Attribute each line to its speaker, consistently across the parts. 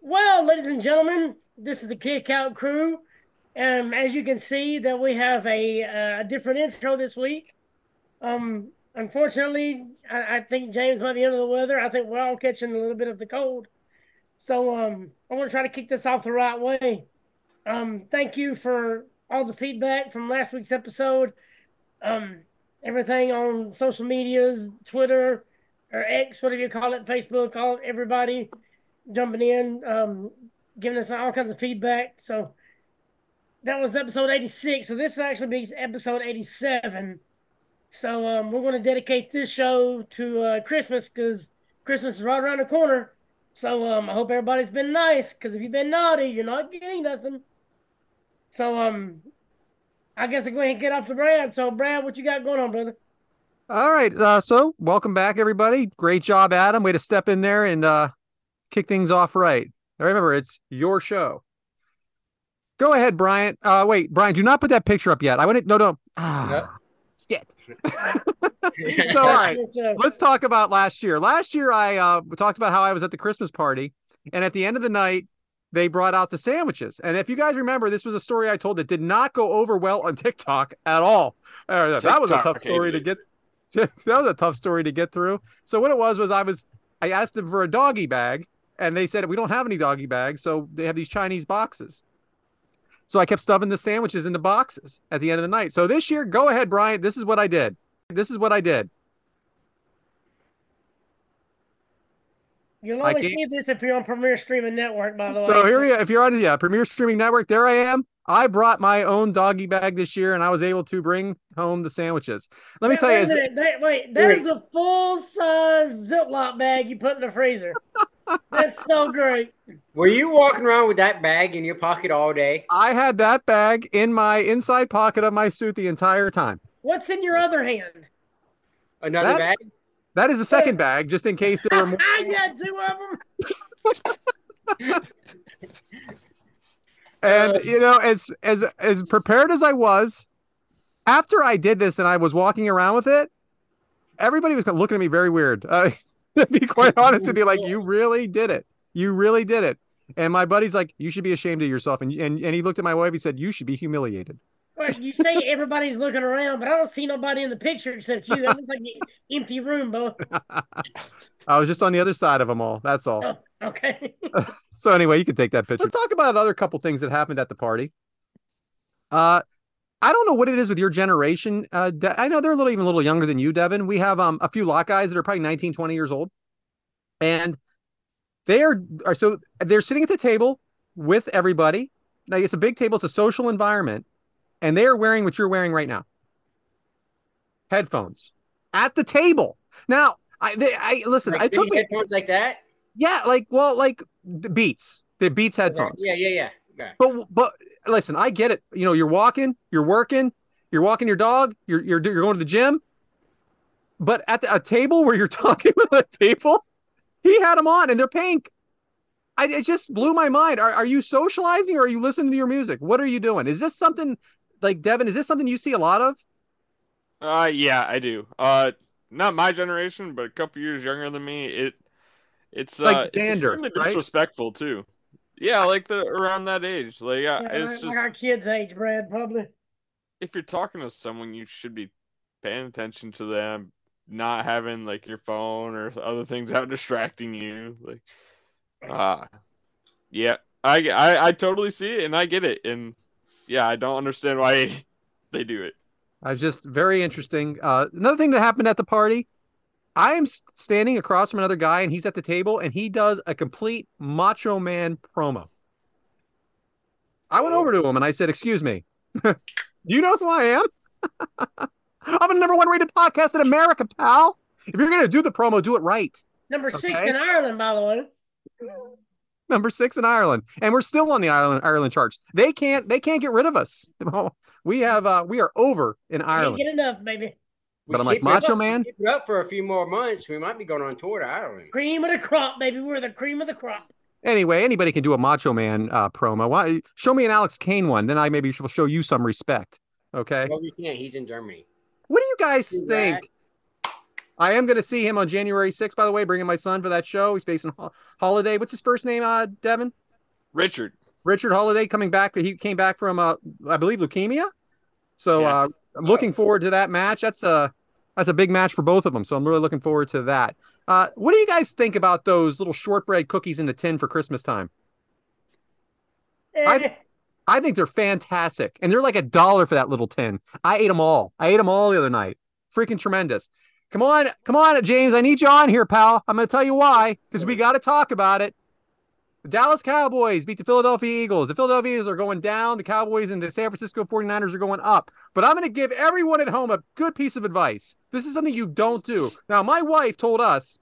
Speaker 1: Well, ladies and gentlemen, this is the Kick Out Crew. Um, as you can see, that we have a, uh, a different intro this week. Um, unfortunately, I, I think James might be under the weather. I think we're all catching a little bit of the cold. So um, I'm going to try to kick this off the right way. Um, thank you for all the feedback from last week's episode. Um, everything on social medias, Twitter or X, whatever you call it, Facebook, all everybody jumping in, um, giving us all kinds of feedback. So that was episode 86. So this will actually be episode 87. So um, we're going to dedicate this show to uh, Christmas because Christmas is right around the corner. So um, I hope everybody's been nice because if you've been naughty, you're not getting nothing. So um, I guess I'll go ahead and get off the Brad. So Brad, what you got going on, brother?
Speaker 2: All right. Uh, so welcome back, everybody. Great job, Adam. Way to step in there and uh, kick things off right. Now, remember, it's your show. Go ahead, Brian. Uh, wait, Brian, do not put that picture up yet. I wouldn't. No, no. Ah, shit. so, all right. Let's talk about last year. Last year, I uh, talked about how I was at the Christmas party, and at the end of the night, they brought out the sandwiches. And if you guys remember, this was a story I told that did not go over well on TikTok at all. Uh, that was a tough
Speaker 3: TikTok, I can't
Speaker 2: story to get. That was a tough story to get through. So what it was was I was I asked them for a doggy bag, and they said we don't have any doggy bags, so they have these Chinese boxes. So I kept stuffing the sandwiches into boxes at the end of the night. So this year, go ahead, Brian. This is what I did. This is what I did.
Speaker 1: You'll
Speaker 2: I
Speaker 1: only
Speaker 2: can't-
Speaker 1: see this if you're on Premier Streaming Network, by the way.
Speaker 2: So here, you, if you're on yeah, Premier Streaming Network, there I am. I brought my own doggy bag this year, and I was able to bring home the sandwiches. Let me
Speaker 1: Wait-
Speaker 2: tell
Speaker 1: wait
Speaker 2: you,
Speaker 1: a
Speaker 2: it's-
Speaker 1: minute. That- wait, that
Speaker 3: Wait.
Speaker 1: is a full size Ziploc bag you put in the freezer. That's so great.
Speaker 3: Were you walking around with that bag in your pocket all day?
Speaker 2: I had that bag in my inside pocket of my suit the entire time.
Speaker 1: What's in your other hand?
Speaker 3: Another
Speaker 2: That-
Speaker 3: bag?
Speaker 2: That is a second bag, just in case there were more.
Speaker 1: I got two of them.
Speaker 2: and you know as as as prepared as i was after i did this and i was walking around with it everybody was looking at me very weird uh, to be quite honest with you like you really did it you really did it and my buddy's like you should be ashamed of yourself and and, and he looked at my wife he said you should be humiliated
Speaker 1: Wait, you say everybody's looking around, but I don't see nobody in the picture except you. That looks like an empty room, boy.
Speaker 2: i was just on the other side of them all that's all
Speaker 1: Oh, okay.
Speaker 2: So anyway, you can take that picture. Let's talk about other couple things that happened at the party. Uh, I don't know what it is with your generation. Uh, De- I know they're a little even a little younger than you, Devin. We have um a few lot guys that are probably 19, 20 years old, and they are, are so they're sitting at the table with everybody. Now it's a big table. It's a social environment, and they are wearing what you're wearing right now. Headphones at the table. Now I they, I listen.
Speaker 3: Like
Speaker 2: I took
Speaker 3: big
Speaker 2: me
Speaker 3: headphones like that?
Speaker 2: yeah, like well, like the Beats, the Beats headphones.
Speaker 3: Yeah, yeah, yeah. yeah.
Speaker 2: But but listen, I get it. You know, you're walking, you're working, you're walking your dog, you're you're, you're going to the gym. But at the, a table where you're talking with other people, he had them on and they're pink. I, it just blew my mind. Are, are you socializing or are you listening to your music? What are you doing? Is this something like Devin? Is this something you see a lot of?
Speaker 4: Uh, yeah, I do. Uh, not my generation, but a couple years younger than me. It, it's
Speaker 2: Like
Speaker 4: uh, it's
Speaker 2: Xander,
Speaker 4: extremely
Speaker 2: right?
Speaker 4: disrespectful too. Yeah, like the around that age. Like, I
Speaker 1: Yeah,
Speaker 4: Uh, it's
Speaker 1: like
Speaker 4: just
Speaker 1: our kids' age, Brad, probably.
Speaker 4: if you're talking to someone, you should be paying attention to them, not having like your phone or other things out distracting you. Like, ah, yeah, I, I I totally see it and I get it, and yeah, I don't understand why they do it.
Speaker 2: I was Uh, just very interesting. Uh, another thing that happened at the party, I am s- standing across from another guy and he's at the table and he does a complete Macho Man promo. I went over to him and I said, "Excuse me, do you know who I am? I'm a number one rated podcast in America, pal. If you're gonna do the promo, do it right."
Speaker 1: Number six
Speaker 2: Okay.
Speaker 1: in Ireland, by the way.
Speaker 2: number six in Ireland, and we're still on the Ireland Ireland charts. They can't they can't get rid of us. We have uh we are over in
Speaker 1: Can't
Speaker 2: Ireland.
Speaker 1: get enough, baby.
Speaker 2: But I'm
Speaker 3: We
Speaker 2: like,
Speaker 3: keep it up-
Speaker 2: Macho
Speaker 3: we
Speaker 2: Man?
Speaker 3: keep it up for a few more months. We might be going on tour to Ireland.
Speaker 1: Cream of the crop, baby. We're the cream of the crop.
Speaker 2: Anyway, anybody can do a Macho Man uh, promo. Why show me an Alex Kane one? Then I maybe will show you some respect. Okay.
Speaker 3: Well, we can't. He's in Germany.
Speaker 2: What do you guys
Speaker 3: Do that.
Speaker 2: think? I am going to see him on January 6th, by the way, bringing my son for that show. He's facing Ho- Holiday. What's his first name, uh, Devin?
Speaker 4: Richard,
Speaker 2: Richard Holiday coming back. He came back from, uh, I believe, leukemia. So
Speaker 4: Yeah.
Speaker 2: uh, I'm looking forward to that match. That's a that's a big match for both of them. So I'm really looking forward to that. Uh, what do you guys think about those little shortbread cookies in the tin for Christmas time? I-
Speaker 1: Eh,
Speaker 2: I think they're fantastic, and they're like a dollar for that little tin. I ate them all. I ate them all the other night. Freaking tremendous. Come on, come on, James. I need you on here, pal. I'm going to tell you why because we got to talk about it. The Dallas Cowboys beat the Philadelphia Eagles. The Philadelphia Eagles are going down. The Cowboys and the San Francisco 49ers are going up. But I'm going to give everyone at home a good piece of advice. This is something you don't do. Now, my wife told us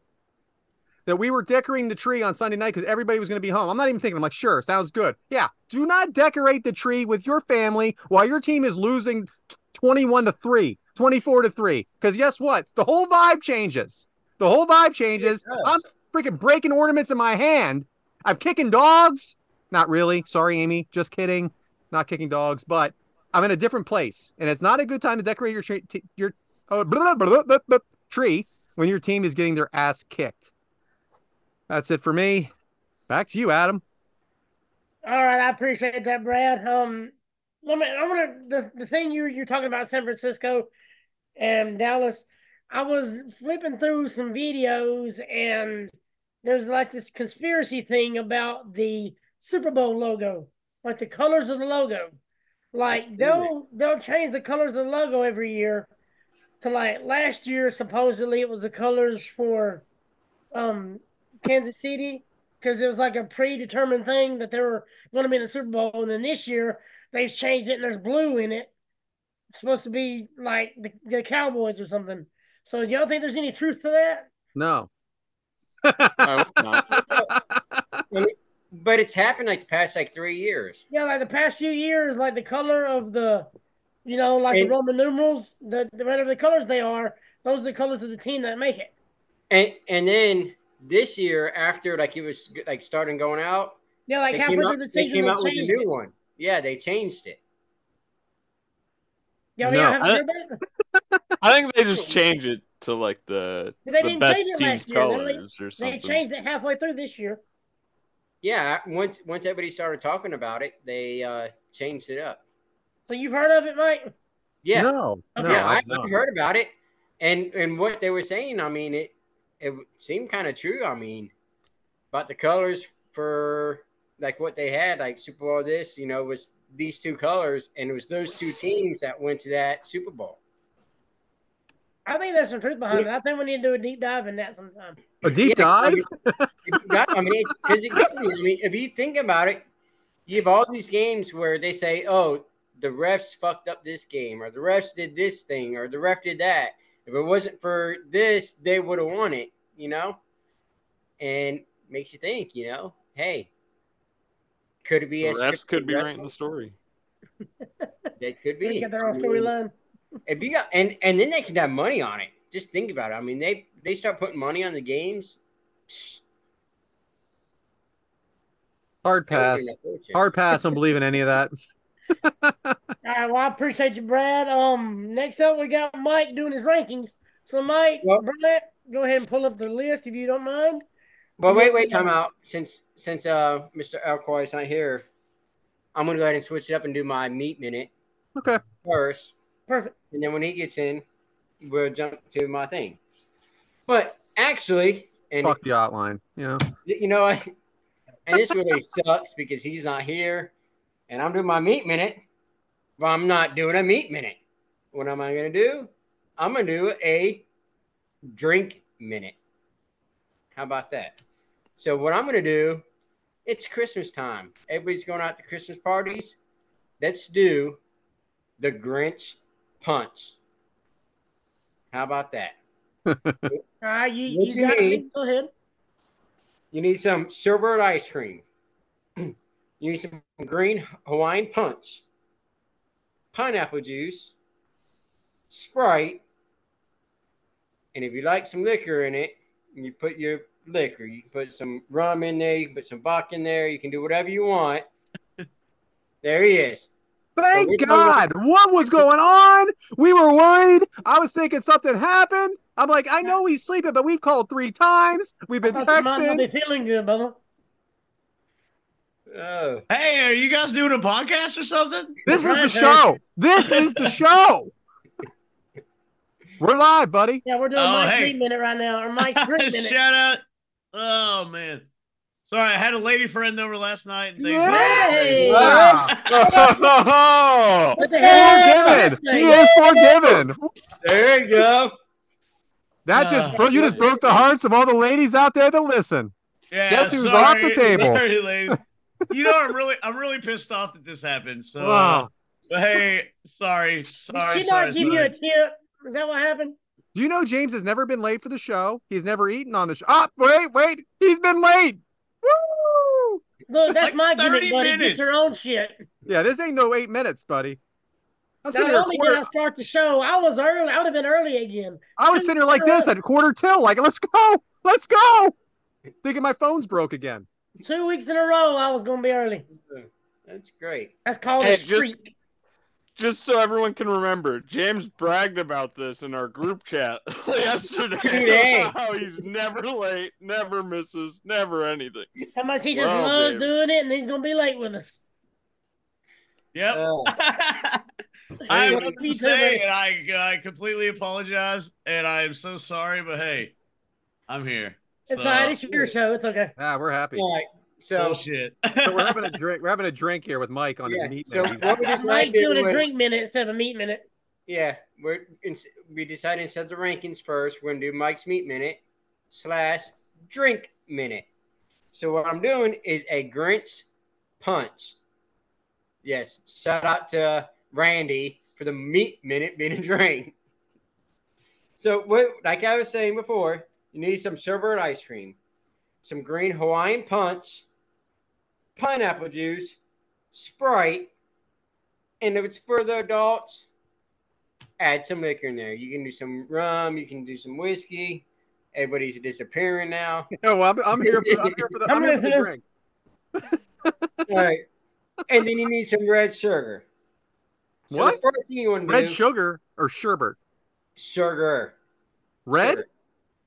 Speaker 2: that we were decorating the tree on Sunday night because everybody was going to be home. I'm not even thinking. I'm like, sure, sounds good. Yeah. Do not decorate the tree with your family while your team is losing t- 21 to 3, 24 to 3. Because guess what? The whole vibe changes. The whole vibe changes. I'm freaking breaking ornaments in my hand. I'm kicking dogs. Not really. Sorry, Amy. Just kidding. Not kicking dogs, but I'm in a different place. And it's not a good time to decorate your tree, t- your oh, blah, blah, blah, blah, blah, tree when your team is getting their ass kicked. That's it for me. Back to you, Adam.
Speaker 1: all right, I appreciate that, Brad. Um, let me. I want to the the thing you you're talking about San Francisco and Dallas. I was flipping through some videos and there's like this conspiracy thing about the Super Bowl logo, like the colors of the logo. Like
Speaker 3: seen
Speaker 1: they'll they'll change the colors of the logo every year. To like last year, supposedly it was the colors for um Kansas City because it was like a predetermined thing that they were going to be in the Super Bowl, and then this year they've changed it and there's blue in it. It's supposed to be like the, the Cowboys or something. So do y'all think there's any truth to that?
Speaker 2: No.
Speaker 4: I hope not.
Speaker 3: But it's happened like the past like three years.
Speaker 1: Yeah, like the past few years, like the color of the, you know, like the
Speaker 3: And-
Speaker 1: Roman numerals, the, the whatever the colors they are, those are the colors of the team that make it.
Speaker 3: And and then this year, after like it was like starting going out,
Speaker 1: Yeah, like
Speaker 3: they
Speaker 1: halfway
Speaker 3: came out,
Speaker 1: through the
Speaker 3: they
Speaker 1: season,
Speaker 3: came
Speaker 1: they
Speaker 3: out with a
Speaker 1: changed
Speaker 3: new
Speaker 1: it.
Speaker 3: one. Yeah, they changed it.
Speaker 1: Y'all,
Speaker 2: No,
Speaker 1: y'all haven't
Speaker 4: I-
Speaker 1: heard that?
Speaker 4: I think they just change it to like the
Speaker 1: But they
Speaker 4: the
Speaker 1: didn't
Speaker 4: best
Speaker 1: change it
Speaker 4: team's
Speaker 1: last year. They-
Speaker 4: colors or
Speaker 1: They
Speaker 4: something.
Speaker 1: changed it halfway through this year.
Speaker 3: Yeah, once once everybody started talking about it, they uh changed it up.
Speaker 1: So you've heard of it, Mike?
Speaker 3: Yeah,
Speaker 2: No. No.
Speaker 1: Okay.
Speaker 3: yeah, I,
Speaker 2: I've not.
Speaker 3: I heard about it, and and what they were saying. I mean, it it seemed kind of true. I mean, about the colors for like what they had, like Super Bowl. This, you know, was these two colors, and it was those two teams that went to that Super Bowl.
Speaker 1: I think there's some truth behind it. I think we need to do a deep dive in that sometime.
Speaker 2: A deep
Speaker 3: Yeah, I
Speaker 2: dive?
Speaker 3: mean, if you got- I mean, it- 'cause it could be. I mean, if you think about it, you have all these games where they say, "Oh, the refs fucked up this game," or "the refs did this thing," or "the ref did that." If it wasn't for this, they would have won it, you know. And makes you think, you know, hey, could it
Speaker 4: The
Speaker 3: be a
Speaker 4: refs
Speaker 3: scripted
Speaker 4: could be writing
Speaker 3: wrestling?
Speaker 4: the story.
Speaker 3: They could
Speaker 1: They
Speaker 3: be.
Speaker 1: got their own
Speaker 3: I mean,
Speaker 1: storyline.
Speaker 3: If you got and and then they can have money on it. Just think about it. I mean, they they start putting money on the games. psh,
Speaker 2: Hard
Speaker 3: they're
Speaker 2: pass.
Speaker 3: making a fortune.
Speaker 2: Hard pass. Don't believe in any of that.
Speaker 1: All right, well, I appreciate you, Brad. Um, next up, we got Mike doing his rankings. So, Mike,
Speaker 3: Well-
Speaker 1: Brad, go ahead and pull up the list if you don't mind.
Speaker 3: Well,
Speaker 1: Yeah,
Speaker 3: wait, wait,
Speaker 1: yeah.
Speaker 3: time out. Since since uh Mr. Alcoy is not here, I'm gonna go ahead and switch it up and do my meat minute
Speaker 2: Okay.
Speaker 3: first,
Speaker 1: Perfect.
Speaker 3: and then when he gets in, we'll jump to my thing. But actually, and
Speaker 2: Fuck the outline. You know,
Speaker 3: you know, I- and this really sucks because he's not here, and I'm doing my meat minute, but I'm not doing a meat minute. What am I gonna do? I'm gonna do a drink minute. How about that? So what I'm gonna do? It's Christmas time. Everybody's going out to Christmas parties. Let's do the Grinch punch. How about that?
Speaker 1: Uh, you,
Speaker 3: What
Speaker 1: you
Speaker 3: you
Speaker 1: got me.
Speaker 3: need-
Speaker 1: Go ahead.
Speaker 3: You need some sherbet ice cream. you need some green Hawaiian punch, pineapple juice, Sprite, and if you like some liquor in it, you put your liquor. You can put some rum in there. You can put some vodka in there. You can do whatever you want. there he is.
Speaker 2: thank
Speaker 3: we're-
Speaker 2: God. What was going on? We were worried. I was thinking something happened. I'm like, I know he's sleeping, but we've called three times. We've been
Speaker 1: Thought you might not
Speaker 2: texting.
Speaker 1: be feeling good, brother.
Speaker 3: Oh,
Speaker 5: Hey, are you guys doing a podcast or something?
Speaker 2: This is the
Speaker 1: Right,
Speaker 2: show. This is the show. We're live, buddy.
Speaker 1: Yeah, we're doing
Speaker 5: Oh,
Speaker 1: Mike's
Speaker 5: hey.
Speaker 1: meat minute right now, or Mike's drink minute.
Speaker 5: Shout out. Oh man. Sorry, I had a lady friend over last night and things
Speaker 1: Hey!
Speaker 2: Wow.
Speaker 4: Oh,
Speaker 1: What the hell? is
Speaker 2: Forgiven.
Speaker 1: this
Speaker 2: He
Speaker 1: thing?
Speaker 2: is forgiven.
Speaker 3: there you go.
Speaker 2: That just bro- you just broke the hearts of all the ladies out there that listen.
Speaker 5: Yeah,
Speaker 2: Guess who's
Speaker 5: sorry,
Speaker 2: off the table?
Speaker 5: sorry, lady. you know, I'm really I'm really pissed off that this happened. So uh,
Speaker 2: Wow.
Speaker 5: but hey, sorry, sorry,
Speaker 1: Did she
Speaker 5: sorry,
Speaker 1: not give
Speaker 5: sorry.
Speaker 1: you a tip? Is that what happened?
Speaker 2: Do you know James has never been late for the show? He's never eaten on the show. Ah, wait, wait. He's been late. Woo!
Speaker 1: Look, that's
Speaker 5: Like
Speaker 1: my
Speaker 5: 30
Speaker 1: gimmick, buddy.
Speaker 5: minutes.
Speaker 1: Get your own shit.
Speaker 2: Yeah, this ain't no eight minutes, buddy. I'm sitting
Speaker 1: Not
Speaker 2: here
Speaker 1: only did
Speaker 2: quarter,
Speaker 1: I start the show, I was early. I would have been early again.
Speaker 2: I was sitting here like this at quarter till, like, let's go, let's go. Thinking my phone's broke again.
Speaker 1: Two weeks in a row, I was going to be early.
Speaker 3: That's great.
Speaker 1: That's called
Speaker 4: Hey,
Speaker 1: a
Speaker 4: just-
Speaker 1: streak.
Speaker 4: just so everyone can remember, James bragged about this in our group chat yesterday.
Speaker 3: Hey.
Speaker 4: How he's never late, never misses, never anything.
Speaker 1: How much he just
Speaker 4: Wow,
Speaker 1: loves
Speaker 4: James.
Speaker 1: doing it, and he's going to be late with us.
Speaker 2: Uh,
Speaker 5: Yep.
Speaker 3: Oh,
Speaker 5: I
Speaker 3: Anyway.
Speaker 5: will say, and I I completely apologize, and I am so sorry, but hey, I'm here.
Speaker 1: It's
Speaker 5: So,
Speaker 1: all right. It's
Speaker 5: uh,
Speaker 1: your show. It's okay.
Speaker 2: Ah, we're happy.
Speaker 3: all right. So,
Speaker 5: bullshit.
Speaker 2: So we're having a drink. We're having a drink here with Mike on
Speaker 3: yeah.
Speaker 2: his meat.
Speaker 3: so
Speaker 2: now. He's-
Speaker 3: what we just
Speaker 1: Mike's
Speaker 3: did
Speaker 1: doing a
Speaker 3: was-
Speaker 1: drink minute instead of a meat minute.
Speaker 3: Yeah, we're ins- we decided instead of the rankings first, we're gonna do Mike's Meat Minute slash Drink Minute. So what I'm doing is a Grinch punch. Yes, shout out to Randy for the Meat Minute being a drink. So what, like I was saying before, you need some sherbet ice cream, some green Hawaiian punch, pineapple juice, Sprite, and if it's for the adults add some liquor in there. You can do some rum, you can do some whiskey. Everybody's disappearing now.
Speaker 2: No, I'm, I'm here for, I'm here for the,
Speaker 1: I'm
Speaker 2: I'm here for the
Speaker 1: listening.
Speaker 2: drink.
Speaker 3: All right. And then you need some red sugar. So
Speaker 2: What?
Speaker 3: the first thing you want to
Speaker 2: Red
Speaker 3: do
Speaker 2: sugar or sherbet?
Speaker 3: sugar.
Speaker 2: Red?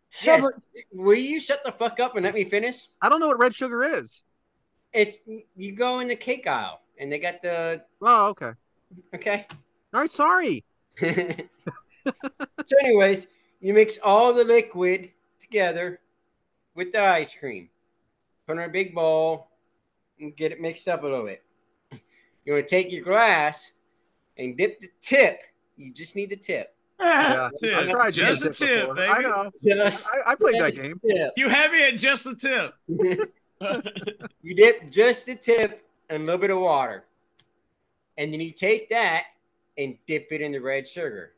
Speaker 3: Sugar. Yes.
Speaker 1: Sherbet.
Speaker 3: Will you shut the fuck up and let me finish?
Speaker 2: I don't know what red sugar is.
Speaker 3: It's you go in the cake aisle and they got the
Speaker 2: Oh, okay.
Speaker 3: okay.
Speaker 2: All right, sorry.
Speaker 3: so, anyways, you mix all the liquid together with the ice cream. Put it in a big bowl and get it mixed up a little bit. You want to take your glass and dip the tip. You just need the tip.
Speaker 2: Yeah. I
Speaker 5: Tip.
Speaker 2: tried to
Speaker 5: Just
Speaker 2: use
Speaker 5: a
Speaker 2: it
Speaker 5: tip,
Speaker 2: before.
Speaker 5: baby.
Speaker 2: I know.
Speaker 3: Just
Speaker 2: I, I played that game.
Speaker 3: the
Speaker 5: You have me at just the tip.
Speaker 3: tip. you dip just the tip and a little bit of water. And then you take that and dip it in the red sugar.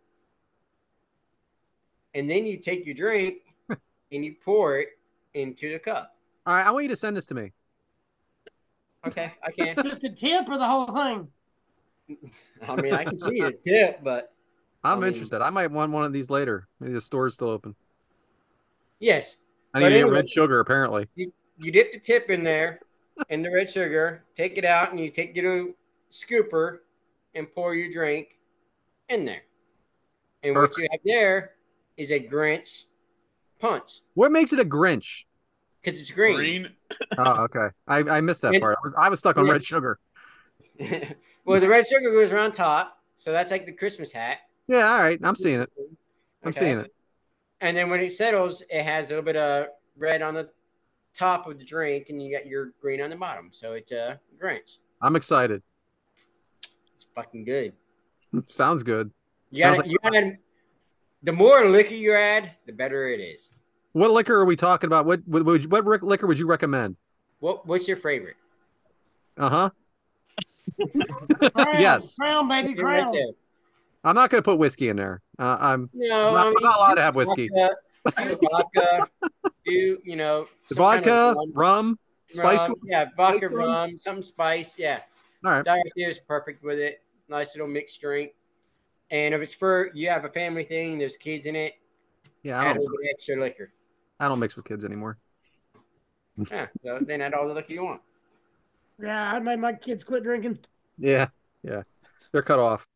Speaker 3: And then you take your drink and you pour it into the cup.
Speaker 2: All right, I want you to send this to me.
Speaker 3: Okay, I can.
Speaker 1: Just the tip or the whole thing?
Speaker 3: I mean, I can see the tip, but
Speaker 2: I'm
Speaker 3: I mean-
Speaker 2: interested. I might want one of these later. Maybe the store's still open.
Speaker 3: yes,
Speaker 2: I
Speaker 3: But
Speaker 2: need to get
Speaker 3: anyway-
Speaker 2: red sugar, apparently.
Speaker 3: you dip the tip in there and the red sugar, take it out, and you take your little scooper and pour your drink in there. And what you have there is a Grinch punch
Speaker 2: What makes it a Grinch?
Speaker 3: because it's
Speaker 5: Green.
Speaker 2: Oh, okay. I, I missed that
Speaker 3: It-
Speaker 2: part. I was I was stuck on
Speaker 3: Yeah.
Speaker 2: red sugar.
Speaker 3: well, the red sugar goes around top, so that's like the Christmas hat.
Speaker 2: Yeah, all right. I'm seeing it. I'm
Speaker 3: Okay.
Speaker 2: seeing it.
Speaker 3: And then when it settles, it has a little bit of red on the top of the drink, and you got your green on the bottom. So it's uh, Grinch.
Speaker 2: I'm excited.
Speaker 3: It's fucking good.
Speaker 2: Sounds good.
Speaker 3: You gotta,
Speaker 2: Sounds like
Speaker 3: you gotta, the more liquor you add, the better it is.
Speaker 2: What liquor are we talking about? What what what, what ric- liquor would you recommend?
Speaker 3: What What's your favorite?
Speaker 2: Uh huh.
Speaker 1: Crown,
Speaker 2: Yes.
Speaker 1: Crown, baby,
Speaker 3: You're right
Speaker 1: crown.
Speaker 3: there.
Speaker 2: I'm not going to put whiskey in there. Uh, I'm,
Speaker 3: No,
Speaker 2: I'm
Speaker 3: I
Speaker 2: not, I'm
Speaker 3: mean,
Speaker 2: not allowed to have whiskey.
Speaker 3: vodka, do vodka, do you know
Speaker 2: The
Speaker 3: some kind
Speaker 2: vodka,
Speaker 3: of rum, Uh,
Speaker 2: rum, spiced.
Speaker 3: rum, yeah, vodka
Speaker 2: spiced one?
Speaker 3: rum, something spice, yeah.
Speaker 2: All right.
Speaker 3: That idea is perfect with it. Nice little mixed drink. And if it's for you have a family thing, there's kids in it,
Speaker 2: Yeah, I
Speaker 3: add a
Speaker 2: don't,
Speaker 3: little bit extra liquor.
Speaker 2: I don't mix with kids anymore.
Speaker 3: Yeah, so then add all the liquor you want.
Speaker 1: Yeah, I made my kids quit drinking.
Speaker 2: Yeah, yeah, they're cut off.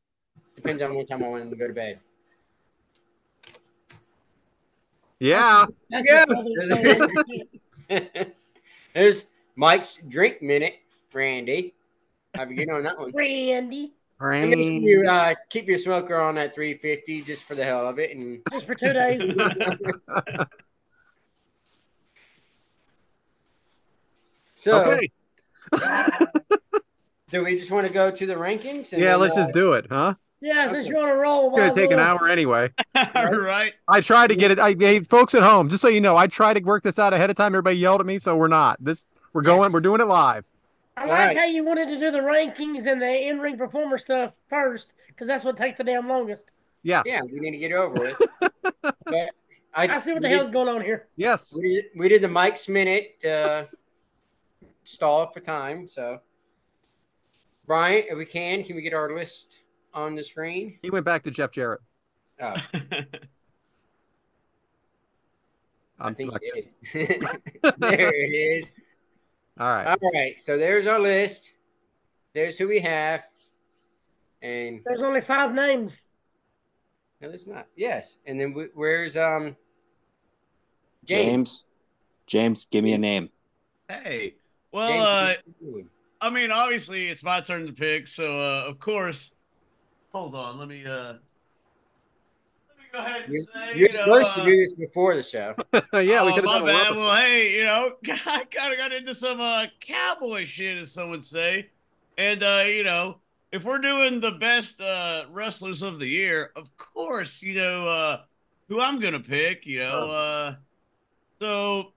Speaker 3: Depends on what time I want them to go to bed.
Speaker 2: Yeah,
Speaker 1: That's
Speaker 5: Yeah.
Speaker 1: another thing.
Speaker 3: There's Mike's drink minute, Randy. Have you on that one?
Speaker 1: Randy,
Speaker 3: I guess you uh, keep your smoker on at 350 just for the hell of it, and
Speaker 1: just for two days.
Speaker 3: so
Speaker 2: okay.
Speaker 3: do we just want to go to the rankings? And
Speaker 2: Yeah,
Speaker 3: then,
Speaker 2: let's
Speaker 3: uh,
Speaker 2: just do it, huh?
Speaker 1: Yeah, since
Speaker 3: Okay.
Speaker 1: you're on a roll,
Speaker 2: It's gonna
Speaker 1: might
Speaker 2: take an
Speaker 1: as well-
Speaker 2: hour anyway.
Speaker 5: All right.
Speaker 2: I tried to get it. I, hey, folks at home, just so you know, I tried to work this out ahead of time. Everybody yelled at me, so we're not. This we're going. We're doing it live.
Speaker 1: I like
Speaker 3: Right.
Speaker 1: how you wanted to do the rankings and the in-ring performer stuff first, because that's what takes the damn longest.
Speaker 2: Yes.
Speaker 3: yeah, we need to get it over with. but I,
Speaker 1: I see what the
Speaker 3: we-
Speaker 1: hell's going on here.
Speaker 2: Yes.
Speaker 3: We did, we did the Mike's minute to stall for time. So, Brian, if we can, can we get our list on the screen?
Speaker 2: He went back to Jeff Jarrett.
Speaker 3: Oh,
Speaker 2: I'm
Speaker 3: I think
Speaker 2: like-
Speaker 3: it did. there it is.
Speaker 2: all right.
Speaker 3: All right. So there's our list. There's who we have. And
Speaker 1: There's only five names.
Speaker 3: no, there's not. Yes. And then we, where's um James?
Speaker 6: James, James, give me a name.
Speaker 5: hey. Well, uh,
Speaker 3: James is-
Speaker 5: I mean, obviously it's my turn to pick, so uh, of course. Hold on, let me. uh Let me go ahead and
Speaker 3: You're,
Speaker 5: say.
Speaker 3: you're
Speaker 5: you know,
Speaker 3: supposed to
Speaker 5: uh,
Speaker 3: do this before the show.
Speaker 2: yeah, we
Speaker 5: oh,
Speaker 2: could
Speaker 5: my
Speaker 2: have done
Speaker 5: bad.
Speaker 2: a
Speaker 5: Well, hey, you know, I kind of got into some uh, cowboy shit, as someone say, and uh, you know, if we're doing the best uh, wrestlers of the year, of course, you know uh, who I'm gonna pick. You know, uh, so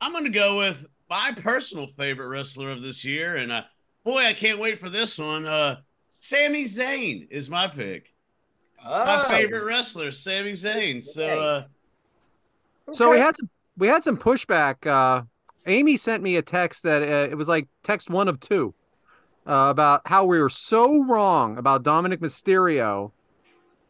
Speaker 5: I'm gonna go with my personal favorite wrestler of this year, and uh, boy, I can't wait for this one. Uh, Sami Zayn is my pick. My
Speaker 3: Oh,
Speaker 5: favorite wrestler, Sami Zayn. So. Uh,
Speaker 2: So we
Speaker 1: Okay.
Speaker 2: had some we had some pushback. Uh, Amy sent me a text that uh, it was like text one of two uh, about how we were so wrong about Dominic Mysterio,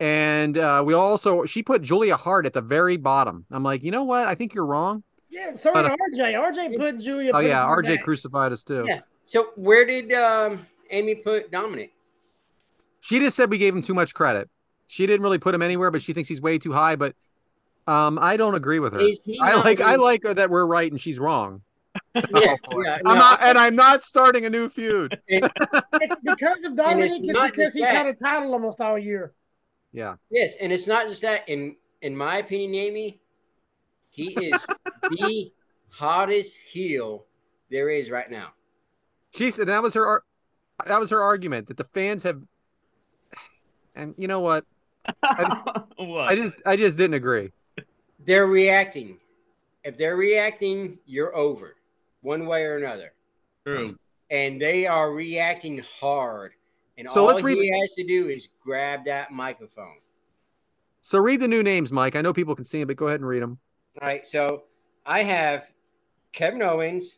Speaker 2: and uh, we also she put Julia Hart at the very bottom. I'm like, you know what? I think you're wrong.
Speaker 1: Yeah, so
Speaker 2: But,
Speaker 1: did RJ. RJ put Julia.
Speaker 2: Oh
Speaker 1: put
Speaker 2: yeah,
Speaker 1: her
Speaker 2: RJ
Speaker 1: back.
Speaker 2: crucified us too.
Speaker 3: Yeah. So where did um Amy put Dominic?
Speaker 2: She just said we gave him too much credit. She didn't really put him anywhere, but she thinks he's way too high. But um, I don't agree with her.
Speaker 3: Is he
Speaker 2: I
Speaker 3: not
Speaker 2: like I
Speaker 3: in-
Speaker 2: like her that we're right and she's wrong.
Speaker 3: yeah,
Speaker 2: Oh,
Speaker 3: yeah,
Speaker 2: I'm
Speaker 3: no,
Speaker 2: not, and I'm not starting a new feud.
Speaker 1: It's because of
Speaker 3: And
Speaker 1: Dominic. It's
Speaker 3: it's not
Speaker 1: because
Speaker 3: just
Speaker 1: he's
Speaker 3: that.
Speaker 1: had a title almost all year.
Speaker 2: Yeah.
Speaker 3: Yes, and it's not just that. In in my opinion, Amy, he is the hottest heel there is right now.
Speaker 2: She said that was her ar- that was her argument that the fans have and you know what? I just
Speaker 5: uh, what?
Speaker 2: I just I just didn't agree.
Speaker 3: They're reacting. If they're reacting, you're over, one way or another.
Speaker 5: True.
Speaker 3: And they are reacting hard. And
Speaker 2: So
Speaker 3: all
Speaker 2: let's read
Speaker 3: he has to do is grab that microphone.
Speaker 2: So read the new names, Mike. I know people can see them, but go ahead and read them.
Speaker 3: All right, so I have Kevin Owens,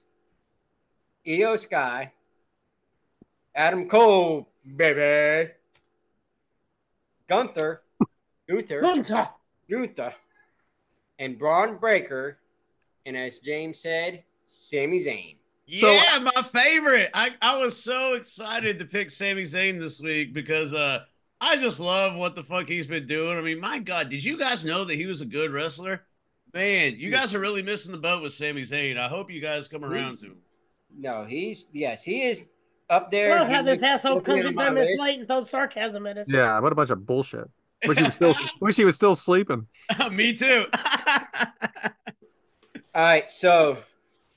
Speaker 3: EO Sky, Adam Cole, baby, Gunther, Gunther,
Speaker 1: Gunther.
Speaker 3: Gunther, and Braun Breaker, and as James said, Sami Zayn.
Speaker 2: So-
Speaker 5: yeah, my favorite. I, I was so excited to pick Sami Zayn this week because uh I just love what the fuck he's been doing. I mean, my God, did you guys know that he was a good wrestler? Man, you guys are really missing the boat with Sami Zayn. I hope you guys come around to him.
Speaker 3: No, he's yes, he is up
Speaker 1: I
Speaker 3: there.
Speaker 1: love how this asshole
Speaker 3: looking
Speaker 1: comes
Speaker 3: on
Speaker 1: in
Speaker 3: my
Speaker 1: five minutes
Speaker 3: list.
Speaker 1: late and throws sarcasm at us.
Speaker 2: Yeah, what a bunch of bullshit. Wish he was still wish he was still sleeping.
Speaker 5: Me too.
Speaker 3: All right, so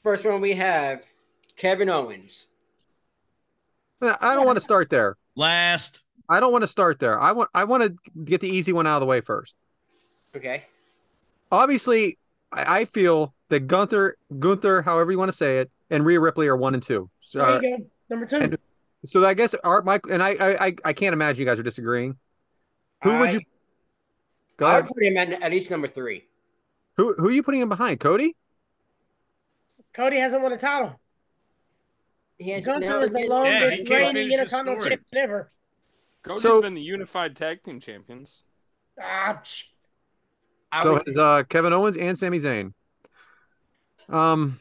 Speaker 3: first one we have Kevin Owens.
Speaker 2: Uh, I don't want to start there.
Speaker 5: Last.
Speaker 2: I don't want to start there. I want I want to get the easy one out of the way first.
Speaker 3: Okay.
Speaker 2: Obviously, I, I feel that Gunther Gunther, however you want to say it, and Rhea Ripley are one and two. So,
Speaker 1: There you go. Number two.
Speaker 2: uh, and- so I guess our Mike and I, I I I can't imagine you guys are disagreeing. Who would you Go
Speaker 3: I would
Speaker 2: ahead.
Speaker 3: put him at, at least number three.
Speaker 2: Who who are you putting in behind? Cody?
Speaker 1: Cody hasn't won a title.
Speaker 3: He has now
Speaker 1: Gunther is
Speaker 3: he
Speaker 1: the
Speaker 3: has-
Speaker 5: Yeah, he
Speaker 1: longest
Speaker 5: can't
Speaker 1: reigning
Speaker 5: finish his
Speaker 1: Intercontinental
Speaker 5: story.
Speaker 1: champion ever.
Speaker 4: Cody's
Speaker 2: So-
Speaker 4: been the unified tag team champions.
Speaker 1: Ah, psh.
Speaker 3: I
Speaker 2: so
Speaker 3: would-
Speaker 2: has uh, Kevin Owens and Sami Zayn. Um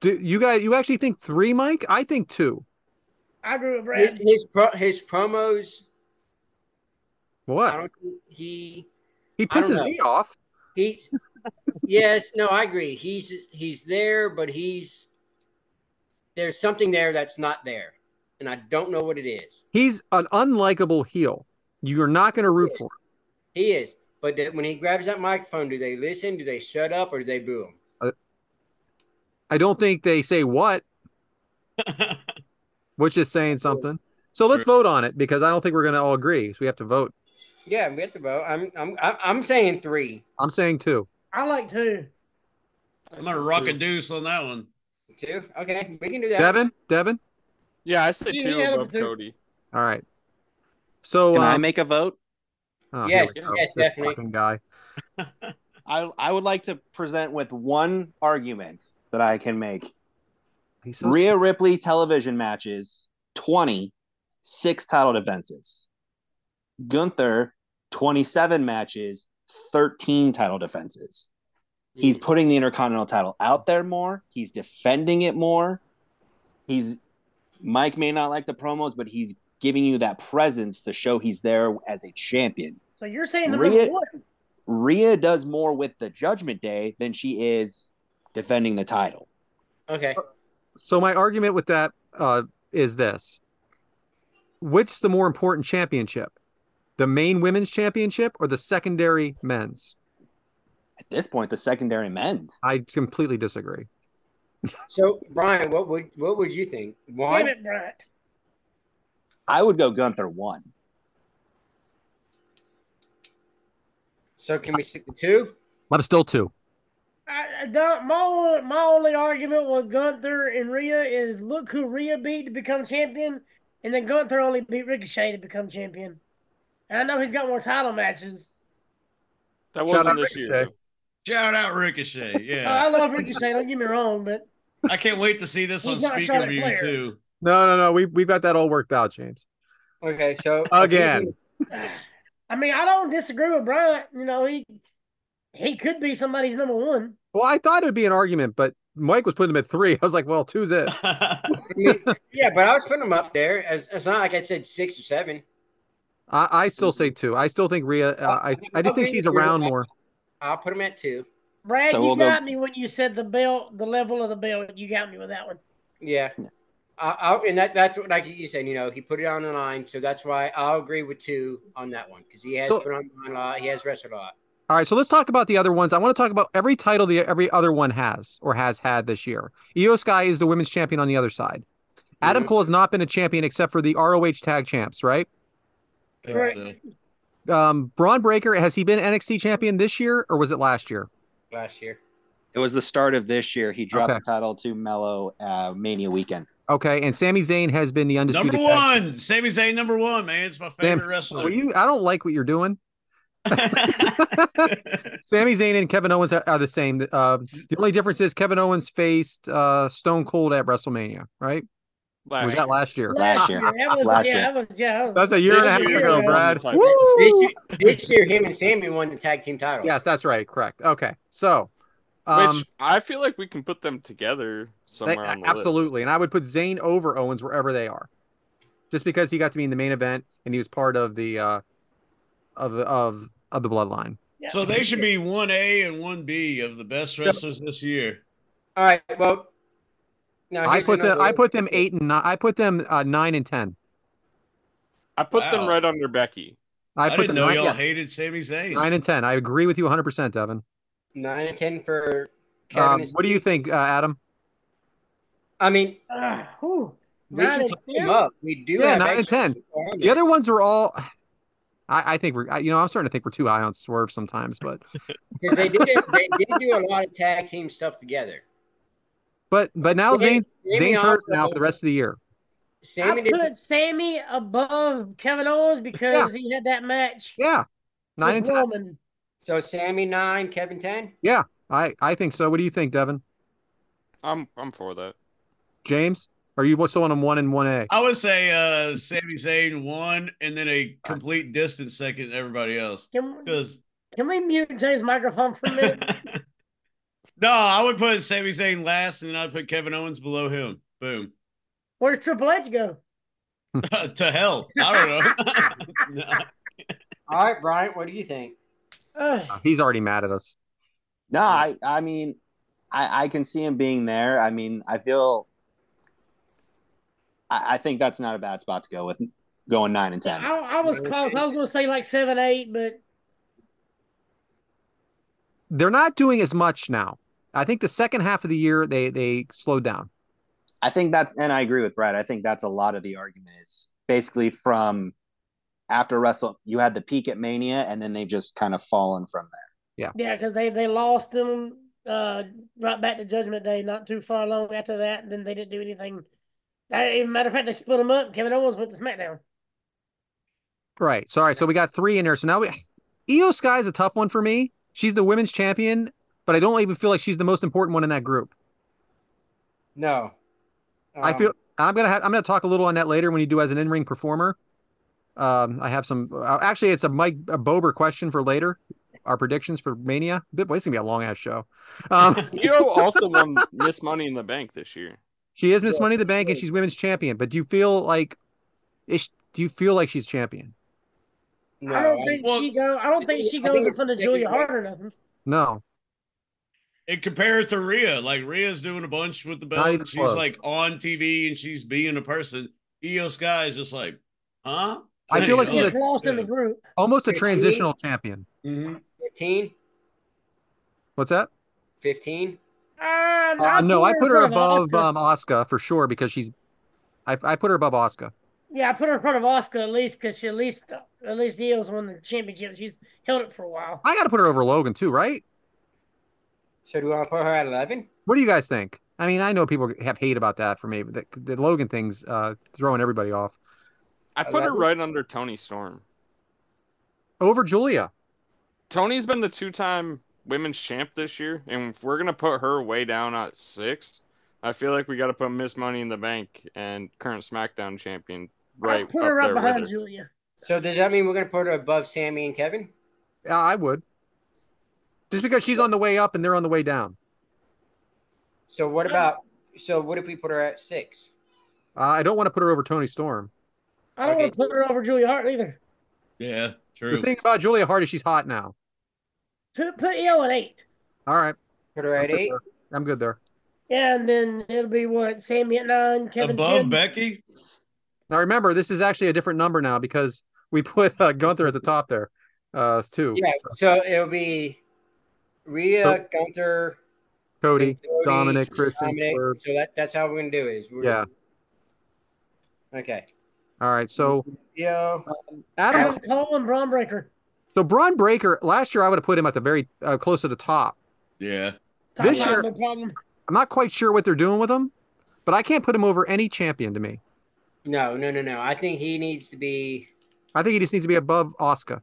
Speaker 2: do you guys you actually think three, Mike? I think two.
Speaker 1: I agree with
Speaker 3: his
Speaker 1: Brad.
Speaker 3: his, pro, his promos. I
Speaker 2: What?
Speaker 3: don't think he
Speaker 2: He
Speaker 3: I don't
Speaker 2: pisses
Speaker 3: know.
Speaker 2: me off.
Speaker 3: he's yes no I agree he's he's there but he's there's something there that's not there and I don't know what it is.
Speaker 2: He's an unlikable heel. You're not going to root for.
Speaker 3: He is. But th- when he grabs that microphone, do they listen? Do they shut up or do they boo him?
Speaker 2: Him. I don't think they say what, which is saying something. So let's vote on it because I don't think we're going to all agree. So we have to vote.
Speaker 3: Yeah, we have to vote. I'm I'm I'm I'm saying three.
Speaker 2: I'm saying two.
Speaker 1: I like two.
Speaker 5: I'm gonna rock a deuce on that one.
Speaker 3: Two. Okay, we can do that.
Speaker 2: Devin, Devin.
Speaker 4: Yeah, I said
Speaker 1: Yeah,
Speaker 4: two
Speaker 1: yeah,
Speaker 4: above
Speaker 1: two.
Speaker 4: Cody.
Speaker 2: All right. So
Speaker 6: Can I
Speaker 2: um,
Speaker 6: make a vote?
Speaker 2: oh,
Speaker 3: Yes,
Speaker 2: here we go.
Speaker 3: yes,
Speaker 2: This
Speaker 3: definitely.
Speaker 2: fucking guy.
Speaker 6: I I would like to present with one argument that I can make.
Speaker 2: He's so
Speaker 6: Rhea Ripley television matches, 20, six title defenses. Gunther, 27 matches, 13 title defenses. He's putting the Intercontinental title out there more. He's defending it more. He's Mike may not like the promos, but he's giving you that presence to show he's there as a champion.
Speaker 1: So you're saying the
Speaker 6: Rhea-
Speaker 1: number one.
Speaker 6: Rhea does more with the Judgment Day than she is defending the title.
Speaker 3: Okay.
Speaker 2: So my argument with that uh, is this: Which's the more important championship, the main women's championship or the secondary men's?
Speaker 6: At this point, the secondary men's.
Speaker 2: I completely disagree.
Speaker 3: So Brian, what would what would you think?
Speaker 1: Damn
Speaker 3: One.
Speaker 1: it, Brad.
Speaker 6: I would go Gunther one.
Speaker 3: So can we stick to two?
Speaker 2: I'm still two.
Speaker 1: I, I don't, my, only- my only argument with Gunther and Rhea is look who Rhea beat to become champion, and then Gunther only beat Ricochet to become champion. And I know he's got more title matches.
Speaker 4: That
Speaker 2: Shout out
Speaker 4: wasn't this year.
Speaker 2: Ricochet.
Speaker 4: though.
Speaker 5: Shout out Ricochet.
Speaker 1: Uh, I
Speaker 5: Yeah,
Speaker 1: love Ricochet, don't get me wrong, but
Speaker 5: I can't wait to see this on
Speaker 1: Uh, He's not
Speaker 5: speaker
Speaker 1: Charlotte
Speaker 5: view
Speaker 1: Flair.
Speaker 5: too.
Speaker 2: No, no, no. We we've got that all worked out, James.
Speaker 3: Okay. So
Speaker 2: Uh, Again.
Speaker 1: I mean, I don't disagree with Brian. You know, he he could be somebody's number one.
Speaker 2: Well, I thought it'd be an argument, but Mike was putting him at three. I was like, well, two's it.
Speaker 3: I mean, yeah, but I was putting them up there. It's, it's not like I said six or seven.
Speaker 2: I, I still say two. I still think Rhea. Uh, I I just think she's around more.
Speaker 3: I'll put them at two.
Speaker 1: Brad,
Speaker 6: So
Speaker 1: you
Speaker 6: we'll go-
Speaker 1: got me when you said the belt, the level of the belt. You got me with that one.
Speaker 3: Yeah. I, I, and that, that's what, like you said, you know, he put it on the line. So that's why I'll agree with two on that one because he has
Speaker 2: So-
Speaker 3: put on the line a lot. He has wrestled a lot.
Speaker 2: All right, so let's talk about the other ones. I want to talk about every title the every other one has or has had this year. Io Sky is the women's champion on the other side. Adam
Speaker 3: Mhm.
Speaker 2: Cole has not been a champion except for the ROH Tag Champs, right?
Speaker 5: Think so.
Speaker 2: Um, Braun Breaker has he been NXT champion this year or was it last year?
Speaker 3: last year.
Speaker 6: It was the start of this year. He dropped
Speaker 2: Okay.
Speaker 6: the title to Mello uh, Mania weekend.
Speaker 2: Okay, and Sami Zayn has been the undisputed.
Speaker 5: Number
Speaker 2: tag-
Speaker 5: one, Sami Zayn. Number one, man. It's my
Speaker 2: Damn.
Speaker 5: favorite wrestler.
Speaker 2: Will you, I don't like what you're doing. Sami Zayn and Kevin Owens are, are the same. Uh, the only difference is Kevin Owens faced uh, Stone Cold at WrestleMania, right?
Speaker 4: Last
Speaker 2: was that last year?
Speaker 6: Last year.
Speaker 1: That was,
Speaker 6: Last
Speaker 1: yeah,
Speaker 6: year.
Speaker 1: That was, yeah, that was,
Speaker 2: That's a year and a
Speaker 4: This
Speaker 2: half
Speaker 4: year
Speaker 2: ago,
Speaker 4: won the
Speaker 2: Brad.
Speaker 4: title.
Speaker 2: Woo!
Speaker 3: This year, this year, him and Sammy won the tag team title.
Speaker 2: Yes, that's right. Correct. Okay. So,
Speaker 4: Which
Speaker 2: um,
Speaker 4: I feel like we can put them together
Speaker 2: they-
Speaker 4: somewhere on the list.
Speaker 2: absolutely. And I would put Zayn over Owens wherever they are, just because he got to be in the main event and he was part of the uh, of the of of the bloodline.
Speaker 1: yeah.
Speaker 5: so they should be one A and one B of the best wrestlers this year.
Speaker 3: All right. Well, now
Speaker 2: I
Speaker 3: here's
Speaker 2: put them.
Speaker 3: another-
Speaker 2: I put them eight and nine. I put them uh, nine and ten.
Speaker 4: I put them
Speaker 5: Wow.
Speaker 4: right under Becky.
Speaker 5: I,
Speaker 2: I, put the
Speaker 5: didn't know
Speaker 2: nine,
Speaker 5: y'all
Speaker 2: yeah,
Speaker 5: hated Sami Zayn.
Speaker 2: nine and ten. I agree with you 100, percent Devin.
Speaker 3: Nine and ten for Kevin.
Speaker 2: Um,
Speaker 3: and
Speaker 2: what do you
Speaker 3: Steve.
Speaker 2: think, uh, Adam?
Speaker 3: I mean,
Speaker 1: Ah, whew.
Speaker 3: we
Speaker 1: Nine
Speaker 3: can
Speaker 1: and
Speaker 3: tie them
Speaker 1: 10?
Speaker 3: up. We do
Speaker 2: Yeah,
Speaker 3: have
Speaker 2: nine and
Speaker 3: extra
Speaker 2: 10.
Speaker 3: people on
Speaker 2: The other
Speaker 3: this.
Speaker 2: ones are all. I, I think we're. I, you know, I'm starting to think we're too high on Swerve sometimes, but
Speaker 3: because they did it, they did do a lot of tag team stuff together.
Speaker 2: but but now
Speaker 3: Sammy-
Speaker 2: Zane's
Speaker 3: Sammy
Speaker 2: Zane's hurt
Speaker 3: also-
Speaker 2: now for the rest of the year.
Speaker 3: Sammy
Speaker 1: I
Speaker 3: did
Speaker 1: put Sammy above Kevin Owens because he had that match.
Speaker 2: Yeah, nine and
Speaker 1: with
Speaker 2: ten.
Speaker 1: Roman.
Speaker 3: so. Sammy nine, Kevin ten.
Speaker 2: I I think so. What do you think, Devin?
Speaker 4: I'm I'm for that.
Speaker 2: James, are you what's on them one and one A?
Speaker 5: I would say uh Sami Zayn won and then a complete distance second to everybody else.
Speaker 1: Can,
Speaker 5: Because
Speaker 1: can we mute James' microphone for a minute?
Speaker 5: No, I would put Sami Zayn last and then I'd put Kevin Owens below him. Boom.
Speaker 1: Where's Triple H go?
Speaker 5: to hell. I don't know. No.
Speaker 3: All right, Brian, what do you think?
Speaker 1: Ugh.
Speaker 2: Uh, He's already mad at us.
Speaker 6: No, I I mean, I I can see him being there. I mean, I feel. I, I think that's not a bad spot to go with, going nine and ten.
Speaker 1: I, I was close. I was going to say like seven, eight, but
Speaker 2: They're not doing as much now. I think the second half of the year they they slowed down.
Speaker 6: I think that's, and I agree with Brad. I think that's a lot of the argument is basically from after Wrestle, you had the peak at Mania, and then they've just kind of fallen from there.
Speaker 1: yeah, because they, they lost them uh, right back to Judgment Day not too far long after that. And then they didn't do anything. I, as a matter of fact, they split them up. Kevin Owens went to SmackDown.
Speaker 2: Right. Sorry. So we got three in there. So now we Io Sky is a tough one for me. She's the women's champion, but I don't even feel like she's the most important one in that group.
Speaker 3: No,
Speaker 2: I
Speaker 3: Um,
Speaker 2: feel I'm gonna have, I'm gonna talk a little on that later when you do as an in-ring performer. Um, I have some. Uh, actually, it's a Mike a Bober question for later. Our predictions for Mania. Boy, It's gonna be a long ass show. Um,
Speaker 4: Io also won Miss Money in the Bank this year.
Speaker 2: she is Miss
Speaker 3: Yeah,
Speaker 2: Money in the Bank and
Speaker 3: is.
Speaker 2: she's women's champion. But do you feel like, is, do you feel like she's champion?
Speaker 3: Um, no,
Speaker 1: I don't think
Speaker 5: Well,
Speaker 1: she go. I don't think she
Speaker 3: I think
Speaker 1: goes in
Speaker 3: it's
Speaker 1: front of
Speaker 3: second
Speaker 1: Julia
Speaker 3: place.
Speaker 1: Hart or nothing.
Speaker 2: No.
Speaker 5: And compare it to Rhea. Like Rhea's doing a bunch with the belt.
Speaker 2: even
Speaker 5: and She's
Speaker 2: close.
Speaker 5: like on TV and she's being a person. Io Sky is just like, huh?
Speaker 2: I feel like
Speaker 1: She
Speaker 2: she's
Speaker 1: just lost in the group.
Speaker 2: Almost a
Speaker 3: Hey,
Speaker 2: transitional champion.
Speaker 3: Mm-hmm.
Speaker 5: Mhm.
Speaker 3: 15,
Speaker 2: What's that?
Speaker 3: 15.
Speaker 1: Uh,
Speaker 2: Uh, no, I put her
Speaker 1: in front of
Speaker 2: above
Speaker 1: Asuka.
Speaker 2: um, Asuka for sure because she's. I, I put her above Asuka.
Speaker 1: Yeah, I put her in front of Oscar at least because she at least at least the Eels won the championship. She's held it for a while.
Speaker 2: I got to put her over Logan too, right?
Speaker 3: So do we want to put her at eleven?
Speaker 2: What do you guys think? I mean, I know people have hate about that for me, but the, the Logan thing's uh, throwing everybody off.
Speaker 4: I put her
Speaker 3: Eleven?
Speaker 4: right under Tony Storm.
Speaker 2: Over Julia.
Speaker 4: Tony's been the two-time women's champ this year, and if we're gonna put her way down at six, I feel like we got to put Miss Money in the Bank and current SmackDown champion
Speaker 1: I
Speaker 4: right
Speaker 1: put
Speaker 4: up
Speaker 1: her right
Speaker 4: there
Speaker 1: behind
Speaker 4: with her.
Speaker 1: Julia.
Speaker 3: So does that mean we're gonna put her above Sammy and Kevin?
Speaker 2: Uh, I would. Just because she's on the way up and they're on the way down.
Speaker 3: So what
Speaker 1: I'm-
Speaker 3: about? So what if we put her at six?
Speaker 2: Uh, I don't want to put her over Tony Storm.
Speaker 1: I don't
Speaker 3: Okay,
Speaker 1: want to
Speaker 3: so-
Speaker 1: put her over Julia Hart either.
Speaker 5: Yeah,
Speaker 2: The
Speaker 5: true.
Speaker 2: thing about Julia Hart is she's hot now.
Speaker 1: Put put Eel at eight.
Speaker 2: All right.
Speaker 3: Put her
Speaker 2: I'm
Speaker 3: at
Speaker 2: good
Speaker 3: eight.
Speaker 2: there. I'm good there.
Speaker 1: Yeah, and then it'll be what Sammy at nine, Kevin
Speaker 5: Above
Speaker 1: 10.
Speaker 5: Becky?
Speaker 2: Now remember, this is actually a different number now because we put uh, Gunther at the top there. Uh, it's two.
Speaker 3: Yeah.
Speaker 2: So,
Speaker 3: So it'll be Rhea, Gunther,
Speaker 2: Cody,
Speaker 3: Cody,
Speaker 2: Dominic, Christian,
Speaker 3: Dominic.
Speaker 2: Swerve.
Speaker 3: So that, that's how we're gonna do it. Is we're,
Speaker 2: Yeah.
Speaker 3: Okay.
Speaker 2: All right. So
Speaker 3: Yo.
Speaker 2: Adam
Speaker 1: Adam Cole and Braun Breaker.
Speaker 2: So Braun Breaker last year I would have put him at the very uh, close to the top.
Speaker 5: Yeah.
Speaker 1: Top
Speaker 2: This
Speaker 1: line,
Speaker 2: year-
Speaker 1: no problem.
Speaker 2: I'm not quite sure what they're doing with him, but I can't put him over any champion to me.
Speaker 3: No, no, no, no. I think he needs to be.
Speaker 2: I think he just needs to be above Oscar,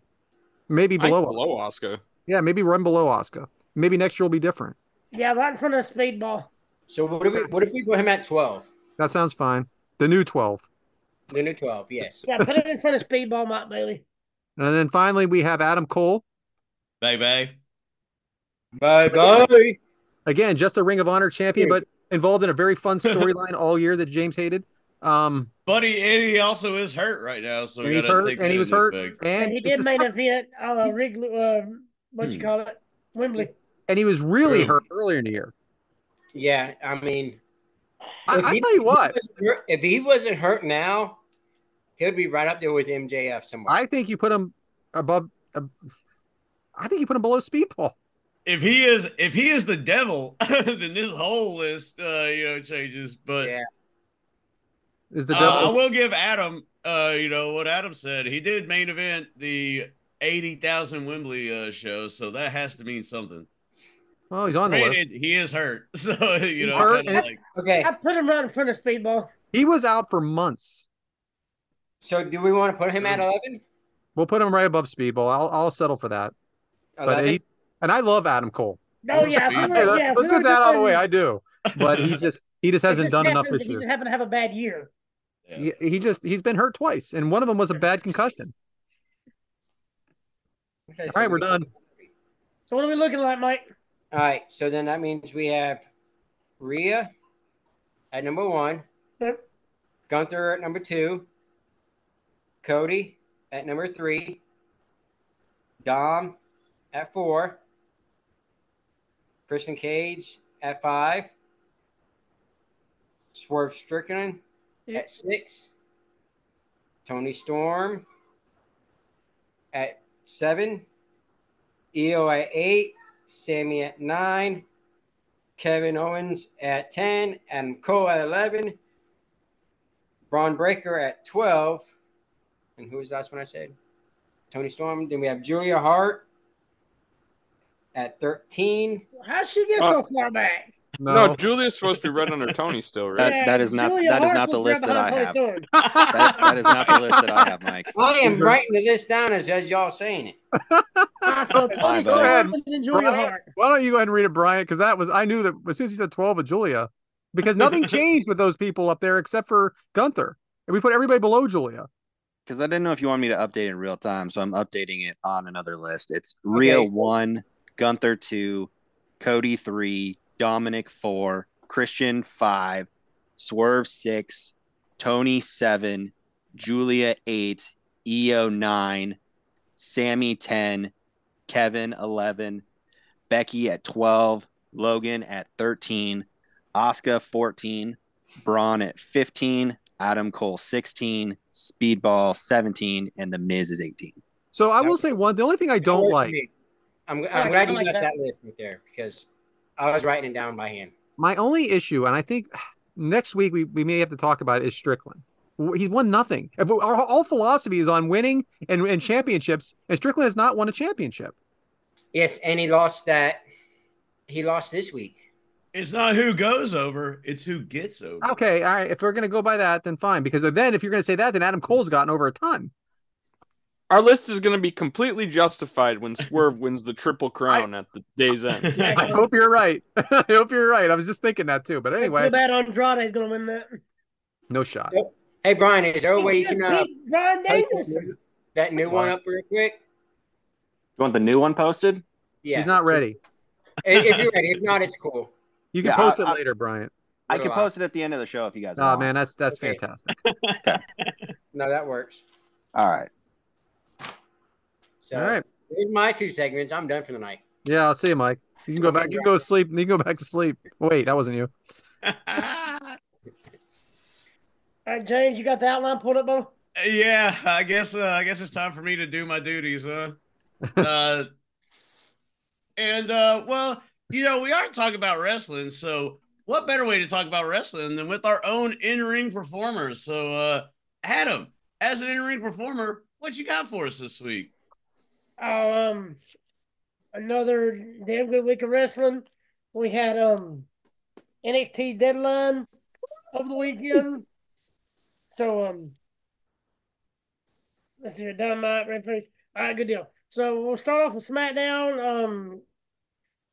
Speaker 2: maybe
Speaker 4: I
Speaker 2: below.
Speaker 4: think
Speaker 2: Asuka.
Speaker 4: below Oscar.
Speaker 2: Yeah, maybe run below Oscar. Maybe next year will be different.
Speaker 1: Yeah, right in front of Speedball.
Speaker 3: So what if we what if we put him at twelve?
Speaker 2: That sounds fine. The new twelve,
Speaker 3: The new twelve. Yes.
Speaker 1: Yeah, put it in front of Speedball, Mike Bailey.
Speaker 2: and then finally we have Adam Cole
Speaker 5: Bye bye.
Speaker 3: Bye bye.
Speaker 2: again, just a Ring of Honor champion,
Speaker 3: Dude.
Speaker 2: but involved in a very fun storyline all year that James hated. Um,
Speaker 5: Buddy, and he also is hurt right now. So we
Speaker 2: and he's
Speaker 5: gotta
Speaker 2: hurt,
Speaker 5: take
Speaker 2: and he
Speaker 5: that
Speaker 2: was
Speaker 5: into
Speaker 2: hurt,
Speaker 5: effect.
Speaker 1: And
Speaker 2: and
Speaker 1: he
Speaker 2: it's the
Speaker 1: did main
Speaker 2: second-
Speaker 1: event out of Wrigley, uh, what you
Speaker 5: Hmm.
Speaker 1: call it, Wembley.
Speaker 2: and he was really
Speaker 5: True.
Speaker 2: hurt earlier in the year.
Speaker 3: Yeah. I mean,
Speaker 2: I,
Speaker 3: If
Speaker 2: I
Speaker 3: he-
Speaker 2: tell you what,
Speaker 3: if he wasn't hurt now, he'd be right up there with MJF somewhere.
Speaker 2: I think you put him above. ab- I think you put him below Speedball.
Speaker 5: If he is if he is the devil, then this whole list uh, you know changes. But
Speaker 3: Yeah.
Speaker 2: Is the
Speaker 5: uh,
Speaker 2: devil?
Speaker 5: I will give Adam uh, you know what Adam said. He did main event the eighty thousand Wembley uh, show, so that has to mean something.
Speaker 2: well, he's on the list.
Speaker 5: Granted, he is hurt, so you know
Speaker 2: hurt,
Speaker 5: kinda
Speaker 2: and-
Speaker 5: like-
Speaker 3: Okay,
Speaker 1: I put him right in front of Speedball.
Speaker 2: He was out for months.
Speaker 3: so do we want to put him at 11?
Speaker 2: We'll put him right above Speedball. I'll I'll settle for that. But uh,
Speaker 3: 11?
Speaker 2: he, and I love Adam Cole.
Speaker 1: Oh yeah, if we
Speaker 5: Speedball.
Speaker 1: were-
Speaker 2: Hey, let-
Speaker 1: yeah, if
Speaker 2: let's
Speaker 1: we
Speaker 2: get
Speaker 1: were
Speaker 2: that out of the way.
Speaker 1: doing-
Speaker 2: I do, but he just he just
Speaker 1: it
Speaker 2: hasn't
Speaker 1: just
Speaker 2: done enough
Speaker 1: happens that
Speaker 2: this
Speaker 1: He
Speaker 2: year.
Speaker 1: just happened to have a bad year.
Speaker 5: Yeah.
Speaker 2: He, he just he's been hurt twice, and one of them was a bad concussion.
Speaker 3: Okay,
Speaker 2: All right, we're done.
Speaker 1: So what are we looking like, Mike?
Speaker 3: All right, so then that means we have Rhea at number one,
Speaker 1: Yep.
Speaker 3: Gunther at number two, Cody at number three, Dom at four, Christian Cage at five, Swerve Strickland at six, Tony Storm at seven, EO at eight, Sammy at nine, Kevin Owens at 10, Adam Cole at 11, Braun Breaker at 12. And who was the last one I said? Tony Storm. Then we have Julia Hart at 13.
Speaker 1: How she get
Speaker 6: Uh,
Speaker 1: so far back?
Speaker 4: No,
Speaker 2: No,
Speaker 4: Julia's supposed to be right under Tony's still, right?
Speaker 6: That- that is not-
Speaker 1: Julia
Speaker 6: that is
Speaker 1: Hart's
Speaker 6: not the
Speaker 1: was right
Speaker 6: list that
Speaker 1: behind
Speaker 6: I
Speaker 1: Tony
Speaker 6: have.
Speaker 1: Storm.
Speaker 6: That, that is not the list that I have, Mike.
Speaker 3: I am writing the list down as, as y'all saying it.
Speaker 1: I feel Tony
Speaker 6: Go
Speaker 2: ahead.
Speaker 1: Storm and then Julia
Speaker 2: Brian.
Speaker 1: Hart.
Speaker 2: why don't you go ahead and read it, Brian? Because that was I knew that as soon as he said twelve with Julia, because nothing changed with those people up there except for Gunther, and we put everybody below Julia.
Speaker 6: Because I didn't know if you wanted me to update in real time, so I'm updating it on another list. It's Rhea
Speaker 3: Okay, so-
Speaker 6: one, Gunther two, Cody three, Dominic four, Christian five, Swerve six, Tony seven, Julia eight, EO nine, Sammy ten, Kevin eleven, Becky at twelve, Logan at thirteen, Oscar fourteen, Braun at fifteen, Adam Cole 16, Speedball 17, and The Miz is 18.
Speaker 2: So I will say one. The only thing I don't like
Speaker 3: I'm, I'm
Speaker 1: I like-
Speaker 3: glad
Speaker 1: I
Speaker 3: you
Speaker 1: like
Speaker 3: got
Speaker 1: that.
Speaker 3: that. list right there because I was writing it down by hand.
Speaker 2: My only issue, and I think next week we, we may have to talk about it, is Strickland. W- He's won nothing. If we- Our all philosophy is on winning and, and championships, and Strickland has not won a championship.
Speaker 3: Yes, and he lost that. He lost this week.
Speaker 5: it's not who goes over, it's who gets over.
Speaker 2: Okay, all right. If we're going to go by that, then fine. Because then, if you're going to say that, then Adam Cole's gotten over a ton.
Speaker 4: Our list is going to be completely justified when Swerve wins the Triple Crown at the day's end.
Speaker 2: I hope you're right. I hope you're right. I was just thinking that too. But
Speaker 1: I feel
Speaker 2: anyway,
Speaker 1: bad Andrade is going to win that.
Speaker 2: no shot.
Speaker 3: Hey, Brian, is there a way you can uh,
Speaker 1: Beat Brian
Speaker 3: post
Speaker 1: Danielson.
Speaker 3: that new one up real quick?
Speaker 6: You want the new one posted?
Speaker 3: Yeah.
Speaker 2: He's not ready.
Speaker 3: if if you're ready, if not, it's cool.
Speaker 2: You can
Speaker 6: Yeah,
Speaker 2: post
Speaker 6: I-
Speaker 2: it
Speaker 6: I-
Speaker 2: later, Bryant.
Speaker 6: I
Speaker 3: What
Speaker 6: can
Speaker 3: do I-
Speaker 6: post it at the end of the show if you guys
Speaker 2: Oh
Speaker 6: want.
Speaker 2: man, that's that's
Speaker 3: Okay.
Speaker 2: fantastic.
Speaker 3: No, that works.
Speaker 6: All right.
Speaker 3: So,
Speaker 2: All right.
Speaker 3: There's my two segments. I'm done for the night.
Speaker 2: Yeah, I'll see you, Mike. You can go back. You can go sleep. You can go back to sleep. Wait, that wasn't you.
Speaker 1: All right, James, you got the outline pulled up, bro?
Speaker 5: yeah, I guess uh, I guess it's time for me to do my duties, huh? uh, and uh, well, you know, we are talking about wrestling, so what better way to talk about wrestling than with our own in-ring performers? So, uh, Adam, as an in-ring performer, what you got for us this week?
Speaker 1: Oh, um, another damn good week of wrestling. We had um NXT deadline over the weekend. So um, let's see, Dynamite, Red Page. All right, good deal. So we'll start off with SmackDown. Um,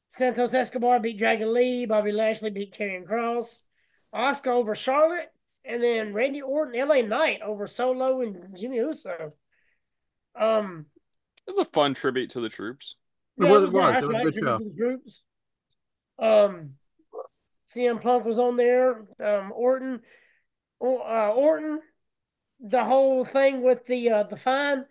Speaker 1: Santos Escobar beat Dragon Lee. Bobby Lashley beat Karrion Cross. Oscar over Charlotte, and then Randy Orton, LA Knight over Solo and Jimmy Uso. Um,
Speaker 4: It's a fun tribute to the troops.
Speaker 2: It was- it was. It was a good show.
Speaker 1: Groups. Um, CM Punk was on there. Um, Orton, Or- uh, Orton, the whole thing with the uh, the fine.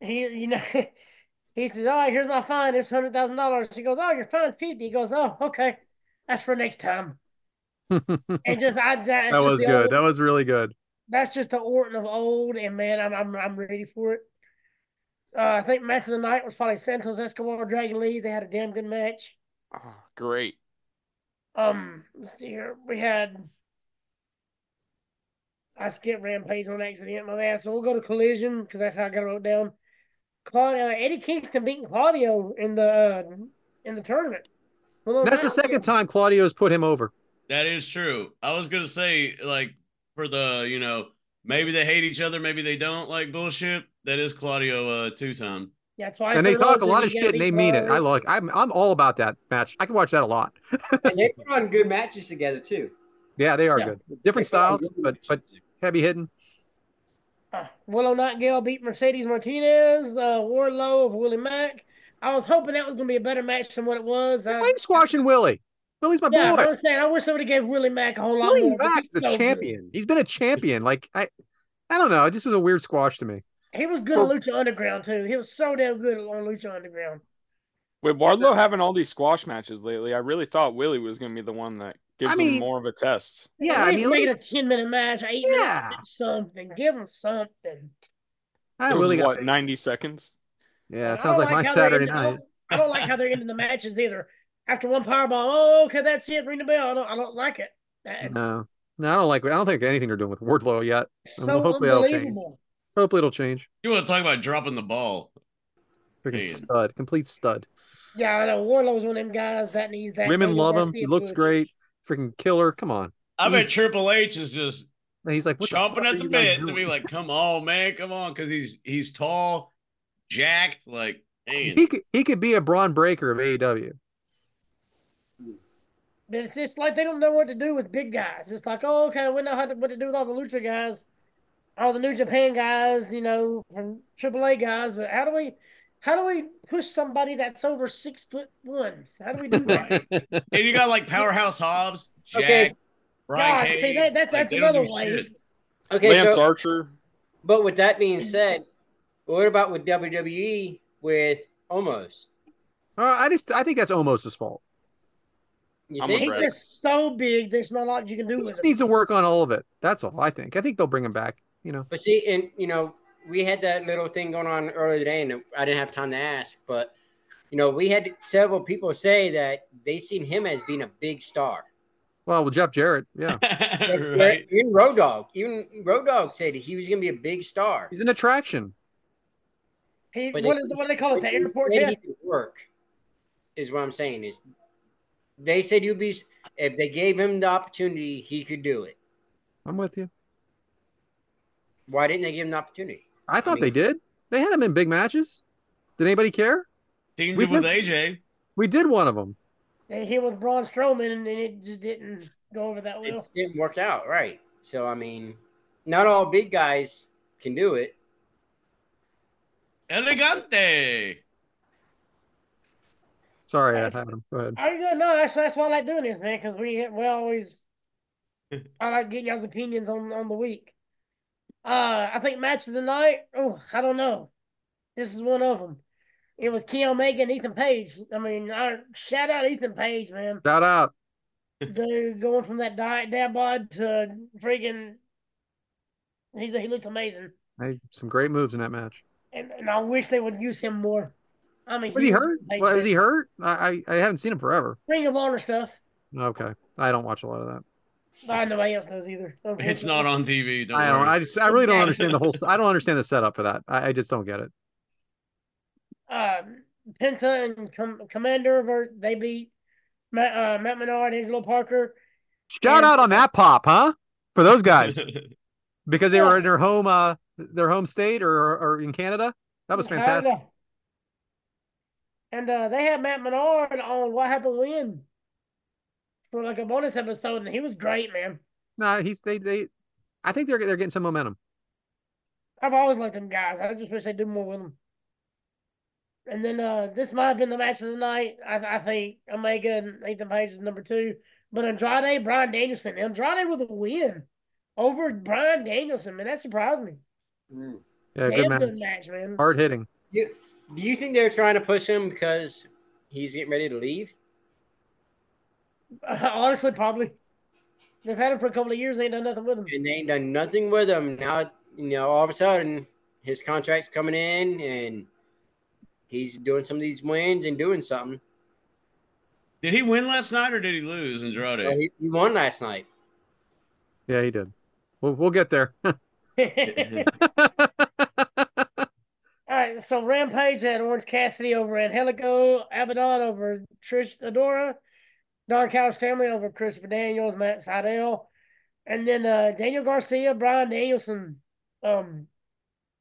Speaker 1: He, you know, he says, "All right, here's my fine. It's hundred thousand dollars." He goes, "Oh, your fine's fifty. He goes, "Oh, okay, that's for next time."
Speaker 2: that
Speaker 1: And just I that
Speaker 2: was good. That was really good.
Speaker 1: that's just the Orton of old, and man, I'm I'm I'm ready for it. Uh, I think match of the night was probably Santos Escobar Dragon Lee. They had a damn good match.
Speaker 4: Oh, great.
Speaker 1: Um, let's see here. We had. I skipped Rampage on accident, my bad. So we'll go to Collision because that's how I got it wrote down. Claudio, Eddie Kingston beating Claudio in the uh, in the tournament. Well,
Speaker 2: That's the
Speaker 1: now-
Speaker 2: second time Claudio's put him over.
Speaker 5: That is true. I was gonna say, like, for the you know, maybe they hate each other, maybe they don't like bullshit. That is Claudio uh two time.
Speaker 1: Yeah, that's why. I
Speaker 2: And they
Speaker 1: said
Speaker 2: talk a
Speaker 1: earlier,
Speaker 2: lot of
Speaker 1: you gotta
Speaker 2: shit and they
Speaker 1: beat
Speaker 2: mean it.
Speaker 1: Claudio.
Speaker 2: I like I'm I'm all about that match. I can watch that a lot.
Speaker 3: and they put on good matches together too.
Speaker 2: Yeah, they are
Speaker 1: Yeah.
Speaker 2: good. Different
Speaker 3: They put on
Speaker 2: styles,
Speaker 3: good
Speaker 2: but
Speaker 3: matches
Speaker 2: but
Speaker 3: together.
Speaker 2: heavy hitting.
Speaker 1: Uh, Willow Nightingale beat Mercedes Martinez, uh, Warlow of Willie Mack. I was hoping that was going to be a better match than what it was. I,
Speaker 2: Why are you squashing Willie? Willie's my
Speaker 1: yeah,
Speaker 2: boy.
Speaker 1: I'm saying I wish somebody gave Willie Mack a whole lot
Speaker 2: Willie
Speaker 1: more. but
Speaker 2: Mack's
Speaker 1: he's
Speaker 2: the
Speaker 1: so good.
Speaker 2: champion. He's been a champion. Like I I don't know. It just was a weird squash to me.
Speaker 1: He was good
Speaker 4: For-
Speaker 1: on Lucha Underground too. He was so damn good on Lucha Underground.
Speaker 4: With Wardlow having all these squash matches lately, I really thought Willie was going to be the one that gives
Speaker 2: I mean-
Speaker 4: him more of a test.
Speaker 2: Yeah,
Speaker 1: At
Speaker 2: I
Speaker 1: least
Speaker 2: mean,
Speaker 1: make
Speaker 2: Willie,
Speaker 1: it a ten minute match, eight
Speaker 2: Yeah.
Speaker 1: minute match, something. Give him something.
Speaker 2: ah,
Speaker 4: It
Speaker 2: Willie
Speaker 4: was,
Speaker 2: got-
Speaker 4: what, 90 seconds?
Speaker 2: yeah,
Speaker 1: And I
Speaker 2: sounds
Speaker 1: don't
Speaker 2: like my
Speaker 1: how they're
Speaker 2: Saturday
Speaker 1: ending- I
Speaker 2: night.
Speaker 1: don't- I don't like how they're ending the matches either. After one powerbomb, oh okay, that's it. Ring the bell. I don't, I don't like it. That's
Speaker 2: No, no, I don't like. I don't think anything they're doing with Wardlow yet.
Speaker 1: so
Speaker 2: hopefully that'll change.
Speaker 1: unbelievable.
Speaker 2: Hopefully, it'll change.
Speaker 5: You want to talk about dropping the ball?
Speaker 2: Freaking
Speaker 5: Man.
Speaker 2: stud, complete stud.
Speaker 1: Yeah, I know. Warlow's one of them guys that needs that.
Speaker 2: Women
Speaker 1: Daniel
Speaker 2: love him.
Speaker 1: Garcia
Speaker 2: He looks
Speaker 1: push.
Speaker 2: great. Freaking killer. Come on.
Speaker 5: I bet Triple H is just
Speaker 2: And he's like what the fuck
Speaker 5: chomping
Speaker 2: are
Speaker 5: at the
Speaker 2: you guys
Speaker 5: bit to
Speaker 2: doing?
Speaker 5: be like, "Come on, man, come on," because he's he's tall, jacked, like man.
Speaker 2: He could he could be a E Braun Breaker of AEW.
Speaker 1: But it's just like they don't know what to do with big guys. It's like, oh, okay, we know how to, what to do with all the Lucha guys, all the New Japan guys, you know, from AAA guys. But how do we, how do we push somebody that's over six foot one? How do we do that?
Speaker 5: Right. And you got like Powerhouse Hobbs, Jack,
Speaker 3: Okay.
Speaker 5: Brian
Speaker 1: God,
Speaker 5: Cage.
Speaker 1: see, that- that's-
Speaker 5: Like,
Speaker 1: that's
Speaker 5: they don't
Speaker 1: another
Speaker 5: do
Speaker 1: way.
Speaker 5: shit.
Speaker 3: Okay,
Speaker 4: Lance
Speaker 3: so
Speaker 4: Archer.
Speaker 3: but with that being said, what about with WWE with almost?
Speaker 2: Uh, I just I think that's almost his fault.
Speaker 3: You
Speaker 4: I'm
Speaker 3: think?
Speaker 1: He's
Speaker 4: Right.
Speaker 1: just so big. There's not a lot you can do
Speaker 2: He
Speaker 1: with
Speaker 2: just
Speaker 1: him.
Speaker 2: needs to work on all of it. That's all I think. I think they'll bring him back. You know.
Speaker 3: But see, and you know, we had that little thing going on earlier today, and I didn't have time to ask, but you know, we had several people say that they seen him as being a big star.
Speaker 2: Well, with Jeff Jarrett, yeah,
Speaker 5: right.
Speaker 3: Even Road Dog, even Road Dog said he was going to be a big star.
Speaker 2: he's an attraction.
Speaker 1: He,
Speaker 3: But
Speaker 1: what,
Speaker 3: they-
Speaker 1: is, what do they call it? The
Speaker 3: They
Speaker 1: airport
Speaker 3: said
Speaker 1: jet?
Speaker 3: he could work is what I'm saying. Is they said you'd be if they gave him the opportunity, he could do it.
Speaker 2: I'm with you.
Speaker 3: Why didn't they give him the opportunity?
Speaker 2: I thought
Speaker 3: mean-
Speaker 2: they did. They had him in big matches. Did anybody care?
Speaker 5: Teamed
Speaker 2: We
Speaker 5: up with
Speaker 2: never-
Speaker 5: AJ.
Speaker 2: We did one of them.
Speaker 1: They hit with Braun Strowman, and it just didn't go over that
Speaker 3: It
Speaker 1: well.
Speaker 3: didn't work out, right? So I mean, not all big guys can do it.
Speaker 5: Elegante.
Speaker 2: Sorry, I had him. Go ahead.
Speaker 1: I don't know. That's that's why I like doing this, man. Because we we always I like getting y'all's opinions on on the week. Uh, I think match of the night. Oh, I don't know. This is one of them. It was Key Omega and Ethan Page. I mean, I, shout out Ethan Page, man.
Speaker 2: Shout out.
Speaker 1: Dude, going from that diet dad bod to freaking, he's he looks amazing.
Speaker 2: I had some great moves in that match.
Speaker 1: And, and I wish they would use him more. I mean,
Speaker 2: Was he hurt? Well, is he hurt? I, I I haven't seen him forever.
Speaker 1: Ring of Honor stuff.
Speaker 2: Okay, I don't watch a lot of that.
Speaker 1: I nobody else does either.
Speaker 5: It's not on TV. Don't
Speaker 2: I don't.
Speaker 5: worry.
Speaker 2: I just I really don't
Speaker 1: Yeah.
Speaker 2: understand the whole. I don't understand the setup for that. I, I just don't get it.
Speaker 1: um, Penta and Com- Commander ver- they beat Matt, uh, Matt Menard, Angelo Parker.
Speaker 2: Shout
Speaker 1: And-
Speaker 2: out on that pop, huh? For those guys because they were in their home, uh, their home state or or in Canada. That was
Speaker 1: I don't
Speaker 2: fantastic.
Speaker 1: know. And uh, they had Matt Menard on What Happened When for like a bonus episode, and he was great, man.
Speaker 2: No, he's they they. I think they're they're getting some momentum.
Speaker 1: I've always liked them guys. I just wish they do more with them. And then uh, this might have been the match of the night. I, I think Omega and Nathan Page is number two. But Andrade, Brian Danielson. Andrade with a win over Brian Danielson, man. That surprised me.
Speaker 2: Yeah,
Speaker 1: Damn
Speaker 2: good match.
Speaker 1: good match, man.
Speaker 2: Hard hitting.
Speaker 3: You, do you think they're trying to push him because he's getting ready to leave?
Speaker 1: Honestly, probably. They've had him for a couple of years. They ain't done nothing with him.
Speaker 3: and they ain't done nothing with him. Now, you know, all of a sudden, his contract's coming in, and he's doing some of these wins and doing something.
Speaker 5: Did he win last night or did he lose, Andrade?
Speaker 3: So he, he won last night.
Speaker 2: Yeah, he did. We'll, we'll get there.
Speaker 1: All right, so Rampage had Orange Cassidy over Angelico, Abaddon over Trish Adora, Don Callis family over Chris Daniels, Matt Seidel, and then uh, Daniel Garcia, Brian Danielson. Um,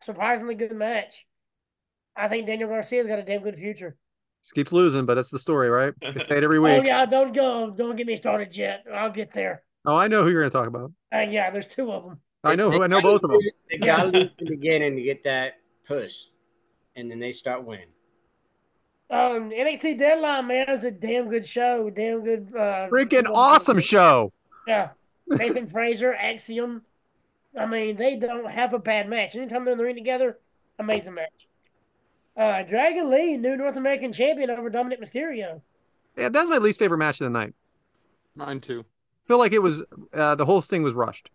Speaker 1: surprisingly good match. I think Daniel Garcia's got a damn good future.
Speaker 2: Just keeps losing, but that's the story, right? I say it every week.
Speaker 1: Oh yeah, don't go, don't get me started yet. I'll get there.
Speaker 2: Oh, I know who you're going to talk about.
Speaker 1: Uh, yeah, there's two of them.
Speaker 2: I know who. I know both of them.
Speaker 3: They got to lose in the beginning to get that push, and then they start winning.
Speaker 1: Um, NXT Deadline man it was a damn good show. Damn good. Uh,
Speaker 2: Freaking awesome show.
Speaker 1: Yeah, Nathan Fraser, Axiom. I mean, they don't have a bad match. Anytime they're in the ring together, amazing match. Uh, Dragon Lee, new North American champion over Dominic Mysterio.
Speaker 2: Yeah, that's my least favorite match of the night.
Speaker 4: Mine too.
Speaker 2: feel like it was uh, the whole thing was rushed.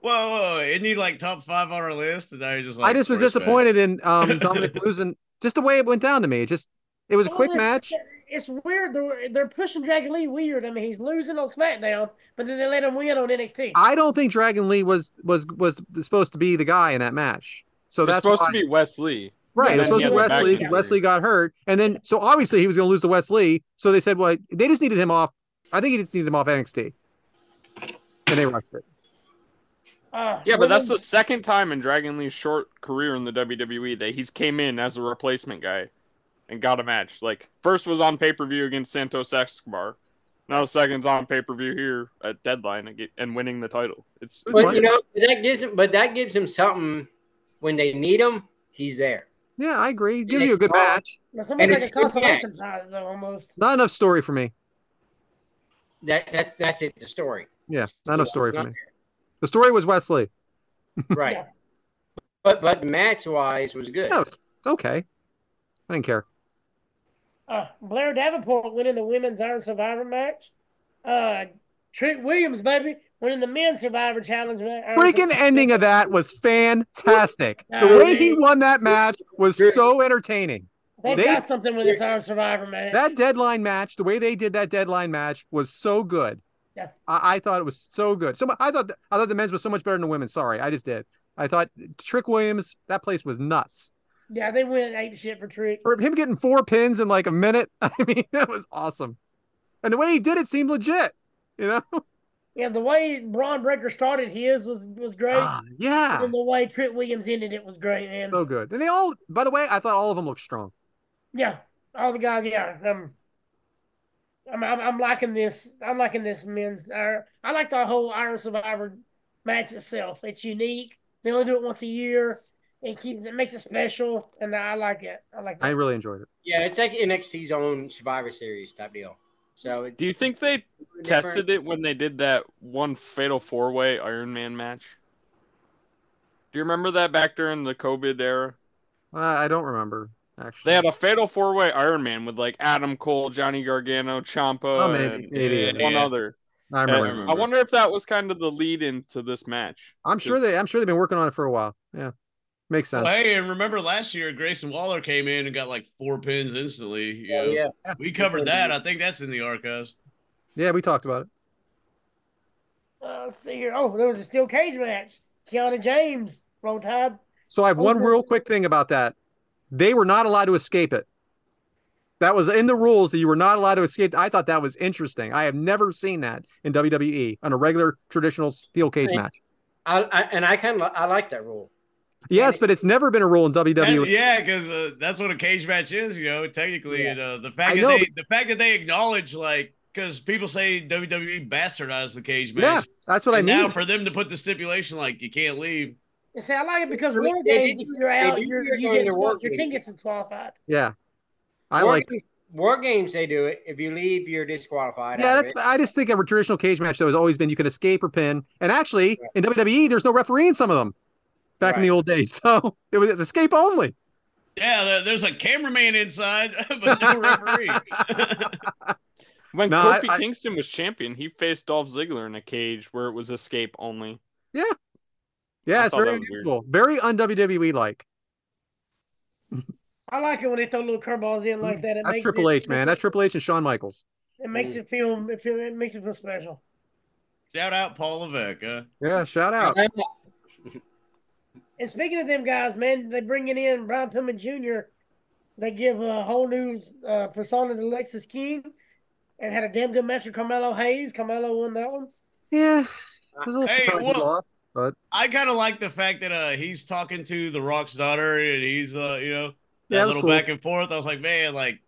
Speaker 5: Whoa, whoa, whoa, isn't he like top five on our list? And now you're just like,
Speaker 2: I just was
Speaker 5: first
Speaker 2: disappointed in um, Dominic losing. Just the way it went down to me. It just it was a quick
Speaker 1: Well,
Speaker 2: match.
Speaker 1: It's weird. They're, they're pushing Dragon Lee weird. I mean, he's losing on SmackDown, but then they let him win on NXT.
Speaker 2: I don't think Dragon Lee was was was supposed to be the guy in that match. So
Speaker 4: it's
Speaker 2: that's
Speaker 4: supposed
Speaker 2: why-
Speaker 4: to be Wesley.
Speaker 2: Right,
Speaker 4: And
Speaker 2: it was
Speaker 4: then
Speaker 2: supposed
Speaker 4: he
Speaker 2: to be
Speaker 4: had the back
Speaker 2: Wesley because
Speaker 4: injury.
Speaker 2: Wesley got hurt, and then so obviously he was going to lose to Wesley. So they said, "Well, they just needed him off." I think he just needed him off NXT, and they rushed it.
Speaker 1: Uh,
Speaker 4: Yeah, but that's the
Speaker 1: women-
Speaker 4: second time in Dragon Lee's short career in the WWE that he's came in as a replacement guy and got a match. Like first was on pay per view against Santos Escobar. Now second's on pay per view here at Deadline and get- and winning the title. It's
Speaker 2: It was
Speaker 3: But
Speaker 2: fine.
Speaker 3: you know that gives him. But that gives him something when they need him. He's there.
Speaker 2: Yeah, I agree. It gives
Speaker 3: they
Speaker 2: you a good
Speaker 3: call-
Speaker 2: match.
Speaker 1: It's almost
Speaker 3: and
Speaker 1: like a
Speaker 3: it's good
Speaker 1: consolation prize, though, almost.
Speaker 2: Not enough story for me.
Speaker 3: That that's that's it. The story.
Speaker 2: Yeah,
Speaker 3: It's-
Speaker 2: not enough story
Speaker 3: it's
Speaker 2: for
Speaker 3: not
Speaker 2: me. The story was Wesley.
Speaker 3: Right.
Speaker 1: Yeah.
Speaker 3: But but match wise was good.
Speaker 2: Yeah, it was okay. I didn't care.
Speaker 1: Uh, Blair Davenport winning the women's Iron Survivor match. Uh, Trent Williams, baby, winning the men's Survivor Challenge. ma- Iron
Speaker 2: Freaking
Speaker 1: Survivor
Speaker 2: ending of that was fantastic. The way he won that match was so entertaining.
Speaker 1: They've
Speaker 2: they-
Speaker 1: got something with this Iron Survivor match.
Speaker 2: That deadline match, the way they did that deadline match was so good.
Speaker 1: Yeah.
Speaker 2: I, I thought it was so good. So mu- I thought th- I thought the men's was so much better than the women's. Sorry, I just did. I thought Trick Williams, that place was nuts.
Speaker 1: yeah, they went ape shit for Trick.
Speaker 2: For him getting four pins in like a minute, I mean, that was awesome. And the way he did it seemed legit. You know?
Speaker 1: Yeah, the way Braun Breaker started his was was great,
Speaker 2: Ah, yeah.
Speaker 1: and the way Trent Williams ended it was great, man.
Speaker 2: So good. And they all, by the way, I thought all of them looked strong.
Speaker 1: Yeah, all the guys. Yeah, um, I'm, I'm I'm liking this. I'm liking this men's. Uh, I like the whole Iron Survivor match itself. It's unique. They only do it once a year. It keeps it makes it special, and I like it. I like
Speaker 2: I
Speaker 1: it.
Speaker 2: really enjoyed it.
Speaker 3: Yeah, it's like NXT's own Survivor Series type deal. So it's
Speaker 4: Do you think they
Speaker 3: different.
Speaker 4: tested it when they did that one fatal four way Iron Man match? Do you remember that back during the COVID era?
Speaker 2: Uh, I don't remember actually.
Speaker 4: They had a fatal four way Iron Man with like Adam Cole, Johnny Gargano, Champa,
Speaker 2: Oh, man,
Speaker 4: and
Speaker 2: idiot.
Speaker 4: and one
Speaker 5: Yeah.
Speaker 4: other.
Speaker 2: I
Speaker 4: And
Speaker 2: remember.
Speaker 4: I, wonder if that was kind of the lead in to this match.
Speaker 2: I'm sure they. I'm sure they've been working on it for a while. Yeah, makes sense.
Speaker 5: Well, hey, and remember last year, Grayson Waller came in and got like four pins instantly. You
Speaker 3: Oh,
Speaker 5: know?
Speaker 3: yeah.
Speaker 5: We covered that. I think that's in the archives.
Speaker 2: Yeah, we talked about it.
Speaker 1: Uh, let's see here. Oh, there was a steel cage match. Keanu James, Roll Tide.
Speaker 2: So I have one
Speaker 1: Okay.
Speaker 2: real quick thing about that. They were not allowed to escape it. That was in the rules that you were not allowed to escape. I thought that was interesting. I have never seen that in WWE on a regular traditional steel cage
Speaker 3: Right.
Speaker 2: match.
Speaker 3: I, I and I kind of I like that rule.
Speaker 2: Yes, but it's never been a rule in E.
Speaker 5: That,
Speaker 2: WWE.
Speaker 5: yeah, because uh, that's what a cage match is, you know. Technically, and, uh, the
Speaker 2: I
Speaker 5: fact that
Speaker 2: know,
Speaker 5: they the fact that they acknowledge like because people say WWE bastardized the cage match.
Speaker 2: Yeah, that's what I
Speaker 5: And
Speaker 2: mean.
Speaker 5: Now for them to put the stipulation like you can't leave.
Speaker 1: You see, I like it because
Speaker 3: They-
Speaker 1: War
Speaker 3: they
Speaker 1: Games,
Speaker 3: did-
Speaker 1: if you're
Speaker 3: they
Speaker 1: out,
Speaker 3: did
Speaker 1: you're,
Speaker 3: do it
Speaker 1: you
Speaker 3: during
Speaker 1: get
Speaker 3: the War
Speaker 1: disqual- your
Speaker 3: Games.
Speaker 1: team gets disqualified.
Speaker 2: yeah, I
Speaker 3: war
Speaker 2: like.
Speaker 3: games, war games. They do it. If you leave, you're disqualified.
Speaker 2: Yeah,
Speaker 3: out of
Speaker 2: that's.
Speaker 3: it.
Speaker 2: I just think a traditional cage match though has always been you can escape or pin. And actually, in WWE, there's no referee in some of them back in the
Speaker 3: Right.
Speaker 2: old days. So it was it's escape only.
Speaker 5: Yeah, there, there's a cameraman inside, but no referee.
Speaker 4: When
Speaker 2: No, I-
Speaker 4: Kofi
Speaker 2: I-
Speaker 4: Kingston was champion, he faced Dolph Ziggler in a cage where it was escape only.
Speaker 2: Yeah,
Speaker 4: I
Speaker 2: it's
Speaker 4: thought
Speaker 2: very
Speaker 4: that was weird.
Speaker 2: unusual. Very un WWE like.
Speaker 1: I like it when they throw little curveballs in
Speaker 3: Mm,
Speaker 1: like that. It
Speaker 2: That's
Speaker 1: makes
Speaker 2: Triple
Speaker 1: it-
Speaker 2: H, man. That's Triple H and Shawn Michaels.
Speaker 1: it makes it feel it, feel, it makes it feel special.
Speaker 5: Shout out Paul Levesque. Huh?
Speaker 2: Yeah, shout out.
Speaker 1: And speaking of them guys, man, they bringing in Brian Pillman Jr. They give a whole new uh, persona to Lexus King, and had a damn good match with Carmelo Hayes. Carmelo won that one.
Speaker 2: Yeah, it
Speaker 4: Uh,
Speaker 2: was a little
Speaker 5: Hey,
Speaker 2: surprised he
Speaker 5: well-
Speaker 2: lost, but
Speaker 5: I kind of like the fact that uh, he's talking to The Rock's daughter, and he's uh, you know that
Speaker 2: Yeah, that was
Speaker 5: little
Speaker 2: cool.
Speaker 5: back and forth. I was like, man, like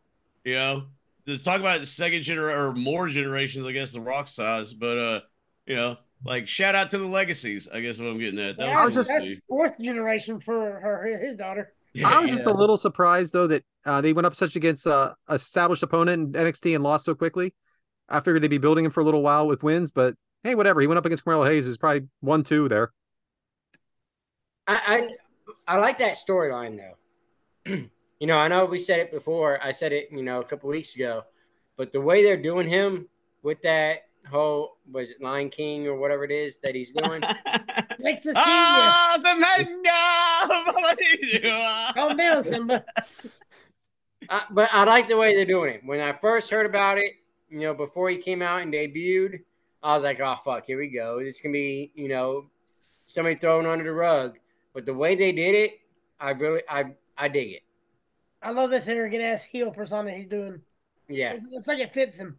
Speaker 5: you know, let's talk about the second generation or more generations, I guess, The Rock size, but uh, you know, like shout out to the legacies. I guess what I'm getting at. That
Speaker 1: Yeah,
Speaker 2: I was
Speaker 5: was cool to
Speaker 1: that's
Speaker 5: see.
Speaker 1: fourth generation for her his daughter.
Speaker 2: I was just
Speaker 5: Yeah.
Speaker 2: a little surprised though that uh, they went up such against uh, established opponent in NXT and lost so quickly. I figured they'd be building him for a little while with wins, but hey, whatever. He went up against Carmelo Hayes, who's probably one two there.
Speaker 3: I, I I like that storyline though. you know, I know we said it before. I said it, you know, a couple weeks ago, but the way they're doing him with that whole was it Lion King or whatever it is that he's doing.
Speaker 1: Lexus King, yeah.
Speaker 5: Ah, the man! Ah,
Speaker 1: calm down, Simba.
Speaker 3: I, but I like the way they're doing it. When I first heard about it, you know, before he came out and debuted, I was like, oh, fuck, here we go. It's going to be, you know, somebody thrown under the rug. But the way they did it, I really, I, I dig it.
Speaker 1: I love this arrogant ass heel persona he's doing.
Speaker 3: Yeah.
Speaker 1: It's, it's like it fits him.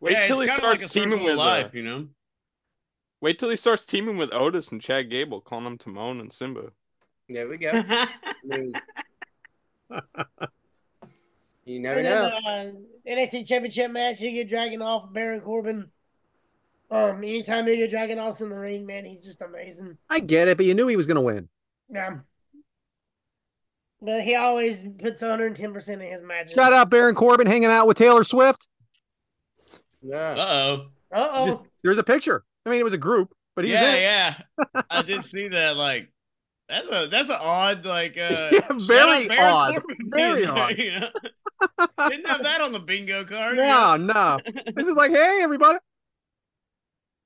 Speaker 4: Wait
Speaker 5: Yeah,
Speaker 4: till he
Speaker 5: it's kinda
Speaker 4: starts
Speaker 5: like a
Speaker 4: teaming
Speaker 5: circle of
Speaker 4: with uh,
Speaker 5: life, you know.
Speaker 4: Wait till he starts teaming with Otis and Chad Gable, calling them Timon and Simba.
Speaker 3: There we go. I mean, you never
Speaker 1: And then,
Speaker 3: know.
Speaker 1: uh, NXT Championship match, you get Dragon off Baron Corbin. Um, anytime you get Dragon off in the ring, man, he's just amazing.
Speaker 2: I get it, but you knew he was going to win.
Speaker 1: Yeah. But he always puts 110% in his matches.
Speaker 2: Shout out Baron Corbin hanging out with Taylor Swift.
Speaker 3: No.
Speaker 5: Uh oh.
Speaker 1: Uh oh.
Speaker 2: Just- there's a picture. I mean, it was a group, but he was in it.
Speaker 5: yeah, yeah. I did see that. Like, that's a that's an odd like. uh
Speaker 2: Yeah,
Speaker 5: shout out
Speaker 2: very
Speaker 5: Baron
Speaker 2: odd.
Speaker 5: Corbin being
Speaker 2: Very
Speaker 5: there,
Speaker 2: odd.
Speaker 5: you know? Didn't have that on the bingo card. you know?
Speaker 2: No, no. This is like, hey, everybody.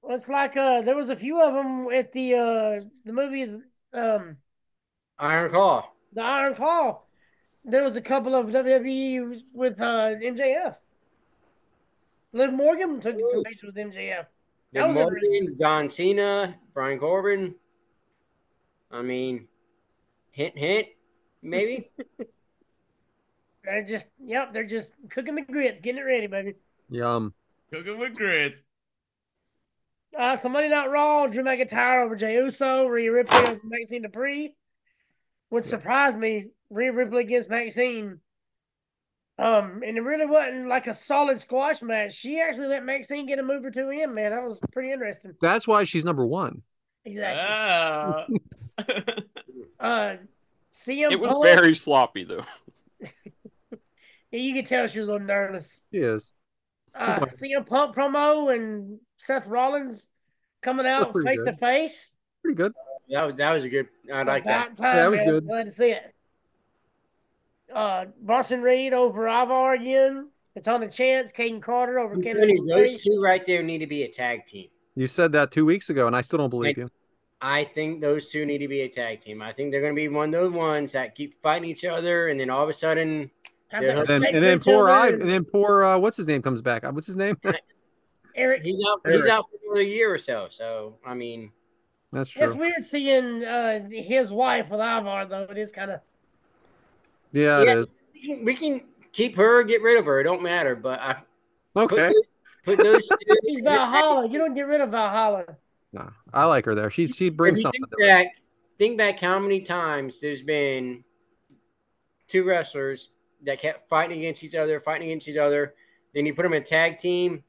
Speaker 1: Well, It's like uh, there was a few of them at the uh, the movie um,
Speaker 3: Iron Claw.
Speaker 1: The Iron Claw. There was a couple of WWE with uh, MJF. Liv Morgan took some pictures with MJF. That
Speaker 3: Good
Speaker 1: was a-
Speaker 3: morning, John Cena, Brian Corbin. I mean, hint, hint, maybe.
Speaker 1: They're just, yep, they're just cooking the grits, getting it ready, baby.
Speaker 2: Yum.
Speaker 5: Cooking with grits.
Speaker 1: Uh, somebody not raw. Drew McIntyre over Jey Uso. Rhea Ripley over Maxine Dupree, which surprised me. Rhea Ripley against Maxine. Um, and it really wasn't like a solid squash match. She actually let Maxine get a move or two in. Man, that was pretty interesting.
Speaker 2: That's why she's number one.
Speaker 1: Exactly.
Speaker 5: Ah.
Speaker 1: Uh, CM
Speaker 4: Ah. It was
Speaker 1: Punk,
Speaker 4: very sloppy though.
Speaker 1: Yeah, you could tell she was a little nervous.
Speaker 2: She is.
Speaker 1: Uh,
Speaker 2: like-
Speaker 1: CM Punk promo and Seth Rollins coming out
Speaker 2: pretty
Speaker 1: face to
Speaker 2: good.
Speaker 1: face.
Speaker 2: Pretty good.
Speaker 3: That was that was a good. I like that.
Speaker 1: About Time,
Speaker 2: Yeah, it was
Speaker 1: man.
Speaker 2: good.
Speaker 1: Glad to see it. Uh, Boston Reed over Ivar again. It's on the chance. Caden Carter over Kennedy.
Speaker 3: Those two right there need to be a tag team.
Speaker 2: You said that two weeks ago, and I still don't believe you.
Speaker 3: I think those two need to be a tag team. I think they're going to be one of those ones that keep fighting each other, and then all of a sudden,
Speaker 1: I
Speaker 3: Yeah.
Speaker 1: think
Speaker 2: And then,
Speaker 1: they
Speaker 2: and then
Speaker 1: could
Speaker 2: poor
Speaker 1: do it.
Speaker 2: I, and then poor uh, what's his name comes back. Uh, What's his name?
Speaker 1: Eric.
Speaker 3: he's out. He's
Speaker 2: Eric.
Speaker 3: out for another year or so. So I mean,
Speaker 2: That's
Speaker 1: It's
Speaker 2: true.
Speaker 1: weird seeing uh, his wife with Ivar though. It is kind of
Speaker 2: Yeah, it
Speaker 3: Yeah.
Speaker 2: is.
Speaker 3: we can keep her, get rid of her. It don't matter. But I put,
Speaker 2: Okay.
Speaker 3: put those.
Speaker 1: he's
Speaker 3: two,
Speaker 1: Valhalla. You don't get rid of Valhalla.
Speaker 2: Nah, I like her there. She she brings
Speaker 3: If you
Speaker 2: something. to
Speaker 3: Think
Speaker 2: it.
Speaker 3: back, think back how many times there's been two wrestlers that kept fighting against each other, fighting against each other. Then you put them in a tag team,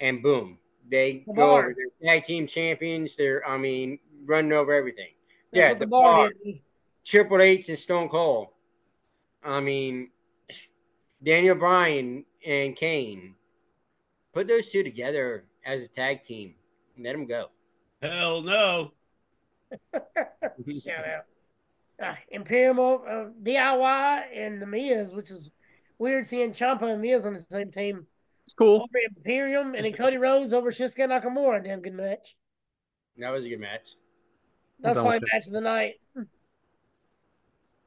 Speaker 3: and boom, they
Speaker 1: The
Speaker 3: go
Speaker 1: bar.
Speaker 3: over. They're tag team champions. They're, I mean, running over everything.
Speaker 1: That's
Speaker 3: yeah,
Speaker 1: what
Speaker 3: the
Speaker 1: bar
Speaker 3: bar,
Speaker 1: is.
Speaker 3: Triple H, and Stone Cold. I mean, Daniel Bryan and Kane. Put those two together as a tag team and let them go.
Speaker 5: Hell no.
Speaker 1: Shout out. Uh, Imperium uh, DIY and the Mias, which is weird seeing Champa and Mias on the same team.
Speaker 2: It's cool.
Speaker 1: Over Imperium and then Cody Rhodes over Shinsuke Nakamura. Damn good match.
Speaker 3: That was a good match.
Speaker 1: That was
Speaker 2: I'm done
Speaker 1: probably
Speaker 2: with
Speaker 1: match of the night.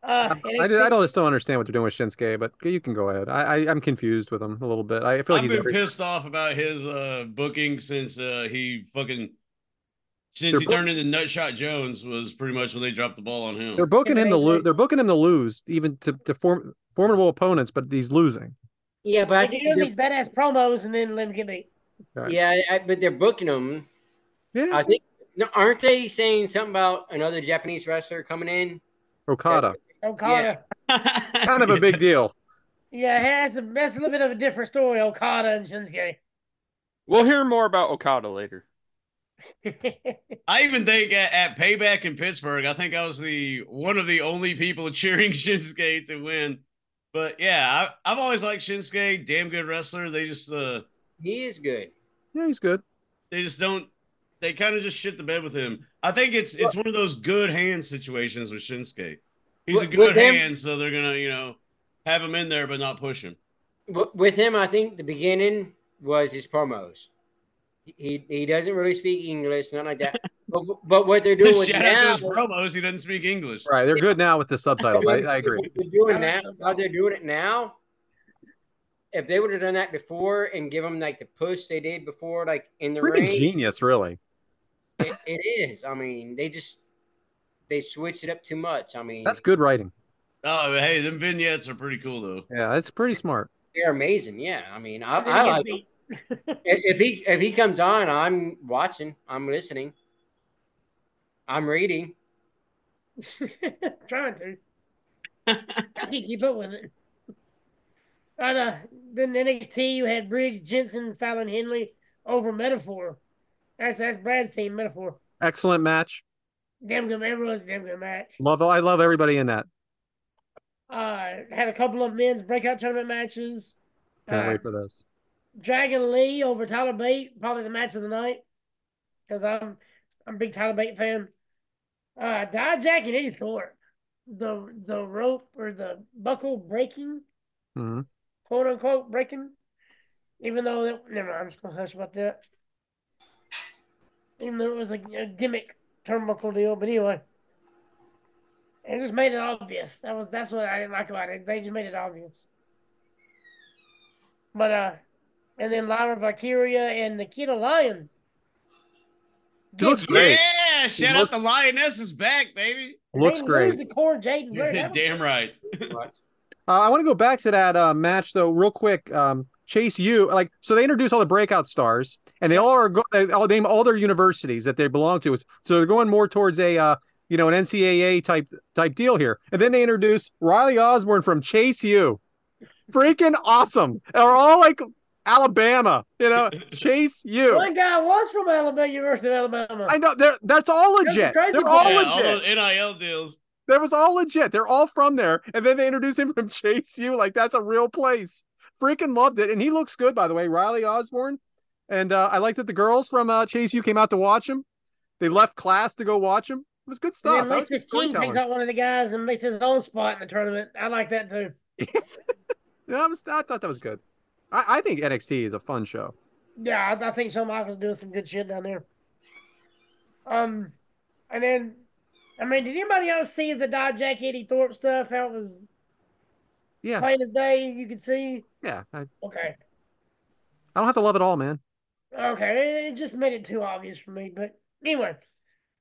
Speaker 1: Uh,
Speaker 2: I, I don't just don't understand what they're doing with Shinsuke, but you can go ahead. I, I I'm confused with him a little bit. I feel like
Speaker 5: I've
Speaker 2: he's
Speaker 5: been
Speaker 2: every-
Speaker 5: pissed off about his uh, booking since uh, he fucking since
Speaker 2: They're
Speaker 5: he
Speaker 2: book-
Speaker 5: turned into Nutshot Jones was pretty much when they dropped the ball on him.
Speaker 2: they're booking him to
Speaker 1: Anyway,
Speaker 2: lose. They're booking him to lose, even to, to form formidable opponents, but he's losing.
Speaker 3: Yeah, but I
Speaker 1: I
Speaker 3: think
Speaker 1: give him
Speaker 3: they're,
Speaker 1: these badass promos and then let him get beat.
Speaker 2: Right.
Speaker 3: yeah, I, but they're booking them.
Speaker 2: Yeah,
Speaker 3: I think no, aren't they saying something about another Japanese wrestler coming in?
Speaker 2: Okada,
Speaker 1: Okada.
Speaker 2: kind of a big deal.
Speaker 1: Yeah, that's, a, that's a little bit of a different story, Okada and Shinsuke.
Speaker 4: We'll hear more about Okada later.
Speaker 5: I even think at, at Payback in Pittsburgh, I think I was the one of the only people cheering Shinsuke to win. But yeah, I, I've always liked Shinsuke, damn good wrestler. They just uh,
Speaker 3: He is good.
Speaker 2: Yeah, he's good.
Speaker 5: they just don't they kind of just shit the bed with him. I think it's it's one of those good hand situations with Shinsuke. He's a
Speaker 3: With-
Speaker 5: good
Speaker 3: with him-
Speaker 5: hand, so they're gonna you know have him in there but not push him.
Speaker 3: But with him, I think the beginning was his promos. He he doesn't really speak English, nothing like that. but, but what they're doing with
Speaker 5: Shout out to
Speaker 3: now,
Speaker 5: his promos. He doesn't speak English.
Speaker 2: Right, they're good now with the subtitles. I, I agree.
Speaker 3: What they're doing now, how they're doing it now. If they would have done that before and give him like the push they did before, like in the
Speaker 2: Freaking
Speaker 3: ring,
Speaker 2: genius, really.
Speaker 3: it, it is. I mean, they just they switched it up too much. I mean,
Speaker 2: That's good writing.
Speaker 5: Oh, hey, them vignettes are pretty cool though.
Speaker 2: Yeah, that's pretty smart.
Speaker 3: they're amazing. Yeah, I mean, I,
Speaker 1: And then
Speaker 3: I
Speaker 1: get
Speaker 3: like
Speaker 1: beat.
Speaker 3: if if he if he comes on, I'm watching, I'm listening, I'm reading.
Speaker 1: Trying to. I can't keep up with it. But uh, then NXT, you had Briggs, Jensen, Fallon, Henley over Metaphor. That's that's Brad's team, Metaphor.
Speaker 2: Excellent match.
Speaker 1: Damn good, everyone's damn good match.
Speaker 2: Love. I love everybody in that.
Speaker 1: Uh, had a couple of men's breakout tournament matches.
Speaker 2: Can't
Speaker 1: Uh,
Speaker 2: wait for this.
Speaker 1: Dragon Lee over Tyler Bate, probably the match of the night, because I'm I'm a big Tyler Bate fan. Uh, Dijak and Eddie Thorpe, the the rope or the buckle breaking,
Speaker 2: hmm
Speaker 1: quote unquote breaking, even though it, never mind, I'm just gonna hush about that. Even though it was a, a gimmick turnbuckle deal, but anyway, it just made it obvious. That was that's what I didn't like about it. They just made it obvious. But uh, and then Lyra Valkyria and Nikita Lyons.
Speaker 2: He looks great.
Speaker 5: Yeah, shout out
Speaker 2: looks-
Speaker 5: the lioness is back, baby.
Speaker 2: Looks
Speaker 1: They
Speaker 2: great.
Speaker 1: Lose the core Jaden Bird. That was-
Speaker 5: Damn right.
Speaker 2: Uh, I want to go back to that uh, match though, real quick. Um, Chase U, like, so they introduce all the breakout stars, and they all are go- they all name all their universities that they belong to. So they're going more towards a uh, you know an NCAA type type deal here. And then they introduce Riley Osborne from Chase U, freaking awesome. They're all like Alabama, you know, Chase U.
Speaker 1: One guy was from Alabama, University of Alabama.
Speaker 2: I know they're that's all
Speaker 1: That's
Speaker 2: legit.
Speaker 1: crazy
Speaker 2: They're
Speaker 1: part.
Speaker 2: all
Speaker 5: yeah,
Speaker 2: legit.
Speaker 5: all those NIL deals.
Speaker 2: That was all legit. They're all from there. And then they introduce him from Chase U. Like that's a real place. Freaking loved it. And he looks good, by the way. Riley Osborne. And uh, I like that the girls from uh, Chase U came out to watch him. They left class to go watch him. It was good
Speaker 1: And
Speaker 2: stuff.
Speaker 1: then
Speaker 2: That was good
Speaker 1: Lexus King takes
Speaker 2: storytelling.
Speaker 1: out one of the guys and makes his own spot in the tournament. I like that too.
Speaker 2: Yeah, I, was, I thought that was good. I, I think NXT is a fun show.
Speaker 1: Yeah, I, I think Shawn Michaels doing some good shit down there. Um, and then, I mean, did anybody else see the Dodge Jack Eddie Thorpe stuff? How it was
Speaker 2: Yeah,
Speaker 1: plain as day, you could see.
Speaker 2: yeah. I, I
Speaker 1: Okay,
Speaker 2: don't have to love it all, man.
Speaker 1: okay, it, it just made it too obvious for me. But anyway,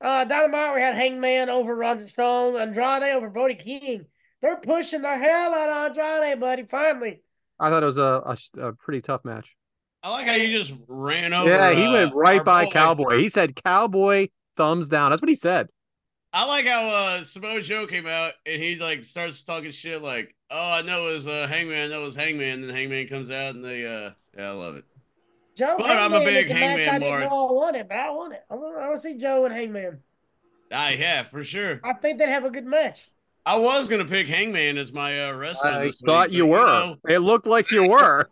Speaker 1: uh, Dynamite we had Hangman over Roger Stone, Andrade over Brody King. They're pushing the hell out of Andrade, buddy. Finally,
Speaker 2: I thought it was a, a sh- a pretty tough match.
Speaker 5: I like how you just ran over.
Speaker 2: yeah, he
Speaker 5: uh,
Speaker 2: went right
Speaker 5: our
Speaker 2: by
Speaker 5: boy.
Speaker 2: Cowboy. He said Cowboy thumbs down. That's what he said.
Speaker 5: I like how uh, Samoa Joe came out and he like starts talking shit like, "Oh, I know it was uh, Hangman, I know it was Hangman." And then Hangman comes out and they, uh, yeah, I love it.
Speaker 1: Joe.
Speaker 5: But I'm a
Speaker 1: Hangman is
Speaker 5: big
Speaker 1: match
Speaker 5: Hangman
Speaker 1: I didn't
Speaker 5: mark.
Speaker 1: know I wanted, but I want it. I want, I want to see Joe and Hangman.
Speaker 5: Ah, yeah, for sure.
Speaker 1: I think they'd have a good match.
Speaker 5: I was gonna pick Hangman as my uh, wrestler.
Speaker 2: I
Speaker 5: this
Speaker 2: thought
Speaker 5: week,
Speaker 2: you
Speaker 5: but,
Speaker 2: were.
Speaker 5: know,
Speaker 2: It looked like you were.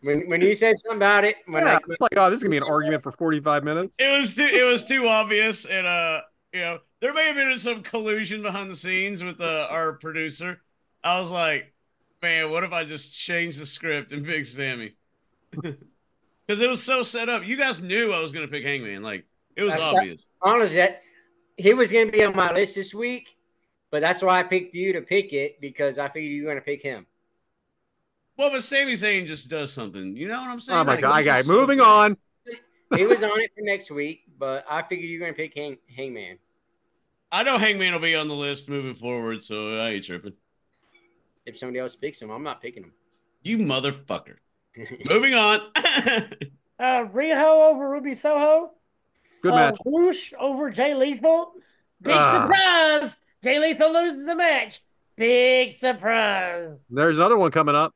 Speaker 3: when when you said something about it, when
Speaker 2: yeah,
Speaker 3: I,
Speaker 2: it's like, oh, this is gonna be an argument for 45 minutes.
Speaker 5: it was too. It was too obvious, and uh, you know, there may have been some collusion behind the scenes with uh, our producer. I was like, man, what if I just change the script and pick Sammy? Because it was so set up. You guys knew I was gonna pick Hangman. Like it was
Speaker 3: I- I-
Speaker 5: obvious.
Speaker 3: honestly, that he was going to be on my list this week, but that's why I picked you to pick it because I figured you were going to pick him.
Speaker 5: Well, but Sami Zayn just does something. You know what I'm saying?
Speaker 2: Oh my
Speaker 5: Like,
Speaker 2: god,
Speaker 5: it's
Speaker 2: guy.
Speaker 5: just so
Speaker 2: Moving
Speaker 5: good.
Speaker 2: on.
Speaker 3: He was on it for next week, but I figured you were going to pick Hang- Hangman.
Speaker 5: I know Hangman will be on the list moving forward, so I ain't tripping.
Speaker 3: If somebody else picks him, I'm not picking him.
Speaker 5: You motherfucker. moving on.
Speaker 1: Uh, Riho over Ruby Soho.
Speaker 2: Good
Speaker 1: uh,
Speaker 2: match.
Speaker 1: Whoosh over Jay Lethal. Big
Speaker 2: Ah.
Speaker 1: surprise. Jay Lethal loses the match. Big surprise.
Speaker 2: There's another one coming up.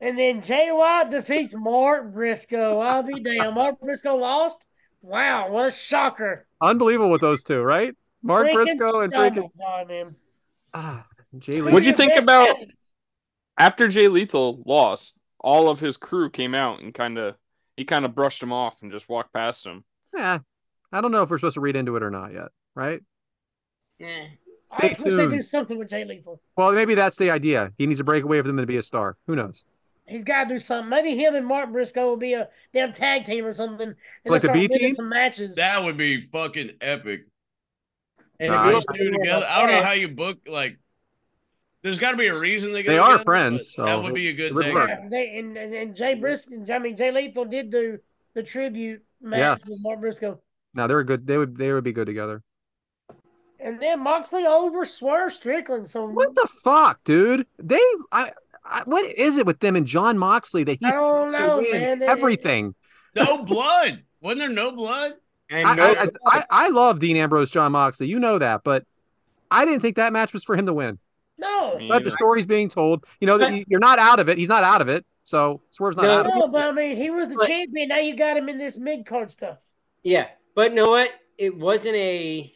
Speaker 1: And then Jay White defeats Mark Briscoe. I'll be damned. Mark Briscoe lost. Wow, what a shocker.
Speaker 2: Unbelievable with those two, right? Mark
Speaker 1: Freaking-
Speaker 2: Briscoe and
Speaker 1: oh my
Speaker 2: freaking
Speaker 1: God, man.
Speaker 2: ah, Jay Lee.
Speaker 4: What'd you think about after Jay Lethal lost? All of his crew came out and kind of he kind of brushed him off and just walked past him.
Speaker 2: Eh, I don't know if we're supposed to read into it or not yet, right?
Speaker 3: Nah.
Speaker 1: I
Speaker 2: Stay
Speaker 1: just wish they do
Speaker 2: tuned.
Speaker 1: something with Jay Lethal.
Speaker 2: Well, maybe that's the idea. He needs a breakaway for them to be a star. Who knows?
Speaker 1: He's got to do something. Maybe him and Mark Briscoe will be a damn tag team or something. And they'll
Speaker 2: Like the
Speaker 1: start
Speaker 2: B
Speaker 1: winning
Speaker 2: team?
Speaker 1: Some matches.
Speaker 5: that would be fucking epic.
Speaker 1: And
Speaker 2: Nah,
Speaker 1: if
Speaker 5: Those
Speaker 1: they-
Speaker 5: two together. I don't know how you book like. There's got to be a reason they. go
Speaker 2: They are
Speaker 5: together,
Speaker 2: friends,
Speaker 5: but that
Speaker 2: so
Speaker 5: would be a
Speaker 2: it's-
Speaker 5: good
Speaker 2: it would
Speaker 5: thing.
Speaker 2: work.
Speaker 1: Yeah, they, and, and, and Jay Briscoe, I mean, Jay Lethal did do the tribute match with
Speaker 2: Yes.
Speaker 1: Mark Briscoe.
Speaker 2: Now they're good. They would. They would be good together.
Speaker 1: And then Moxley over Swerve Strickland. So
Speaker 2: What the fuck, dude? They. I. I what is it with them and John Moxley that he
Speaker 1: I don't
Speaker 2: has to
Speaker 1: know,
Speaker 2: win
Speaker 1: man. It-
Speaker 2: everything?
Speaker 5: No blood. Wasn't there no blood?
Speaker 3: And
Speaker 2: I,
Speaker 3: no,
Speaker 2: I, I, I I love Dean Ambrose, John Moxley. You know that, but I didn't think that match was for him to win.
Speaker 1: No.
Speaker 4: Me
Speaker 2: But
Speaker 4: either.
Speaker 2: the story's being told. You know that you're not out of it. He's not out of it. So Swerve's not
Speaker 3: No.
Speaker 2: out of it.
Speaker 1: No, but I mean, he was the
Speaker 3: But-
Speaker 1: champion. Now you got him in this mid card stuff.
Speaker 3: yeah, but you know what? It wasn't a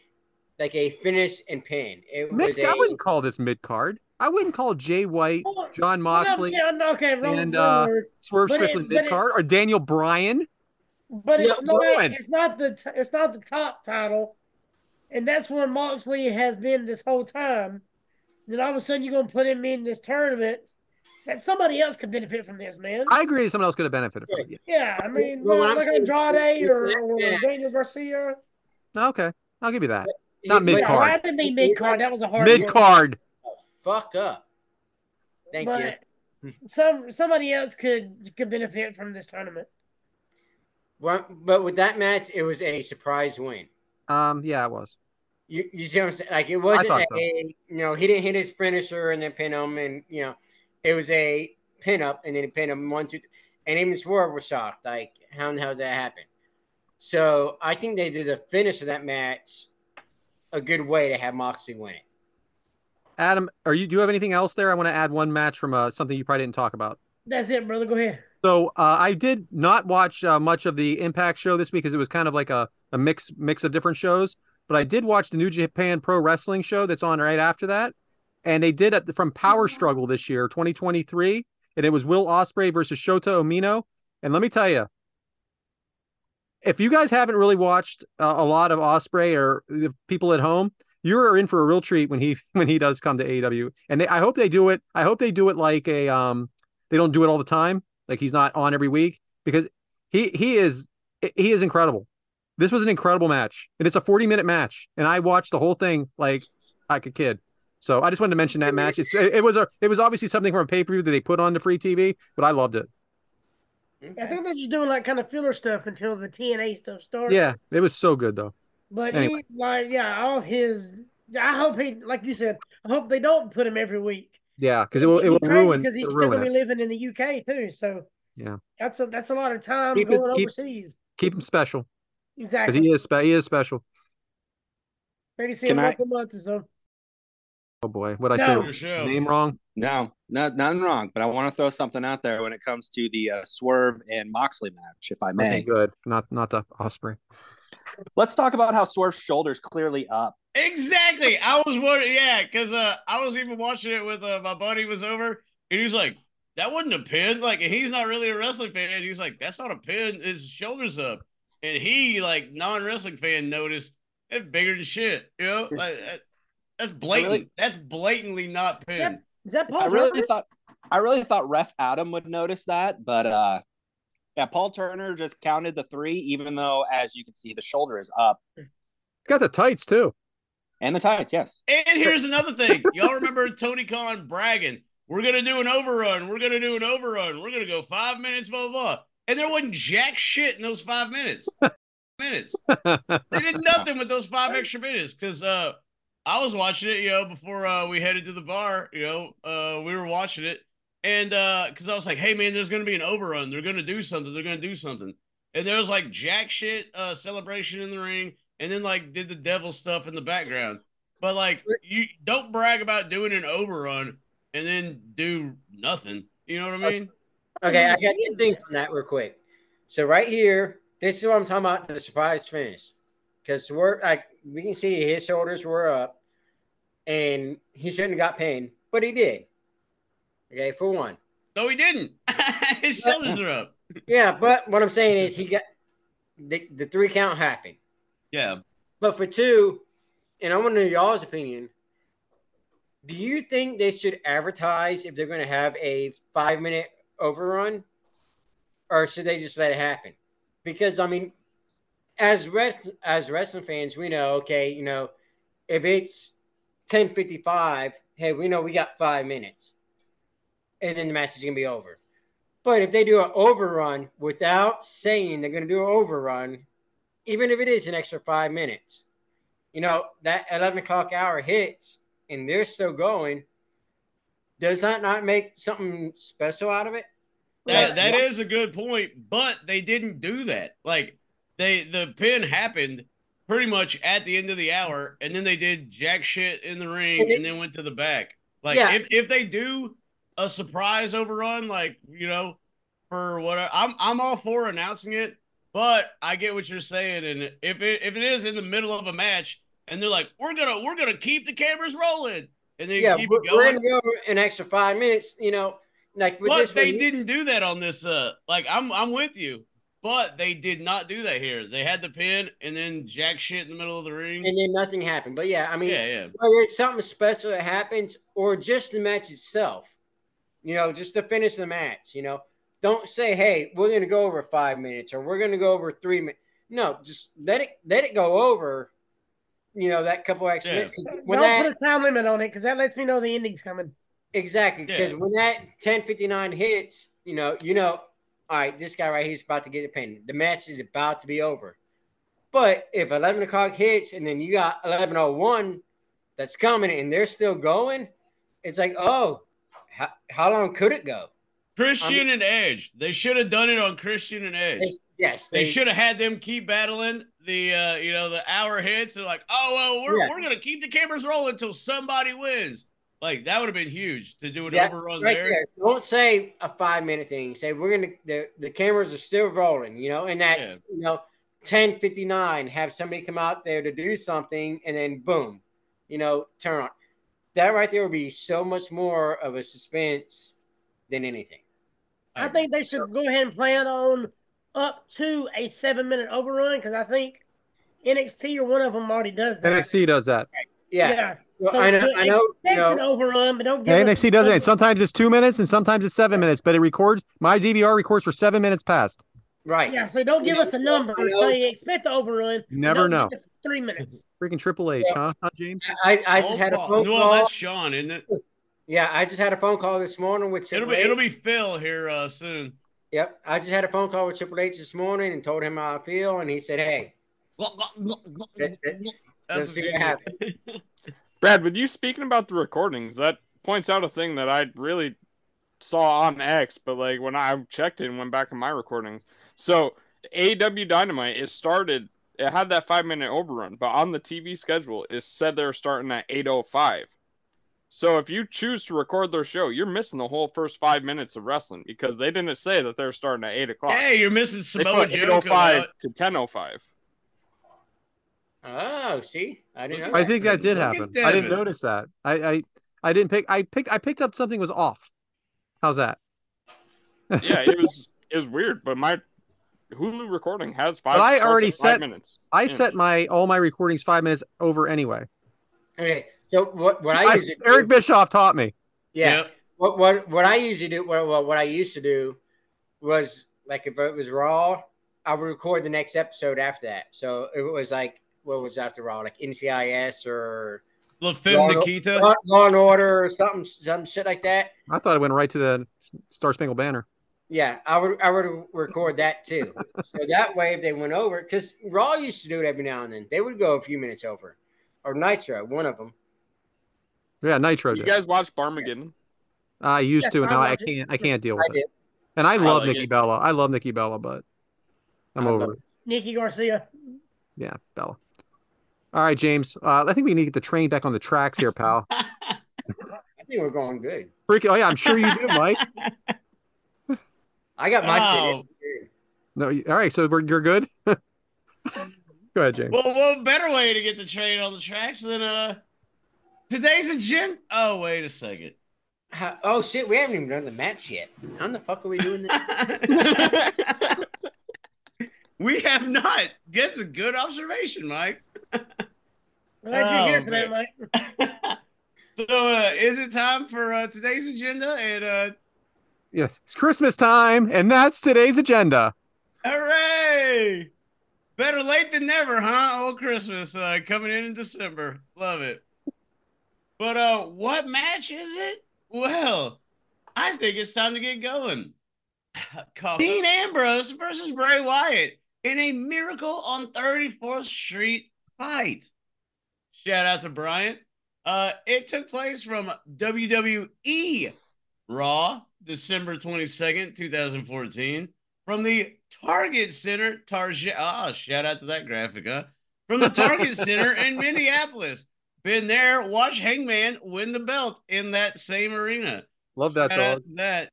Speaker 3: like a finish and pin. It was
Speaker 2: Mid,
Speaker 3: a
Speaker 2: I wouldn't call this mid card. I wouldn't call Jay White,
Speaker 1: Well,
Speaker 2: John Moxley,
Speaker 1: Yeah, no, okay, wrong,
Speaker 2: and,
Speaker 1: wrong
Speaker 2: uh,
Speaker 1: word.
Speaker 2: Swerve
Speaker 1: but it-
Speaker 2: Strickland
Speaker 1: but it-
Speaker 2: mid card, or Daniel Bryan.
Speaker 1: But it's
Speaker 2: yeah,
Speaker 1: not.
Speaker 2: Rowan.
Speaker 1: It's not the. t- It's not the top title, and that's where Moxley has been this whole time. Then all of a sudden you're gonna put him in this tournament that somebody else could benefit from this, man.
Speaker 2: I agree. Someone else could have benefited from it. Yeah.
Speaker 1: yeah, I mean, uh,
Speaker 3: Well, what
Speaker 1: like
Speaker 3: I'm
Speaker 1: like
Speaker 3: saying-
Speaker 1: Andrade or, or
Speaker 3: Yeah.
Speaker 1: Daniel Garcia.
Speaker 2: Okay, I'll give you that. Not
Speaker 3: He-
Speaker 1: Yeah,
Speaker 2: Mid-card.
Speaker 1: that didn't mean mid card. That was a hard
Speaker 2: Mid
Speaker 1: word.
Speaker 2: card.
Speaker 3: Fuck up. Thank you.
Speaker 1: But some somebody else could could benefit from this tournament.
Speaker 3: Well, but with that match, it was a surprise win.
Speaker 2: Um, yeah, it was.
Speaker 3: You, you see what I'm saying? Like it wasn't
Speaker 2: thought
Speaker 3: a,
Speaker 2: so.
Speaker 3: you know, he didn't hit his finisher and then pin him, and you know, it was a pin up and then he pinned him one, two, th- and even Swerve was shocked. Like how in the hell did that happen? So I think they did the finish of that match a good way to have Moxley win it.
Speaker 2: Adam, are you? Do you have anything else there? I want to add one match from uh, something you probably didn't talk about.
Speaker 1: That's it, brother. Go ahead.
Speaker 2: So uh, I did not watch uh, much of the Impact show this week because it was kind of like a, a mix mix of different shows. But I did watch the New Japan Pro Wrestling show that's on right after that, and they did it from Power Struggle this year, 2023, and it was Will Osprey versus Shota Omino. And let me tell you, if you guys haven't really watched uh, a lot of Osprey or the people at home, you are in for a real treat when he when he does come to AEW. And they, I hope they do it. I hope they do it like a um. They don't do it all the time. Like he's not on every week because he he is he is incredible. This was an incredible match, and it's a forty minute match, and I watched the whole thing like like a kid. So I just wanted to mention that match. It's it, it was a it was obviously something from a pay per view that they put on to free TV, but I loved it.
Speaker 1: I think they're just doing like kind of filler stuff until the TNA stuff starts.
Speaker 2: Yeah, it was so good though.
Speaker 1: But
Speaker 2: Anyway.
Speaker 1: he, like, yeah, all his. I hope he, like you said, I hope they don't put him every week
Speaker 2: Yeah, because it will it will ruin
Speaker 1: because he's
Speaker 2: it'll
Speaker 1: still
Speaker 2: ruin
Speaker 1: gonna
Speaker 2: it.
Speaker 1: be living in the UK too. So
Speaker 2: Yeah.
Speaker 1: that's a that's a lot of time
Speaker 2: Keep it-
Speaker 1: going
Speaker 2: keep-
Speaker 1: overseas.
Speaker 2: Keep him special because
Speaker 1: Exactly.
Speaker 2: he is spe- he is special.
Speaker 1: Maybe see
Speaker 6: Can
Speaker 1: him
Speaker 6: I-
Speaker 1: once a month or so.
Speaker 2: Oh boy, what I
Speaker 1: No.
Speaker 5: Your
Speaker 2: say
Speaker 5: show.
Speaker 2: name wrong?
Speaker 6: No, not nothing wrong. But I want to throw something out there when it comes to the uh, Swerve and Moxley match, if I may.
Speaker 2: Okay, good. Not not the Osprey.
Speaker 6: Let's talk about how Swerve's shoulders clearly up.
Speaker 5: Exactly. I was wondering, yeah, because uh, I was even watching it with uh, my buddy was over, and he was like, "That wasn't a pin." Like, and he's not really a wrestling fan. He's like, "That's not a pin. His shoulders up," and he, like, non wrestling fan, noticed it bigger than shit. You know, like that, that's blatant.
Speaker 6: really-
Speaker 5: that's blatantly not pin.
Speaker 1: Yep. Is that Paul?
Speaker 6: I Oh, really
Speaker 1: Turner?
Speaker 6: thought, I really thought Ref Adam would notice that, but uh, yeah, Paul Turner just counted the three, even though, as you can see, the shoulder is up.
Speaker 2: got the tights too.
Speaker 6: And the tights, yes.
Speaker 5: And here's another thing. Y'all remember Tony Khan bragging, we're going to do an overrun. We're going to do an overrun. We're going to go five minutes, blah, blah, blah. And there wasn't jack shit in those five minutes. minutes. They did nothing with those five extra minutes because uh, I was watching it, you know, before uh, we headed to the bar, you know, uh, we were watching it. And because I was like, hey, man, there's going to be an overrun. They're going to do something. They're going to do something. And there was like jack shit uh, celebration in the ring. And then like did the devil stuff in the background. But like, you don't brag about doing an overrun and then do nothing. You know what I mean?
Speaker 3: Okay, I got two things on that real quick. So right here, this is what I'm talking about—the surprise finish, because we're like we can see his shoulders were up, and he shouldn't have got pain, but he did. Okay, for one.
Speaker 5: No, he didn't. His shoulders are up.
Speaker 3: Yeah, but what I'm saying is he got the, the three count happened,
Speaker 5: Yeah.
Speaker 3: but for two, and I want to know y'all's opinion. Do you think they should advertise if they're going to have a five minute overrun, or should they just let it happen? Because I mean, as rest, as wrestling fans, we know okay, you know, if it's ten fifty five, hey, we know we got five minutes, and then the match is going to be over. But if they do an overrun without saying they're going to do an overrun, even if it is an extra five minutes, you know that eleven o'clock hour hits and they're still going. Does that not make something special out of it?
Speaker 5: That,
Speaker 3: Like,
Speaker 5: that is a good point, but they didn't do that. Like they the pin happened pretty much at the end of the hour, and then they did jack shit in the ring
Speaker 3: And
Speaker 5: and,
Speaker 3: it-
Speaker 5: then went to the back. Like
Speaker 3: Yeah.
Speaker 5: if, if they do a surprise overrun, like you know, for what I- I'm I'm all for announcing it, but I get what you're saying. And if it if it is in the middle of a match and they're like, We're gonna we're gonna keep the cameras rolling and they
Speaker 3: yeah,
Speaker 5: keep
Speaker 3: we're,
Speaker 5: it
Speaker 3: we're
Speaker 5: going.
Speaker 3: gonna go an extra five minutes. You know, like with
Speaker 5: But
Speaker 3: this
Speaker 5: they
Speaker 3: one,
Speaker 5: didn't do that on this. Uh, like I'm, I'm with you. But they did not do that here. They had the pin and then jack shit in the middle of the ring.
Speaker 3: and then nothing happened. But yeah, I mean,
Speaker 5: yeah, yeah.
Speaker 3: whether it's something special that happens or just the match itself, you know, just to finish the match. You know, don't say, "Hey, we're gonna go over five minutes" or "We're gonna go over three minutes." No, just let it let it go over. You know, that couple extra
Speaker 5: Yeah.
Speaker 3: minutes. 'Cause When
Speaker 1: Don't
Speaker 3: that,
Speaker 1: put a time limit on it because that lets me know the ending's coming.
Speaker 3: Exactly, because
Speaker 5: Yeah.
Speaker 3: when that ten fifty nine hits, you know, you know, all right, this guy right here is about to get a pin. The match is about to be over. But if eleven o'clock hits and then you got eleven oh one that's coming and they're still going, it's like, oh, how, how long could it go?
Speaker 5: Christian and Edge. They should have done it on Christian and Edge.
Speaker 3: They- yes,
Speaker 5: They, should have had them keep battling the, uh, you know, the hour hits. They're like, oh well, we're
Speaker 3: Yeah.
Speaker 5: we're gonna keep the cameras rolling until somebody wins. Like that would have been huge to do an
Speaker 3: Yeah,
Speaker 5: overrun
Speaker 3: right
Speaker 5: there.
Speaker 3: there. Don't say a five minute thing. Say we're gonna the, the cameras are still rolling, you know, and that
Speaker 5: Yeah.
Speaker 3: you know, ten fifty nine, have somebody come out there to do something and then boom, you know, turn on. That right there would be so much more of a suspense than anything.
Speaker 1: I think they should go ahead and plan on up to a seven minute overrun because I think NXT or one of them already does that.
Speaker 2: NXT does that.
Speaker 3: Yeah. Well,
Speaker 1: So
Speaker 3: I know
Speaker 1: to
Speaker 3: I know, you
Speaker 1: expect an
Speaker 3: know
Speaker 1: overrun, but don't give us-
Speaker 2: NXT does it. Sometimes it's two minutes and sometimes it's seven minutes, but it records. My DVR records for seven minutes past.
Speaker 3: right.
Speaker 1: Yeah, so don't give us a number.
Speaker 3: I know.
Speaker 1: So you expect the overrun.
Speaker 2: You never
Speaker 1: Don't
Speaker 2: know.
Speaker 1: give us Three minutes.
Speaker 2: Freaking Triple H, huh? huh, James?
Speaker 3: I, I just had a
Speaker 5: Oh,
Speaker 3: phone
Speaker 5: no,
Speaker 3: call.
Speaker 5: that's Sean, isn't it?
Speaker 3: Yeah, I just had a phone call this morning with
Speaker 5: It'll
Speaker 3: Triple
Speaker 5: be
Speaker 3: H.
Speaker 5: it'll be Phil here uh, soon.
Speaker 3: Yep. I just had a phone call with Triple H this morning and told him how I feel and he said, Hey,
Speaker 5: That's
Speaker 3: let's
Speaker 5: a
Speaker 3: see
Speaker 5: good
Speaker 3: what
Speaker 5: one.
Speaker 3: happens.
Speaker 4: Brad, with you speaking about the recordings, that points out a thing that I really saw on X, but like when I checked it and went back in my recordings. So AW Dynamite it started it had that five minute overrun, but on the TV schedule it said they're starting at eight oh five. So if you choose to record their show, you're missing the whole first five minutes of wrestling because they didn't say that they're starting at eight o'clock.
Speaker 5: Hey, you're missing
Speaker 4: they
Speaker 5: Samoa
Speaker 4: put eight oh
Speaker 5: Joe. coming out.
Speaker 4: five to ten oh five.
Speaker 3: Oh, see? I didn't know.
Speaker 2: I think that did
Speaker 5: Look at
Speaker 2: happen. I didn't
Speaker 5: Devin.
Speaker 2: notice that. I, I I didn't pick. I picked. I picked up something was off. How's that?
Speaker 4: Yeah, it was it was weird, but my Hulu recording has five.
Speaker 2: But I
Speaker 4: starts at
Speaker 2: already
Speaker 4: five
Speaker 2: set-
Speaker 4: minutes.
Speaker 2: I
Speaker 4: in.
Speaker 2: set my all my recordings five minutes over anyway.
Speaker 3: Okay, so what what I,
Speaker 2: I-
Speaker 3: usually
Speaker 2: Eric
Speaker 3: do,
Speaker 2: Bischoff taught me.
Speaker 3: yeah,
Speaker 5: Yep.
Speaker 3: what what what I usually do, what, what what I used to do, was like if it was raw, I would record the next episode after that. So it was like what was after Raw, like NCIS or
Speaker 5: La
Speaker 3: Law-
Speaker 5: Femme Nikita.
Speaker 3: Law, Law and Order or something, some shit like that.
Speaker 2: I thought it went right to the Star Spangled Banner.
Speaker 3: Yeah, I would I would record that too. so that way, if they went over, because Raw used to do it every now and then, they would go a few minutes over, or Nitro, one of them.
Speaker 2: Yeah, Nitro.
Speaker 4: You
Speaker 2: Did.
Speaker 4: guys watch Barmageddon?
Speaker 2: I used
Speaker 1: Yes,
Speaker 2: to, and
Speaker 1: I
Speaker 2: now I
Speaker 1: watch it.
Speaker 2: can't. I can't deal
Speaker 3: I
Speaker 2: with it.
Speaker 3: did.
Speaker 2: And I love
Speaker 4: like
Speaker 2: Nikki
Speaker 4: it.
Speaker 2: Bella. I love Nikki Bella, but I'm
Speaker 3: I
Speaker 2: over
Speaker 3: love
Speaker 2: it.
Speaker 1: Nikki Garcia.
Speaker 2: Yeah, Bella. All right, James. Uh, I think we need to get the train back on the tracks here, pal.
Speaker 3: I think we're going good.
Speaker 2: Freaking, oh yeah, I'm sure you do, Mike.
Speaker 3: I got my
Speaker 5: Oh.
Speaker 3: shit.
Speaker 2: No, you- all right. So we're, you're good. Go ahead, James.
Speaker 5: Well, what better way to get the train on the tracks than uh today's agenda? Oh, wait a second.
Speaker 3: How- Oh shit, we haven't even done the match yet. How in the fuck are we doing this?
Speaker 5: we have not. That's a good observation, Mike.
Speaker 1: Glad you're here
Speaker 5: Oh,
Speaker 1: for that, Mike.
Speaker 5: so, uh, is it time for uh, today's agenda? And uh,
Speaker 2: Yes, it's Christmas time, and that's today's agenda.
Speaker 5: hooray! Better late than never, huh? Old Christmas uh, coming in in December. Love it. But uh, what match is it? Well, I think it's time to get going. Call- Dean Ambrose versus Bray Wyatt in a Miracle on 34th Street fight. Shout out to Bryant. Uh, it took place from WWE Raw, December 22nd, 2014, from the Target Center, Target. Ah, shout out to that graphic, huh? From the Target Center in Minneapolis. Been there, watch Hangman win the belt in that same arena.
Speaker 2: Love that
Speaker 5: Shout out
Speaker 2: dog.
Speaker 5: to that.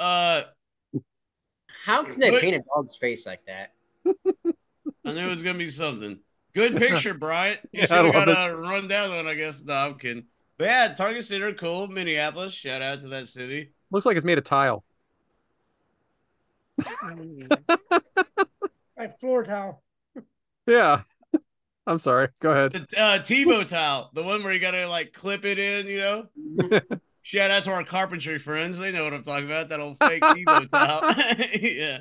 Speaker 5: Uh,
Speaker 3: How can they
Speaker 5: What-
Speaker 3: paint a dog's face like that?
Speaker 5: I knew it was gonna be something. Good picture, Bryant. You
Speaker 2: Yeah,
Speaker 5: should
Speaker 2: I
Speaker 5: have
Speaker 2: love
Speaker 5: got a rundown one, I guess. No, I'm kidding. But yeah, Target Center, cool. Minneapolis, shout out to that city.
Speaker 2: Looks like it's made of tile.
Speaker 1: Like floor tile.
Speaker 2: Yeah. I'm sorry. Go ahead.
Speaker 5: The uh, Tebow towel, the one where you gotta like clip it in, you know. shout out to our carpentry friends. They know what I'm talking about. That old fake Tebow towel. yeah.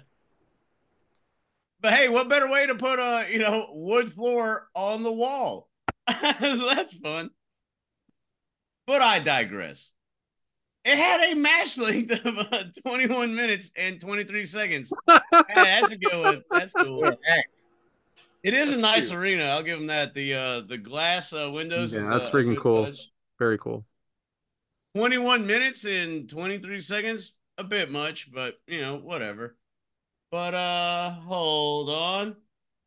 Speaker 5: But hey, what better way to put a you know wood floor on the wall? so that's fun. But I digress. It had a match length of uh, 21 minutes and 23 seconds. Hey, that's a good one. That's cool.
Speaker 3: Yeah, that-
Speaker 5: It is
Speaker 3: That's
Speaker 5: a nice
Speaker 3: cute.
Speaker 5: arena. I'll give them that. The uh the glass uh, windows.
Speaker 2: Yeah,
Speaker 5: is,
Speaker 2: that's
Speaker 5: uh, a
Speaker 2: freaking
Speaker 5: good
Speaker 2: cool.
Speaker 5: touch.
Speaker 2: Very cool.
Speaker 5: Twenty-one minutes and twenty-three seconds. A bit much, but you know whatever. But uh, hold on.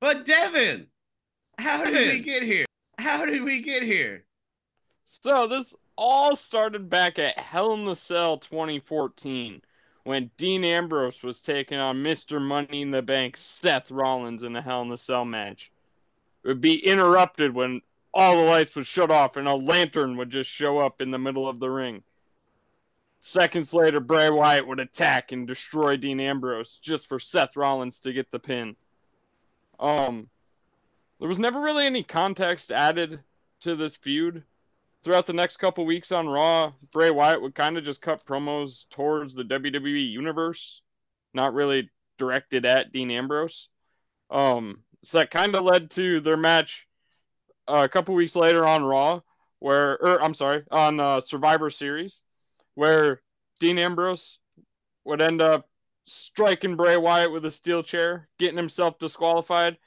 Speaker 5: But Devin, how did we
Speaker 4: Devin.
Speaker 5: get here? How did we get here?
Speaker 4: So this all started back at Hell in the Cell 2014 when Dean Ambrose was taking on Mr. Money in the Bank Seth Rollins in the Hell in the Cell match. It would be interrupted when all the lights would shut off and a lantern would just show up in the middle of the ring. Seconds later, Bray Wyatt would attack and destroy Dean Ambrose just for Seth Rollins to get the pin. Um, there was never really any context added to this feud throughout the next couple weeks on Raw, Bray Wyatt would kind of just cut promos towards the WWE universe, not really directed at Dean Ambrose. Um, so that kind of led to their match uh, a couple weeks later on Raw, where, or I'm sorry, on uh, Survivor Series, where Dean Ambrose would end up striking Bray Wyatt with a steel chair, getting himself disqualified,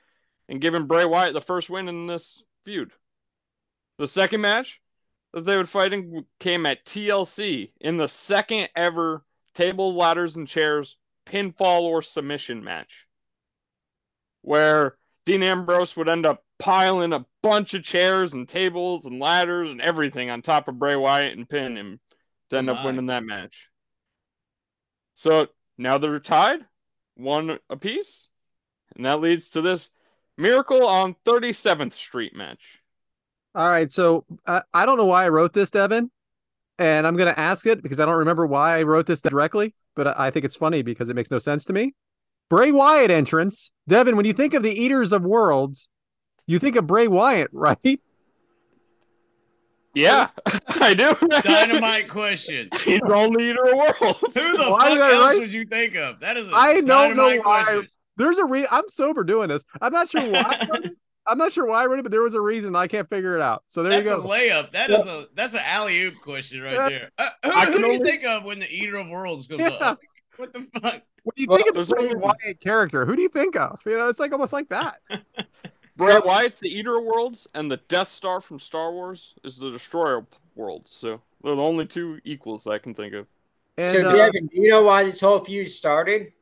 Speaker 4: and giving Bray Wyatt the first win in this feud. The second match, that they would fight in came at TLC in the second ever table, ladders, and chairs pinfall or submission match, where Dean Ambrose would end up piling a bunch of chairs and tables and ladders and everything on top of Bray Wyatt and pin him to end up
Speaker 5: My.
Speaker 4: winning that match. So now they're tied, one apiece, and that leads to this Miracle on 37th Street match.
Speaker 2: All right. So uh, I don't know why I wrote this, Devin, and I'm going to ask it because I don't remember why I wrote this directly, but I I think it's funny because it makes no sense to me. Bray Wyatt entrance. Devin, when you think of the Eaters of Worlds, you think of Bray Wyatt, right?
Speaker 4: Yeah, I do.
Speaker 5: Dynamite question.
Speaker 4: He's the only eater of
Speaker 5: Who
Speaker 4: worlds.
Speaker 5: the
Speaker 2: Why
Speaker 5: fuck
Speaker 2: did I
Speaker 5: else
Speaker 2: write-
Speaker 5: would you think of? That is. I
Speaker 2: I don't know why I- There's a re I'm sober doing this. I'm not sure why. I wrote it, I'm not sure why I read it, but there was a reason I can't figure it out. So there
Speaker 5: that's
Speaker 2: you go.
Speaker 5: a layup. That is a that's an alley oop question
Speaker 2: Yeah.
Speaker 5: right there. Uh, who
Speaker 4: I
Speaker 5: who
Speaker 4: can
Speaker 5: do you
Speaker 4: only-
Speaker 5: think of when the Eater of Worlds comes
Speaker 2: Yeah.
Speaker 5: up? What the fuck?
Speaker 2: When you
Speaker 4: Well,
Speaker 2: think of
Speaker 4: there's
Speaker 2: Bray
Speaker 4: only-
Speaker 2: Wyatt character, who do you think of? You know, it's like almost like that.
Speaker 4: Bray Wyatt's the Eater of Worlds, and the Death Star from Star Wars is the Destroyer of Worlds. So they're the only two equals I can think of.
Speaker 2: And
Speaker 3: so,
Speaker 2: uh,
Speaker 3: Devin, do you know why this whole feud started?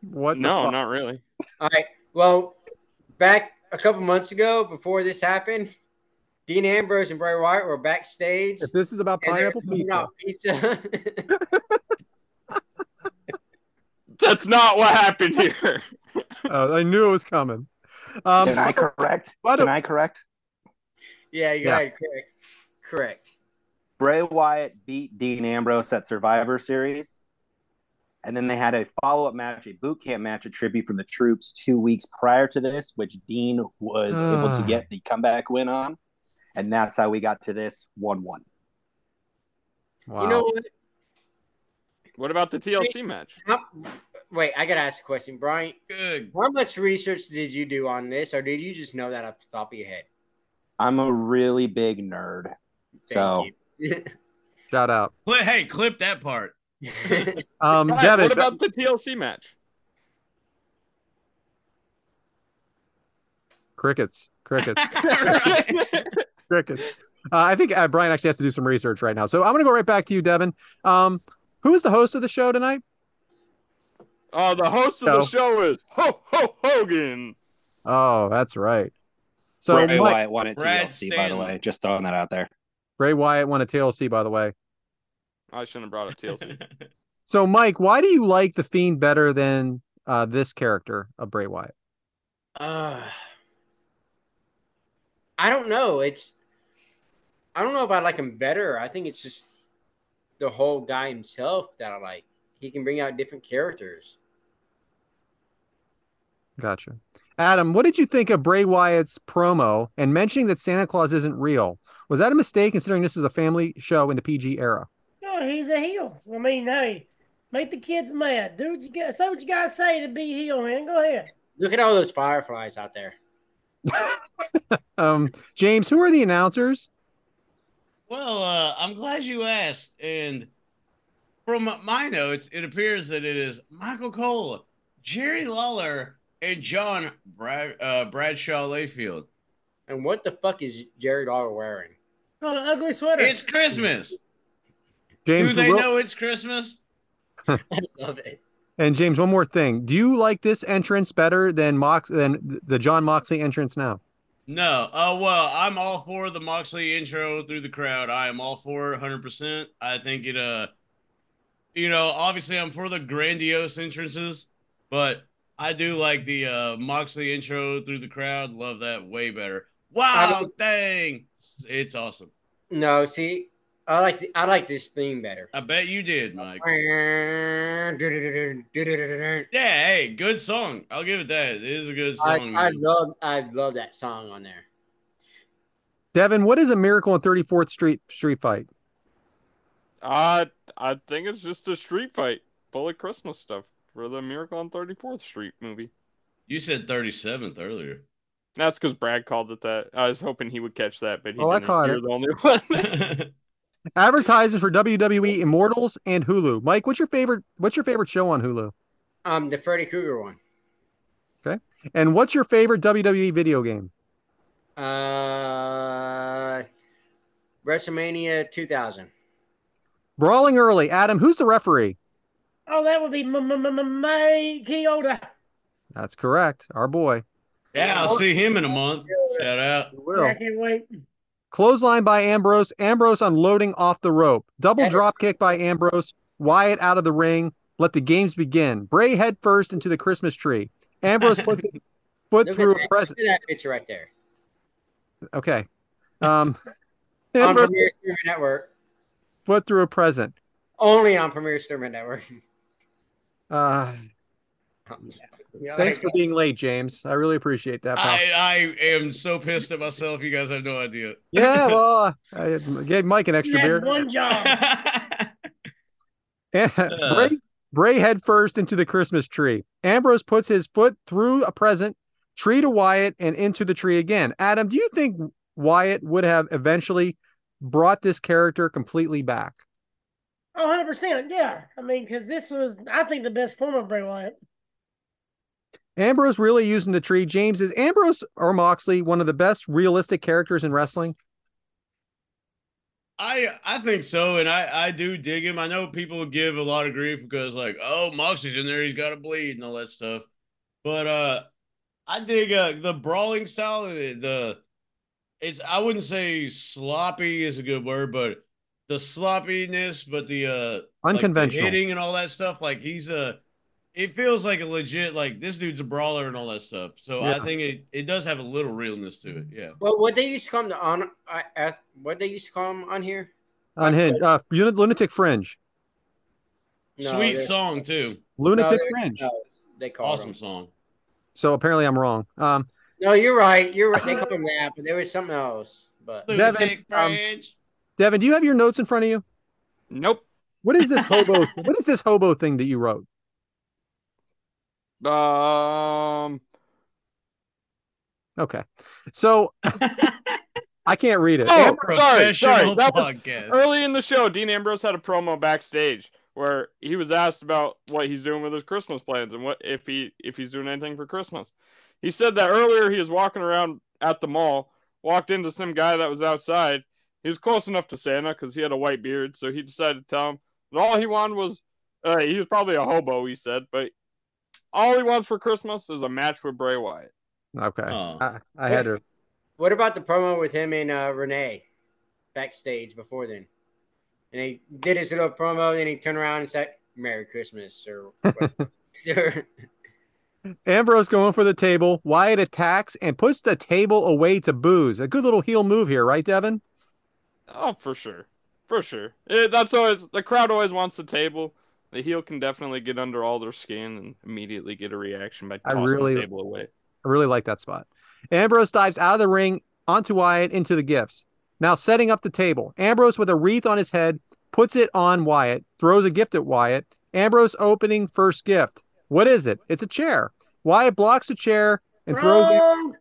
Speaker 2: what? the
Speaker 4: no,
Speaker 2: fuck?
Speaker 4: not really.
Speaker 3: All right. Well, back a couple months ago, before this happened, Dean Ambrose and Bray Wyatt were backstage.
Speaker 2: If this is about
Speaker 3: and they're
Speaker 2: pineapple
Speaker 3: eating
Speaker 2: pizza,
Speaker 3: out pizza.
Speaker 4: That's not what happened here.
Speaker 2: uh, I knew it was coming. Um,
Speaker 6: Can I correct?
Speaker 2: why
Speaker 6: Can
Speaker 2: do-
Speaker 6: I correct?
Speaker 3: yeah, you
Speaker 2: Yeah.
Speaker 3: got it. Correct. Correct.
Speaker 6: Bray Wyatt beat Dean Ambrose at Survivor Series. And then they had a follow up match, a boot camp match, a tribute from the troops two weeks prior to this, which Dean was able to
Speaker 2: Ah.
Speaker 6: get the comeback win on. And that's how we got to this 1 1.
Speaker 2: wow.
Speaker 3: You know what?
Speaker 4: What about the TLC match?
Speaker 3: How- wait, I got to ask a question, Brian.
Speaker 5: Good.
Speaker 3: How much research did you do on this, or did you just know that off the top of your head?
Speaker 6: I'm a really big nerd. So-
Speaker 3: you.
Speaker 2: Shout out,
Speaker 5: Cli- Hey, clip that part.
Speaker 2: um,
Speaker 4: Guys,
Speaker 2: Devin.
Speaker 4: what about the TLC match?
Speaker 2: crickets? Crickets.
Speaker 5: Right.
Speaker 2: crickets. Uh, I think uh, Brian actually has to do some research right now. So I'm going to go right back to you, Devin. Um, who is the host of the show tonight?
Speaker 4: Oh, the host of
Speaker 2: No.
Speaker 4: the show is Ho Ho Hogan.
Speaker 2: Oh, that's right. So
Speaker 6: Bray
Speaker 2: Mike,
Speaker 6: Wyatt won at
Speaker 5: Brad
Speaker 6: TLC, by the
Speaker 5: Stanley.
Speaker 6: way. Just throwing that out there.
Speaker 2: Bray Wyatt won a TLC, by the way.
Speaker 4: I shouldn't have brought up TLC.
Speaker 2: So Mike, why do you like the Fiend better than uh, this character of Bray Wyatt?
Speaker 3: Uh, I don't know. It's I don't know if I like him better. I think it's just the whole guy himself that I like. He can bring out different characters.
Speaker 2: Gotcha. Adam, what did you think of Bray Wyatt's promo and mentioning that Santa Claus isn't real? Was that a mistake considering this is a family show in the PG era?
Speaker 1: No, Oh, he's a heel. I mean, hey, make the kids mad. Do what you got. Say what you gotta say to be heel, man. Go ahead.
Speaker 3: Look at all those fireflies out there.
Speaker 2: Um, James, who are the announcers?
Speaker 5: Well, uh, I'm glad you asked. And from my notes, it appears that it is Michael Cole, Jerry Lawler, and John Brad, uh, Bradshaw Layfield.
Speaker 3: And what the fuck is Jared Lawler wearing?
Speaker 1: Got an ugly sweater.
Speaker 5: It's Christmas.
Speaker 2: James,
Speaker 5: Do they
Speaker 2: Wil-
Speaker 5: know it's Christmas?
Speaker 3: I love it.
Speaker 2: And James, one more thing. Do you like this entrance better than Mox than the John Moxley entrance now?
Speaker 5: No. Oh, well, I'm all for the Moxley intro through the crowd. I am all for it 100%. I think it, uh, you know, obviously I'm for the grandiose entrances, but I do like the uh, Moxley intro through the crowd. Love that way better. Wow, dang. It's awesome.
Speaker 3: No, see, I like th- I like this theme better.
Speaker 5: I bet you did, Mike. Yeah, hey, good song. I'll give it that. It is a good
Speaker 3: I,
Speaker 5: song.
Speaker 3: I
Speaker 5: man.
Speaker 3: love I love that song on there.
Speaker 2: Devin, what is a miracle in 34th Street street fight?
Speaker 4: I Uh, I think it's just a street fight full of Christmas stuff for the Miracle on 34th Street movie.
Speaker 5: you said 37th earlier.
Speaker 4: That's because Brad called it that. I was hoping he would catch that, but he
Speaker 2: Oh, I
Speaker 4: didn't.
Speaker 2: caught
Speaker 4: You're
Speaker 2: it.
Speaker 4: the only one.
Speaker 2: Advertises for WWE Immortals and Hulu. Mike, what's your favorite what's your favorite show on Hulu?
Speaker 3: Um, the Freddy Krueger one.
Speaker 2: And what's your favorite WWE video game?
Speaker 3: Uh, WrestleMania 2000.
Speaker 2: Brawling early. Adam, who's the referee?
Speaker 1: oh, that would be M- M- M- M- Mike Kyoto.
Speaker 2: That's correct. Our boy.
Speaker 5: yeah, I'll see him in a month. Shout out.
Speaker 1: I can't wait.
Speaker 2: Clothesline by Ambrose. Ambrose unloading off the rope. Double drop kick by Ambrose. Wyatt out of the ring. Let the games begin. Bray head first into the Christmas tree. Ambrose puts his foot
Speaker 3: Look
Speaker 2: through
Speaker 3: at
Speaker 2: a present.
Speaker 3: Look at that picture right there.
Speaker 2: Okay. Um,
Speaker 3: On
Speaker 2: Ambrose
Speaker 3: Premier Streamer Network.
Speaker 2: foot through a present.
Speaker 3: Only on Premier Streamer Network.
Speaker 2: Uh,
Speaker 3: Yeah,
Speaker 2: thanks
Speaker 3: like,
Speaker 2: for being late, James. I really appreciate that. Pal.
Speaker 5: I, I am so pissed at myself. You guys have no idea.
Speaker 2: Yeah, well, I gave Mike an
Speaker 1: You
Speaker 2: extra
Speaker 1: had
Speaker 2: beer.
Speaker 1: one job.
Speaker 2: Bray, Bray head first into the Christmas tree. Ambrose puts his foot through a present, tree to Wyatt and into the tree again. Adam, do you think Wyatt would have eventually brought this character completely back?
Speaker 1: Oh, 100%. Yeah. I mean, because this was, I think, the best form of Bray Wyatt.
Speaker 2: Ambrose really using the tree. James, is Ambrose or Moxley one of the best realistic characters in wrestling?
Speaker 5: I I think so, and I I do dig him. I know people give a lot of grief because like, oh, Moxie's in there, he's got to bleed and all that stuff. But uh, I dig uh, the brawling style. The, the it's I wouldn't say sloppy is a good word, but the sloppiness, but the uh like, the
Speaker 2: Unconventional.
Speaker 5: hitting and all that stuff. Like he's a, it feels like a legit like this dude's a brawler and all that stuff. So
Speaker 2: Yeah.
Speaker 5: I think it it does have a little realness to it. Yeah.
Speaker 3: Well, what they used to call him the on, I, I, what they used to call him on here?
Speaker 2: Unhinged. Uh, Lun- lunatic Fringe.
Speaker 3: No,
Speaker 5: Sweet
Speaker 3: they-
Speaker 5: song too.
Speaker 2: Lunatic
Speaker 3: there-
Speaker 2: Fringe.
Speaker 3: no, they call
Speaker 5: Awesome
Speaker 3: him.
Speaker 5: song.
Speaker 2: So apparently I'm wrong. Um,
Speaker 3: No, you're right. You're right. They call him that, but there was something else. But
Speaker 2: Devin,
Speaker 5: Lunatic
Speaker 2: um,
Speaker 5: Fringe.
Speaker 2: Devin, do you have your notes in front of you?
Speaker 4: Nope.
Speaker 2: What is this hobo? what is this hobo thing that you wrote?
Speaker 4: Um.
Speaker 2: Okay. So I can't read it.
Speaker 4: Oh, sorry, sorry.
Speaker 5: Professional
Speaker 4: That was
Speaker 5: podcast.
Speaker 4: early in the show. Dean Ambrose had a promo backstage where he was asked about what he's doing with his Christmas plans and what if he if he's doing anything for Christmas. He said that earlier he was walking around at the mall, walked into some guy that was outside. He was close enough to Santa because he had a white beard, so he decided to tell him. And all he wanted was, uh, he was probably a hobo, he said, but all he wants for Christmas is a match with Bray Wyatt.
Speaker 2: Okay.
Speaker 5: Oh.
Speaker 2: I, I had to.
Speaker 3: what about the promo with him and uh, Renee backstage before then? And he did his little promo, then he turned around and said, "Merry Christmas," or whatever.
Speaker 2: Ambrose going for the table. Wyatt attacks and puts the table away to booze. A good little heel move here, right, Devin?
Speaker 4: Oh, for sure, for sure. Eh, that's always the crowd always wants the table. The heel can definitely get under all their skin and immediately get a reaction by
Speaker 2: I
Speaker 4: tossing
Speaker 2: really-
Speaker 4: the table away.
Speaker 2: I really like that spot. Ambrose dives out of the ring onto Wyatt into the gifts. Now setting up the table. Ambrose with a wreath on his head puts it on Wyatt, throws a gift at Wyatt. Ambrose opening first gift. What is it? It's a chair. Wyatt blocks the chair and throws.
Speaker 1: Wrong.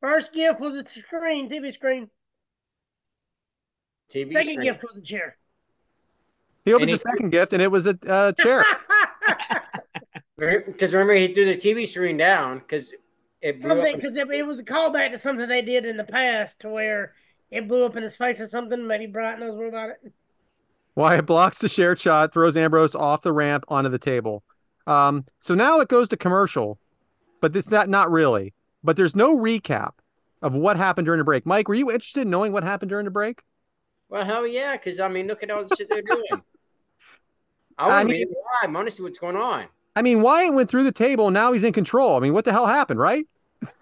Speaker 1: First gift was a screen, TV screen.
Speaker 3: TV
Speaker 1: Second
Speaker 3: screen.
Speaker 1: gift was a chair.
Speaker 2: He opens
Speaker 3: And
Speaker 2: the
Speaker 3: he-
Speaker 2: second gift and it was a uh, chair.
Speaker 3: Because remember, he threw the TV screen down because it blew
Speaker 1: something
Speaker 3: up.
Speaker 1: because it, it was a callback to something they did in the past to where it blew up in his face or something. Maybe Bright knows more about it.
Speaker 2: Wyatt blocks the share shot, throws Ambrose off the ramp onto the table. Um, so now it goes to commercial, but it's not not really. But there's no recap of what happened during the break. Mike, were you interested in knowing what happened during the break?
Speaker 3: Well, hell yeah, because I mean, look at all the shit they're doing. I
Speaker 2: I
Speaker 3: want to
Speaker 2: mean-
Speaker 3: be live. I want to see what's going on.
Speaker 2: I mean, Wyatt went through the table and now he's in control. I mean, what the hell happened, right?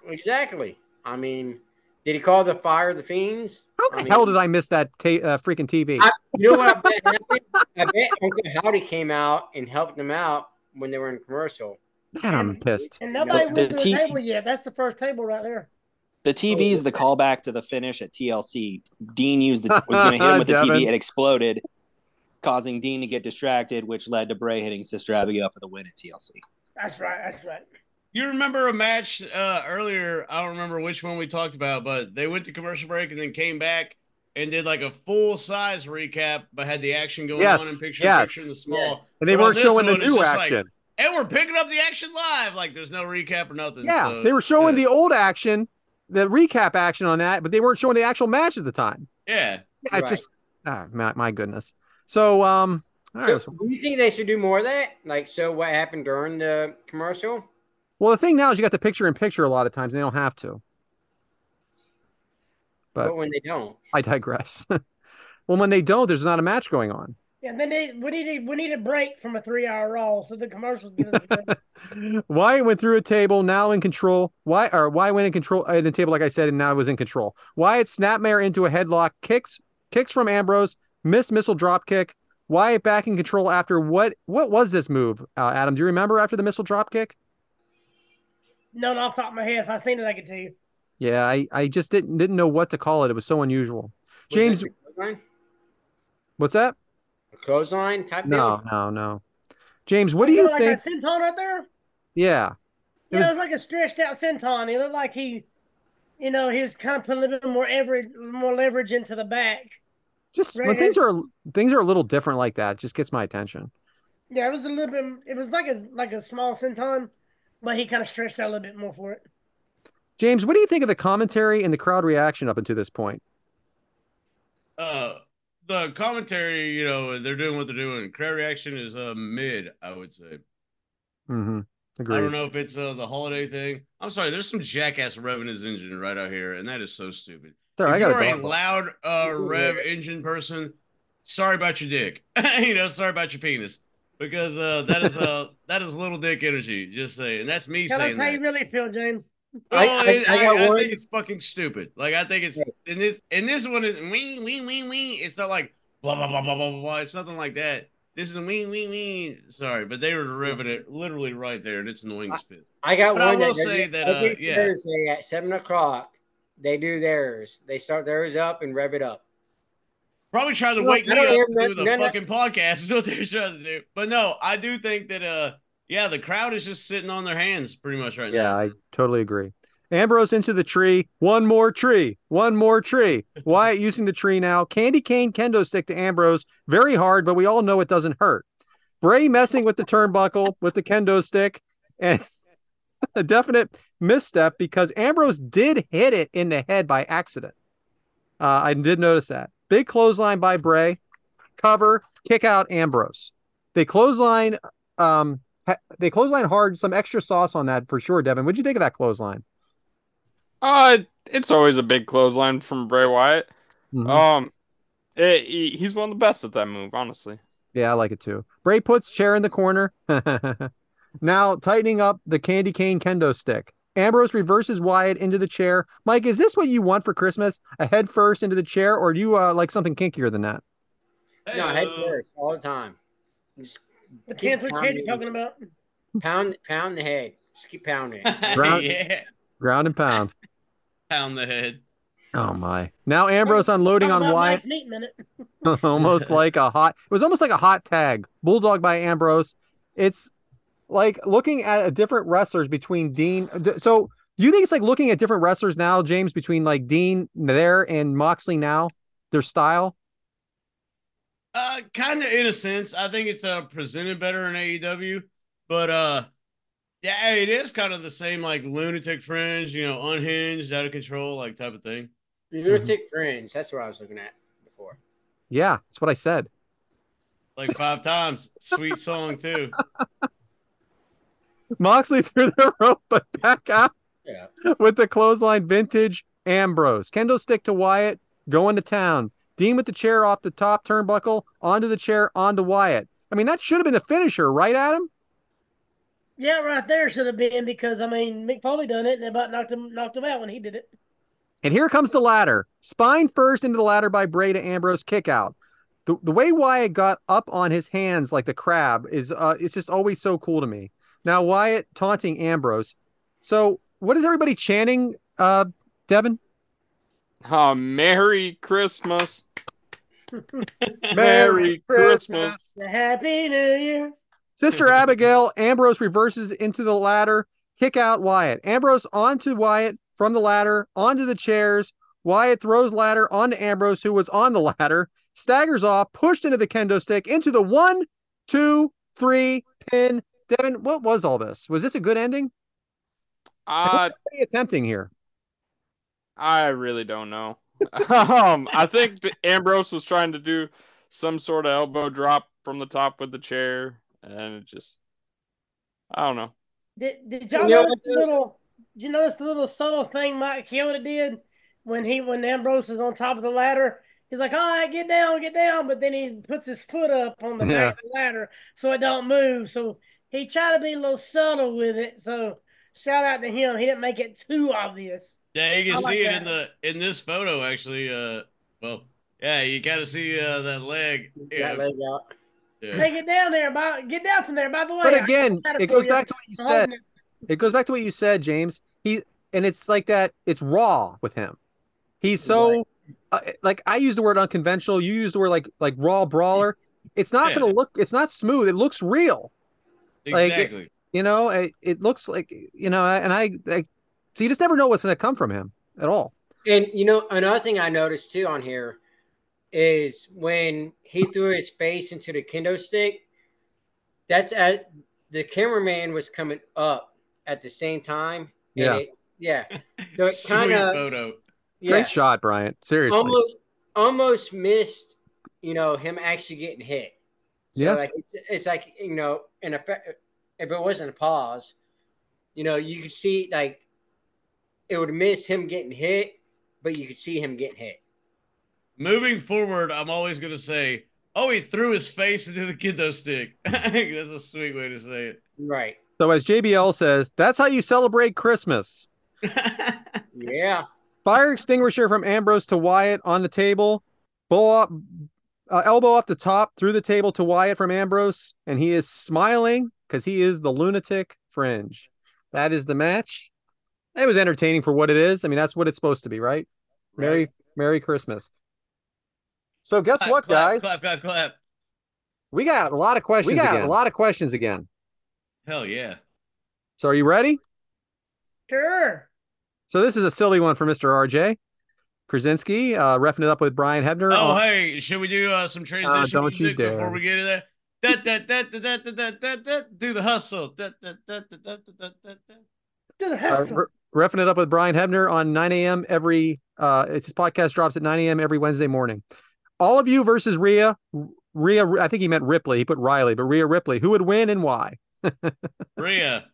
Speaker 3: Exactly. I mean, did he call the fire the fiends?
Speaker 2: How the
Speaker 3: I mean,
Speaker 2: hell did I miss that ta- uh, freaking TV?
Speaker 3: I- You know what? I bet, happened? I bet Uncle Howdy came out and helped them out when they were in commercial.
Speaker 2: Man, I'm pissed.
Speaker 1: And nobody
Speaker 6: The-
Speaker 1: went
Speaker 6: the
Speaker 1: to the
Speaker 6: T-
Speaker 1: table yet. That's the first table right there.
Speaker 6: The TV
Speaker 2: Oh,
Speaker 6: is the callback to the finish at TLC. Dean used the was going to hit him with the
Speaker 2: Devin.
Speaker 6: TV. It exploded, causing Dean to get distracted, which led to Bray hitting Sister Abigail for the win at TLC.
Speaker 1: That's right. That's right.
Speaker 5: You remember a match uh, earlier? I don't remember which one we talked about, but they went to commercial break and then came back and did like a full size recap, but had the action going
Speaker 2: Yes,
Speaker 5: on in picture
Speaker 2: yes.
Speaker 5: in picture in the small.
Speaker 2: And they
Speaker 5: But on
Speaker 2: weren't
Speaker 5: this
Speaker 2: showing the
Speaker 5: one, it's
Speaker 2: new
Speaker 5: just like-
Speaker 2: action.
Speaker 5: and we're picking up the action live. Like there's no recap or nothing.
Speaker 2: yeah,
Speaker 5: so,
Speaker 2: they were showing
Speaker 5: yeah.
Speaker 2: the old action, the recap action on that, but they weren't showing the actual match at the time.
Speaker 5: yeah.
Speaker 2: Yeah, it's
Speaker 3: Right.
Speaker 2: just ah, my, my goodness. So um, all
Speaker 3: So,
Speaker 2: right, so-
Speaker 3: do you think they should do more of that? Like, so what happened during the commercial?
Speaker 2: well, the thing now is you got the picture in picture a lot of times. They don't have to. But-
Speaker 3: But, when they don't,
Speaker 2: I digress. well, when they don't, there's not a match going on.
Speaker 1: Yeah, then they, we need a, we need a break from a three hour roll, so the commercials give us a break.
Speaker 2: Wyatt went through a table, now in control. Why or why went in control at the table, like I said, and now was in control. Wyatt snapmare into a headlock, kicks kicks from Ambrose, miss missile drop kick. Wyatt back in control after what? What was this move, uh, Adam? Do you remember after the missile drop kick?
Speaker 1: None off the top of my head. If I seen it, I could tell you.
Speaker 2: Yeah, I, I just didn't didn't know what to call it. It was so unusual.
Speaker 3: Was it
Speaker 2: James,
Speaker 3: a clothesline?
Speaker 2: what's that?
Speaker 3: A clothesline type.
Speaker 2: No,
Speaker 3: deal?
Speaker 2: no, no. James, what do you
Speaker 1: like
Speaker 2: think?
Speaker 1: that senton right there?
Speaker 2: Yeah.
Speaker 1: you know, it was like a stretched out senton. He looked like he, you know, he was kind of putting a little bit more leverage, more leverage into the back.
Speaker 2: Just when
Speaker 1: Right.
Speaker 2: things are things are a little different like that, it just gets my attention.
Speaker 1: Yeah, it was a little bit. It was like a like a small senton, but he kind of stretched out a little bit more for it.
Speaker 2: James, what do you think of the commentary and the crowd reaction up until this point?
Speaker 5: Uh, the commentary, you know, they're doing what they're doing. Crowd reaction is uh, mid, I would say.
Speaker 2: Mm-hmm. Agreed.
Speaker 5: I don't know if it's uh, the holiday thing. I'm sorry, there's some jackass rev in his engine right out here, and that is so stupid.
Speaker 2: There, I
Speaker 5: if
Speaker 2: got
Speaker 5: you're
Speaker 2: a
Speaker 5: a
Speaker 2: dog bone.
Speaker 5: loud uh,
Speaker 3: Ooh.
Speaker 5: rev engine person, sorry about your dick. you know, sorry about your penis. Because uh, that is uh, that is little dick energy. Just saying. And that's me
Speaker 1: Tell us
Speaker 5: saying
Speaker 1: how
Speaker 5: that.
Speaker 1: you really feel, James.
Speaker 5: Oh,
Speaker 3: I- I-
Speaker 5: it-
Speaker 3: I
Speaker 5: I,
Speaker 3: got
Speaker 5: I
Speaker 3: one.
Speaker 5: think it's fucking stupid. Like I think it's in this and this one is wee wee wee wee. It's not like blah blah blah blah blah blah. blah. It's nothing like that. This is wee wee wee. Sorry, but they were deriving it literally right there, and it's annoying as piss.
Speaker 3: I got
Speaker 5: But I
Speaker 3: one.
Speaker 5: will say that, uh,
Speaker 3: every
Speaker 5: yeah.
Speaker 3: Thursday at seven o'clock, they do theirs. They start theirs up and rev it up.
Speaker 5: Probably trying to
Speaker 3: Look,
Speaker 5: wake
Speaker 3: I
Speaker 5: me
Speaker 3: don't
Speaker 5: up
Speaker 3: hear
Speaker 5: to
Speaker 3: no-
Speaker 5: do the
Speaker 3: no, no.
Speaker 5: fucking podcast is what they're trying to do. But no, I do think that uh yeah, the crowd is just sitting on their hands pretty much right
Speaker 2: Yeah,
Speaker 5: now.
Speaker 2: I totally agree. Ambrose into the tree. One more tree. One more tree. Wyatt using the tree now. Candy cane kendo stick to Ambrose. Very hard, but we all know it doesn't hurt. Bray messing with the turnbuckle with the kendo stick and a definite misstep because Ambrose did hit it in the head by accident. Uh, I did notice that. Big clothesline by Bray. Cover, kick out Ambrose. They clothesline um, Ha- they clothesline hard, some extra sauce on that for sure, Devin. What'd you think of that clothesline?
Speaker 4: Uh, it's always a big clothesline from Bray Wyatt.
Speaker 2: Mhm.
Speaker 4: Um, it, he, he's one of the best at that move, honestly.
Speaker 2: Yeah, I like it too. Bray puts chair in the corner. now tightening up the candy cane kendo stick. Ambrose reverses Wyatt into the chair. Mike, is this what you want for Christmas? A head first into the chair, or do you uh, like something kinkier than that?
Speaker 3: No,
Speaker 5: Hey,
Speaker 3: head
Speaker 5: uh,
Speaker 3: first all the time. Just
Speaker 1: Depends which head you're talking about.
Speaker 3: pound, pound the head. Just keep pounding. it.
Speaker 2: Ground-
Speaker 5: yeah.
Speaker 2: Ground and pound.
Speaker 5: Pound the head.
Speaker 2: Oh my! Now Ambrose unloading
Speaker 1: Talk
Speaker 2: on
Speaker 1: about
Speaker 2: Wyatt.
Speaker 1: Mike's meat minute.
Speaker 2: almost like a hot it was almost like a hot tag bulldog by ambrose it's like looking at a different wrestlers between dean d- so you think it's like looking at different wrestlers now james between like dean there and moxley now their style
Speaker 5: Uh, kind of in a sense. I think it's uh presented better in AEW, but uh, yeah, it is kind of the same like lunatic fringe, you know, unhinged, out of control, like type of thing.
Speaker 3: Lunatic fringe. That's what I was looking at before.
Speaker 2: yeah that's what i said
Speaker 5: Like five times, sweet song too.
Speaker 2: moxley through the rope but back out
Speaker 3: Yeah.
Speaker 2: with the clothesline vintage ambrose kendo stick to wyatt going to town dean with the chair off the top turnbuckle onto the chair onto wyatt i mean that should have been the finisher right adam
Speaker 1: Yeah, right there should have been because I mean Mick Foley done it and about knocked him knocked him out when he did it.
Speaker 2: And here comes the ladder. Spine first into the ladder by Bray to Ambrose kick out. The, the way Wyatt got up on his hands like the crab is uh it's just always so cool to me. Now Wyatt taunting Ambrose. So what is everybody chanting, uh Devin?
Speaker 4: Uh, Merry Christmas.
Speaker 2: Merry
Speaker 4: Christmas.
Speaker 1: The Happy New Year.
Speaker 2: Sister Abigail, Ambrose reverses into the ladder, kick out Wyatt. Ambrose onto Wyatt from the ladder, onto the chairs. Wyatt throws ladder onto Ambrose, who was on the ladder, staggers off, pushed into the kendo stick, into the one, two, three pin. Devin, what was all this? Was this a good ending?
Speaker 4: Uh,
Speaker 2: What are you attempting here?
Speaker 4: I really don't know. um, I think that Ambrose was trying to do some sort of elbow drop from the top with the chair, and it just, I don't know.
Speaker 1: Did, did y'all
Speaker 3: You know
Speaker 1: notice
Speaker 3: what,
Speaker 1: the little? Did you notice the little subtle thing Mike Chioda did when he when Ambrose is on top of the ladder? He's like, "All right, get down, get down," but then he puts his foot up on the
Speaker 2: Yeah.
Speaker 1: back of the ladder so it don't move. So he tried to be a little subtle with it. So shout out to him. He didn't make it too obvious.
Speaker 5: Yeah, you
Speaker 1: I
Speaker 5: can
Speaker 1: like
Speaker 5: see it in the
Speaker 1: that.
Speaker 5: in this photo actually. Uh, well, yeah, you got to see uh that leg.
Speaker 3: Yeah.
Speaker 5: Yeah,
Speaker 3: That leg out.
Speaker 5: yeah.
Speaker 1: Hey, get down there, by, get down from there. By the way,
Speaker 2: But
Speaker 1: I-
Speaker 2: again,
Speaker 1: I gotta
Speaker 2: it goes
Speaker 1: figure
Speaker 2: back to what you
Speaker 1: I'm
Speaker 2: said.
Speaker 1: holding it.
Speaker 2: It goes back to what you said, James. He and it's like that. It's raw with him. He's so uh, like I use the word unconventional. You use the word like like raw brawler. It's not
Speaker 5: Yeah.
Speaker 2: gonna look. It's not smooth. It looks real. Like, it-
Speaker 5: exactly.
Speaker 2: You know, it, it looks like you know, and I, I so you just never know what's going to come from him at all.
Speaker 3: And you know, another thing I noticed too on here is when he threw his face into the kendo stick. That's at the cameraman was coming up at the same time. and
Speaker 2: Yeah.
Speaker 3: it- yeah. So it
Speaker 5: Sweet
Speaker 3: kind of
Speaker 5: photo.
Speaker 3: yeah,
Speaker 2: Great shot, Bryant. Seriously,
Speaker 3: almost almost missed. You know him actually getting hit. So
Speaker 2: Yeah.
Speaker 3: like it's, it's like you know, in effect, if it wasn't a pause, you know, you could see like it would miss him getting hit, but you could see him getting hit.
Speaker 5: Moving forward, I'm always going to say, oh, he threw his face into the kendo stick. I think That's a sweet way to say
Speaker 3: Right.
Speaker 2: so as JBL says, that's how you celebrate Christmas.
Speaker 5: it.
Speaker 3: Yeah.
Speaker 2: Fire extinguisher from Ambrose to Wyatt on the table. Bull up, uh, elbow off the top through the table to Wyatt from Ambrose, and he is smiling because he is the lunatic fringe. That is the match. It was entertaining for what it is. I mean, that's what it's supposed to be, right? Merry Merry Christmas. So guess
Speaker 5: Clap,
Speaker 2: what,
Speaker 5: clap,
Speaker 2: guys?
Speaker 5: Clap, clap, clap.
Speaker 2: We got a lot of questions. We got a lot of questions again.
Speaker 5: Hell yeah.
Speaker 2: So are you ready?
Speaker 1: Sure.
Speaker 2: So this is a silly one for Mr. RJ Krasinski, uh, refing it up with Brian Hebner.
Speaker 5: Oh,
Speaker 2: on-
Speaker 5: hey, should we do uh, some transition
Speaker 2: don't you
Speaker 5: music
Speaker 2: dare.
Speaker 5: before we get to that? That, that, that, that, that, that, that, that, that, do the hustle. That, that, that, that, that, that, that, that, that.
Speaker 1: To the
Speaker 2: uh,
Speaker 1: hustle.
Speaker 2: re- refing it up with Brian Hebner on 9 a.m. every. Uh, it's his podcast drops at 9 a.m. every Wednesday morning. All of you versus Rhea. Rhea, I think he meant Ripley. He put Riley, but Rhea Ripley. Who would win and why?
Speaker 5: Rhea.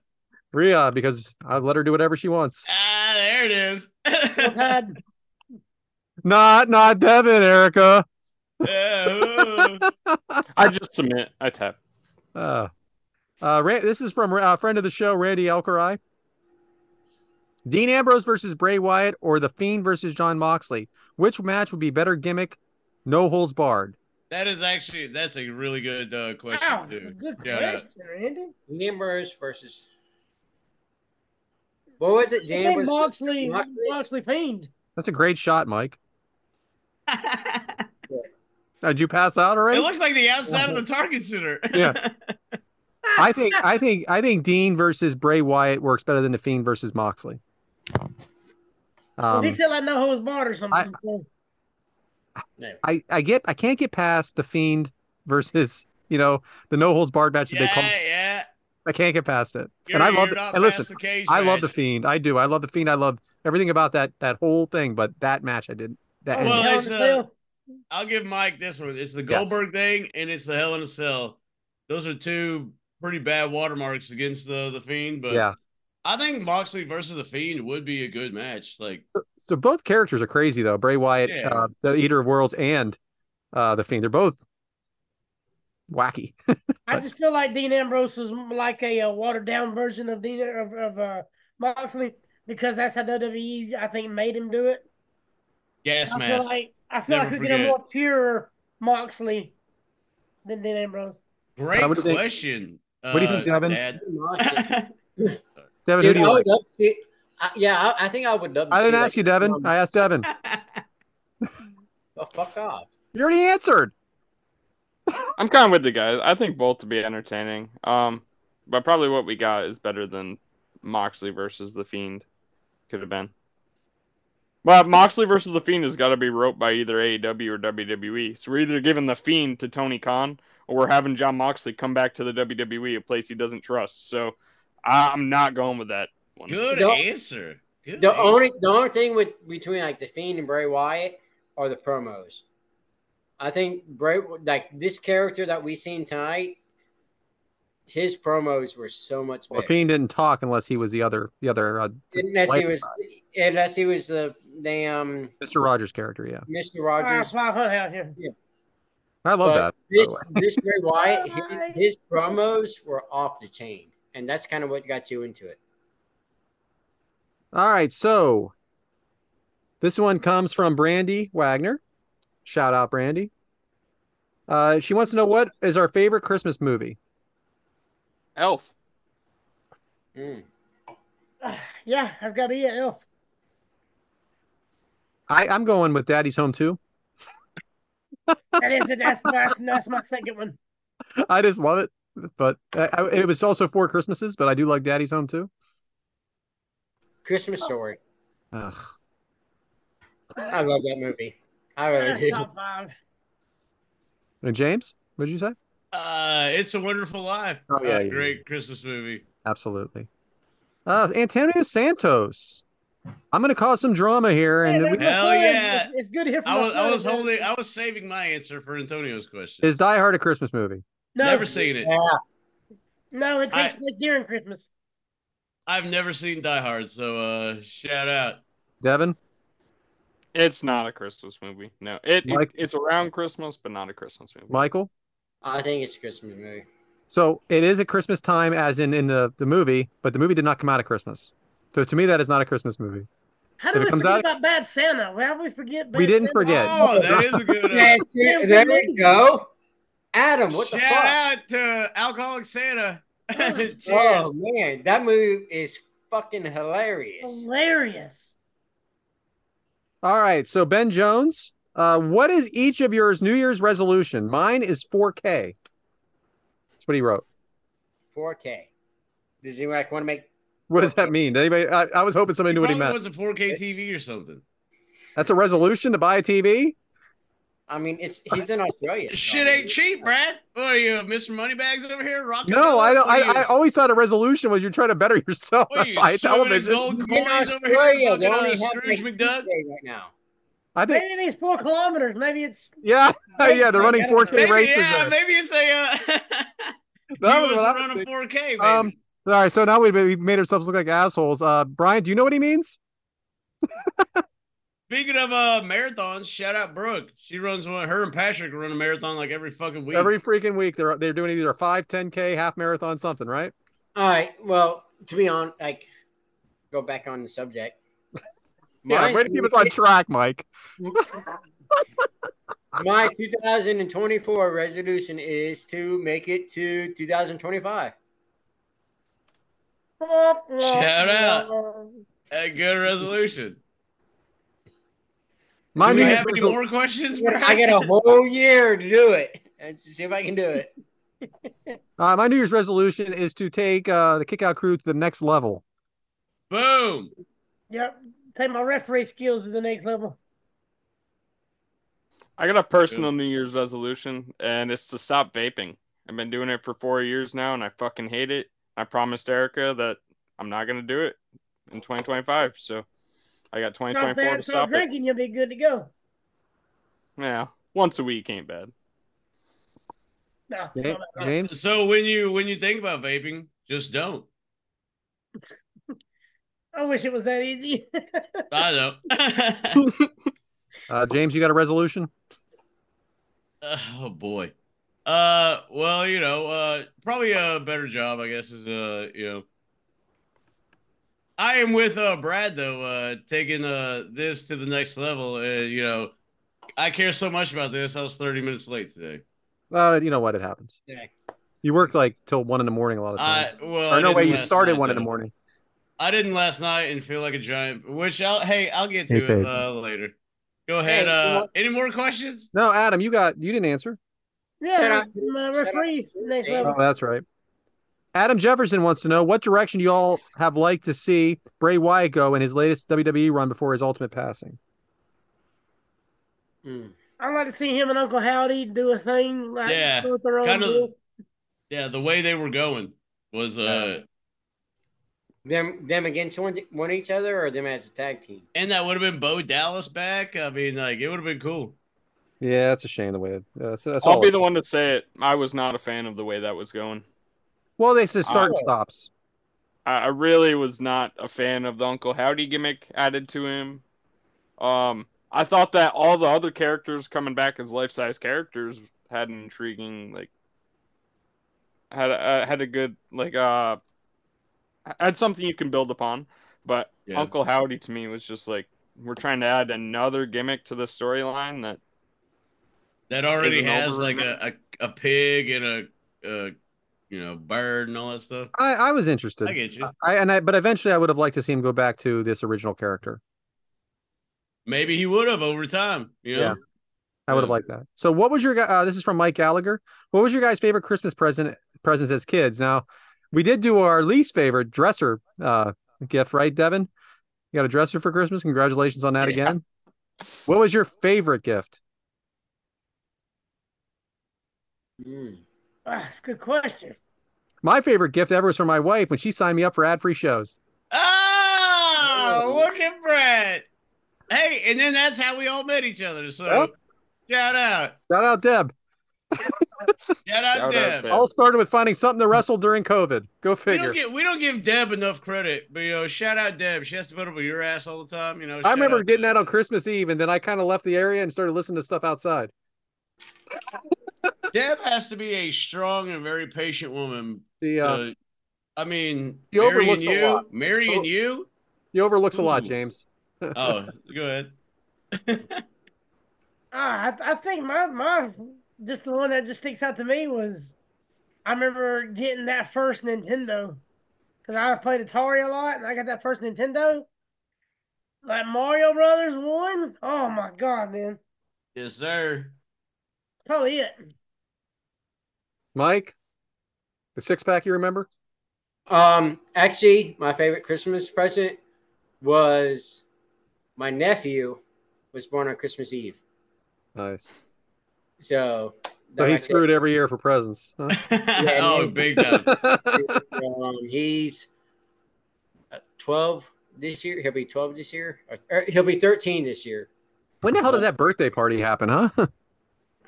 Speaker 2: Rhea, because I've let her do whatever she wants.
Speaker 5: Ah, there it is.
Speaker 1: Had-
Speaker 2: Not, not Devin, Erica.
Speaker 5: Yeah, ooh.
Speaker 4: I just submit. I tap.
Speaker 2: Uh, uh, Ra- this is from a friend of the show, Randy Alkari. Dean Ambrose versus Bray Wyatt or The Fiend versus John Moxley. Which match would be better gimmick? No holds barred.
Speaker 5: that is actually, that's a really good uh, question,
Speaker 1: wow, that's a
Speaker 5: too.
Speaker 1: good
Speaker 5: Shout out.
Speaker 1: question, Andy.
Speaker 3: Ambrose versus what was it?
Speaker 1: I
Speaker 3: Dan
Speaker 1: think
Speaker 3: was
Speaker 1: Moxley, Moxley,
Speaker 3: Moxley?
Speaker 1: Fiend.
Speaker 2: That's a great shot, Mike. Did you pass out already?
Speaker 5: It looks like the outside of the Target Center.
Speaker 2: Uh-huh. Yeah. I think I think I think Dean versus Bray Wyatt works better than The Fiend versus Moxley.
Speaker 1: Well,
Speaker 2: Um,
Speaker 1: he said like no holds barred or something. so-
Speaker 2: I I get I can't get past The Fiend versus you know the no holds barred match that
Speaker 5: yeah,
Speaker 2: they call.
Speaker 5: yeah.
Speaker 2: I can't get past it.
Speaker 5: You're,
Speaker 2: and I love it.
Speaker 5: you're not
Speaker 2: And
Speaker 5: past
Speaker 2: listen,
Speaker 5: the cage
Speaker 2: I love the
Speaker 5: match.
Speaker 2: fiend. I do. I love the fiend. I love everything about that that whole thing. But that match, I didn't. That
Speaker 1: Oh,
Speaker 2: ending.
Speaker 5: Well,
Speaker 1: Hell
Speaker 5: it's,
Speaker 1: in a
Speaker 5: uh,
Speaker 1: Cell.
Speaker 5: I'll give Mike this one. It's the
Speaker 2: Yes.
Speaker 5: Goldberg thing, and it's the Hell in a Cell. Those are two pretty bad watermarks against the the Fiend, but
Speaker 2: yeah.
Speaker 5: I think Moxley versus the Fiend would be a good match. Like,
Speaker 2: So both characters are crazy though. Bray Wyatt,
Speaker 5: Yeah.
Speaker 2: uh, the Eater of Worlds, and uh, the fiend. They're both wacky.
Speaker 1: I just feel like Dean Ambrose was like a, uh watered down version of Dean of, of uh, Moxley because that's how WWE I think made him do it.
Speaker 5: gas
Speaker 1: I feel
Speaker 5: mask.
Speaker 1: like I feel
Speaker 5: Never
Speaker 1: like we get a
Speaker 5: forget.
Speaker 1: more pure Moxley than Dean Ambrose.
Speaker 5: Great
Speaker 2: Uh, what do you think-
Speaker 5: question. uh,
Speaker 2: do you think, Devin?
Speaker 5: Dad.
Speaker 3: Moxley.
Speaker 2: Devin, who
Speaker 3: Dude,
Speaker 2: do
Speaker 3: I
Speaker 2: you like?
Speaker 3: would love to see, I, yeah, I, I think I would love. To
Speaker 2: I didn't
Speaker 3: see,
Speaker 2: ask
Speaker 3: like,
Speaker 2: you, Devin.
Speaker 3: um,
Speaker 2: I asked Devin.
Speaker 3: oh, fuck off.
Speaker 2: You already answered.
Speaker 4: I'm kind of with the guys. I think both to be entertaining. Um, but probably what we got is better than Moxley versus the Fiend could have been. Well, Moxley versus the Fiend has got to be roped by either AEW or WWE. So we're either giving the Fiend to Tony Khan or we're having John Moxley come back to the WWE, a place he doesn't trust. So I- I'm not going with that one.
Speaker 5: Good
Speaker 3: The-
Speaker 5: answer. Good
Speaker 3: The
Speaker 5: answer.
Speaker 3: only the only thing with between like the Fiend and Bray Wyatt are the promos. I think Bray like this character that we seen tonight, his promos were so much
Speaker 2: Well,
Speaker 3: better.
Speaker 2: the fiend didn't talk unless he was the other the other uh,
Speaker 3: unless he
Speaker 2: Wyatt
Speaker 3: was unless he was the damn
Speaker 2: Mr. Rogers character. Yeah,
Speaker 3: Mr.
Speaker 1: Fire,
Speaker 3: Rogers.
Speaker 1: fly, hunt out here.
Speaker 2: I love
Speaker 3: But
Speaker 2: that. by
Speaker 3: This
Speaker 2: the way.
Speaker 3: this Bray Wyatt,
Speaker 1: Alright.
Speaker 3: his, his promos were off the chain, and that's kind of what got you into it.
Speaker 2: All right, so this one comes from Brandy Wagner. Shout out, Brandy. Uh, she wants to know what is our favorite Christmas movie.
Speaker 4: Elf.
Speaker 3: Mm.
Speaker 1: Yeah, I've got to eat an elf.
Speaker 2: I, I'm going with Daddy's Home too.
Speaker 1: That is it. That's my that's my second one.
Speaker 2: I just love it. But I, I, it was also four Christmases. But I do like Daddy's Home too.
Speaker 3: Christmas Story.
Speaker 2: Ugh.
Speaker 3: I love that movie. I really
Speaker 1: That's
Speaker 3: do.
Speaker 1: top five.
Speaker 2: And James, what did you say?
Speaker 5: Uh, it's a Wonderful Life.
Speaker 2: Oh, yeah,
Speaker 5: Uh,
Speaker 2: yeah.
Speaker 5: great Christmas movie.
Speaker 2: Absolutely. Uh, Antonio Santos. I'm going to cause some drama here,
Speaker 1: Hey,
Speaker 2: and
Speaker 1: there
Speaker 2: we-
Speaker 1: we go.
Speaker 5: Hell
Speaker 1: Fun.
Speaker 5: yeah.
Speaker 1: It's, it's good to hear from
Speaker 5: I
Speaker 1: my
Speaker 5: was I
Speaker 1: friends.
Speaker 5: was holding I was saving my answer for Antonio's question.
Speaker 2: is Die Hard a Christmas movie?
Speaker 1: no,
Speaker 5: Never seen it.
Speaker 3: Yeah.
Speaker 1: No, it takes
Speaker 5: I-
Speaker 1: place during Christmas.
Speaker 5: I've never seen Die Hard, so uh, shout out.
Speaker 2: Devin,
Speaker 4: It's not a Christmas movie. No, it, it-
Speaker 2: Mike-
Speaker 4: it's around Christmas, but not a Christmas movie.
Speaker 2: Michael.
Speaker 3: I think it's a Christmas movie.
Speaker 2: So it is at Christmas time, as in in the, the movie, but the movie did not come out at Christmas. So to me, that is not a Christmas movie.
Speaker 1: How did
Speaker 2: If it
Speaker 1: we
Speaker 2: comes
Speaker 1: forget
Speaker 2: out-
Speaker 1: about Bad Santa? How did we forget? Bad
Speaker 2: We didn't
Speaker 1: Santa?
Speaker 2: forget.
Speaker 5: Oh, that is a good. Uh,
Speaker 3: That's it. There we go. Adam, what the
Speaker 5: shout
Speaker 3: fuck?
Speaker 5: out to Alcoholic Santa. Cheers.
Speaker 3: Oh man, that movie is fucking hilarious.
Speaker 1: Hilarious.
Speaker 2: All right. So Ben Jones, uh, what is each of yours New Year's resolution? Mine is 4K. That's what he wrote.
Speaker 3: 4K. Does anyone like, want to make?
Speaker 2: What does that mean? Did Anybody? I, I was hoping somebody knew what he
Speaker 5: Probably
Speaker 2: meant.
Speaker 5: was a 4K TV or something.
Speaker 2: That's a resolution to buy a TV.
Speaker 3: I mean, it's he's in Australia. so-
Speaker 5: Shit ain't cheap, Brad. What are you, Mr. Moneybags over here? Rocking
Speaker 2: No, I don't.
Speaker 5: What
Speaker 2: I,
Speaker 5: are
Speaker 2: I
Speaker 5: you-
Speaker 2: always thought a resolution was you're trying to better yourself.
Speaker 5: What are you,
Speaker 2: by
Speaker 5: swimming in
Speaker 2: television.
Speaker 5: gold
Speaker 3: He's in
Speaker 5: coins over here?
Speaker 3: Australia. They
Speaker 5: Fucking,
Speaker 3: only
Speaker 5: uh,
Speaker 3: have
Speaker 5: Scrooge
Speaker 3: like
Speaker 5: McDuck.
Speaker 3: 2K right now.
Speaker 2: I think,
Speaker 1: Maybe it's four kilometers. Maybe it's
Speaker 2: yeah, yeah, they're running 4K
Speaker 1: Maybe,
Speaker 5: Maybe,
Speaker 2: races.
Speaker 5: yeah,
Speaker 2: there.
Speaker 5: maybe it's a. Uh,
Speaker 2: That
Speaker 5: you
Speaker 2: was
Speaker 5: was
Speaker 2: what I was
Speaker 5: running
Speaker 2: thinking.
Speaker 5: 4K, baby.
Speaker 2: Um, All right, so now we we made ourselves look like assholes. Uh, Brian, do you know what he means?
Speaker 5: Speaking of uh, marathons, shout out Brooke. She runs one. Her and Patrick run a marathon like every fucking week.
Speaker 2: Every freaking week they're they're doing either a 5, 10k, half marathon, something, right?
Speaker 3: All right. Well, to be on, like, go back on the subject.
Speaker 2: Yeah, way to keep us on track, Mike.
Speaker 3: my 2024 resolution is to make it to 2025.
Speaker 5: Shout out. a good resolution.
Speaker 2: My
Speaker 5: Do
Speaker 2: New
Speaker 5: we
Speaker 2: Year's
Speaker 5: have any
Speaker 2: resol-
Speaker 5: more questions? Brad?
Speaker 3: I got a whole year to do it. Let's see if I can do it.
Speaker 2: uh, my New Year's resolution is to take uh, the kickout crew to the next level.
Speaker 5: Boom.
Speaker 1: Yep. Take my referee skills to the next level.
Speaker 4: I got a personal New Year's resolution, and it's to stop vaping. I've been doing it for four years now, and I fucking hate it. I promised Erica that I'm not gonna do it in 2025, so I got
Speaker 1: Stop
Speaker 4: 2024
Speaker 1: that,
Speaker 4: to
Speaker 1: stop
Speaker 4: stop it.
Speaker 1: drinking, you'll be good to go.
Speaker 4: Yeah, once a week ain't bad.
Speaker 1: No, no,
Speaker 2: Ja-
Speaker 1: no, no.
Speaker 2: James,
Speaker 5: So when you when you think about vaping, just don't.
Speaker 1: I wish it was that easy.
Speaker 5: I know.
Speaker 2: uh, James, you got a resolution?
Speaker 5: oh boy. Uh, well, you know, uh, probably a better job, I guess, is uh, you know. I am with uh Brad though, uh, taking uh this to the next level. Uh, you know, I care so much about this. I was 30 minutes late today.
Speaker 2: Uh, you know what? It happens.
Speaker 3: Yeah.
Speaker 2: You work like till one in the morning a lot of times.
Speaker 5: I well, Uh, I
Speaker 2: or no
Speaker 5: didn't
Speaker 2: way, you
Speaker 5: last
Speaker 2: started
Speaker 5: night,
Speaker 2: one in
Speaker 5: though.
Speaker 2: the morning.
Speaker 5: I didn't last night and feel like a giant. Which I'll hey, I'll get to
Speaker 2: Hey,
Speaker 5: it
Speaker 2: babe.
Speaker 5: uh, later. Go ahead.
Speaker 3: you
Speaker 5: uh,
Speaker 3: want-
Speaker 5: any more questions?
Speaker 2: No, Adam, you got you didn't answer.
Speaker 3: Shut
Speaker 1: yeah,
Speaker 3: up.
Speaker 1: my
Speaker 3: Shut up.
Speaker 1: referee next
Speaker 2: Oh,
Speaker 1: level.
Speaker 2: that's right. Adam Jefferson wants to know what direction you all have liked to see Bray Wyatt go in his latest WWE run before his ultimate passing.
Speaker 3: Mm.
Speaker 1: I'd like to see him and Uncle Howdy do a thing. Like,
Speaker 5: Yeah,
Speaker 1: go with their own
Speaker 5: kind of-
Speaker 1: deal.
Speaker 5: Yeah, the way they were going was uh,
Speaker 3: Them, them against one, one each other, or them as a tag team.
Speaker 5: and that would have been Bo Dallas back. I mean, like it would have been cool.
Speaker 2: Yeah, that's a shame the way. It, uh, so that's
Speaker 4: I'll
Speaker 2: all.
Speaker 4: be the one to say it. I was not a fan of the way that was going.
Speaker 2: well, they said start and
Speaker 4: Oh.
Speaker 2: stops.
Speaker 4: I, I really was not a fan of the Uncle Howdy gimmick added to him. Um, I thought that all the other characters coming back as life size characters had an intriguing, like, had a, uh, had a good like uh had something you can build upon. But
Speaker 5: Yeah.
Speaker 4: Uncle Howdy to me was just like we're trying to add another gimmick to the storyline that
Speaker 5: That already
Speaker 4: Isn't
Speaker 5: has
Speaker 4: over
Speaker 5: like
Speaker 4: right
Speaker 5: a, a a pig and a, a you know bird and all that stuff.
Speaker 2: I, I was interested.
Speaker 5: I get you.
Speaker 2: I and I, but eventually I would have liked to see him go back to this original character.
Speaker 5: Maybe he would have over time. You know,
Speaker 2: Yeah. I would have
Speaker 5: Yeah.
Speaker 2: liked that. So, what was your guy? Uh, this is from Mike Gallagher. What was your guy's favorite Christmas present presents as kids. Now, we did do our least favorite dresser uh, gift, right, Devin? You got a dresser for Christmas. Congratulations on that
Speaker 4: Yeah.
Speaker 2: again. What was your favorite gift?
Speaker 3: Mm.
Speaker 1: Ah, that's a good question.
Speaker 2: My favorite gift ever was from my wife when she signed me up for ad free shows.
Speaker 5: Oh,
Speaker 3: Oh.
Speaker 5: look at Brett. Hey, and then that's how we all met each other. So
Speaker 2: Yep.
Speaker 5: shout out.
Speaker 2: Shout out, Deb.
Speaker 5: Shout out
Speaker 4: Shout out,
Speaker 5: Deb.
Speaker 4: Deb.
Speaker 2: All started with finding something to wrestle during COVID. Go
Speaker 5: we
Speaker 2: figure.
Speaker 5: don't get we don't give Deb enough credit, but you know, shout out Deb. She has to put up with your ass all the time. You know,
Speaker 2: I
Speaker 5: shout
Speaker 2: remember
Speaker 5: out
Speaker 2: getting
Speaker 5: Deb.
Speaker 2: that on Christmas Eve, and then I kind of left the area and started listening to stuff outside.
Speaker 5: Deb has to be a strong and very patient woman.
Speaker 2: She uh,
Speaker 5: Uh, I mean,
Speaker 2: She
Speaker 5: marrying
Speaker 2: overlooks a
Speaker 5: you,
Speaker 2: lot.
Speaker 5: marrying
Speaker 2: Oh.
Speaker 5: you.
Speaker 2: he overlooks a lot,
Speaker 5: Ooh.
Speaker 2: James.
Speaker 5: Oh, go ahead.
Speaker 1: Ah, I, I think my my just the one that just sticks out to me was I remember getting that first Nintendo because I played Atari a lot and I got that first Nintendo. Like Mario Brothers one. Oh my god, man.
Speaker 5: Yes, sir.
Speaker 1: Probably it.
Speaker 2: Mike, the six pack you remember?
Speaker 3: Um, actually, my favorite Christmas present was my nephew was born on Christmas Eve.
Speaker 2: Nice.
Speaker 3: So,
Speaker 2: So
Speaker 3: that
Speaker 2: Oh, he
Speaker 3: I
Speaker 2: screwed every year for presents. huh?
Speaker 5: oh,
Speaker 3: man.
Speaker 5: big time.
Speaker 3: could- um, he's uh, 12 this year. He'll be 12 this year. Or, or he'll be 13 this year.
Speaker 2: when the hell does that birthday party happen, huh?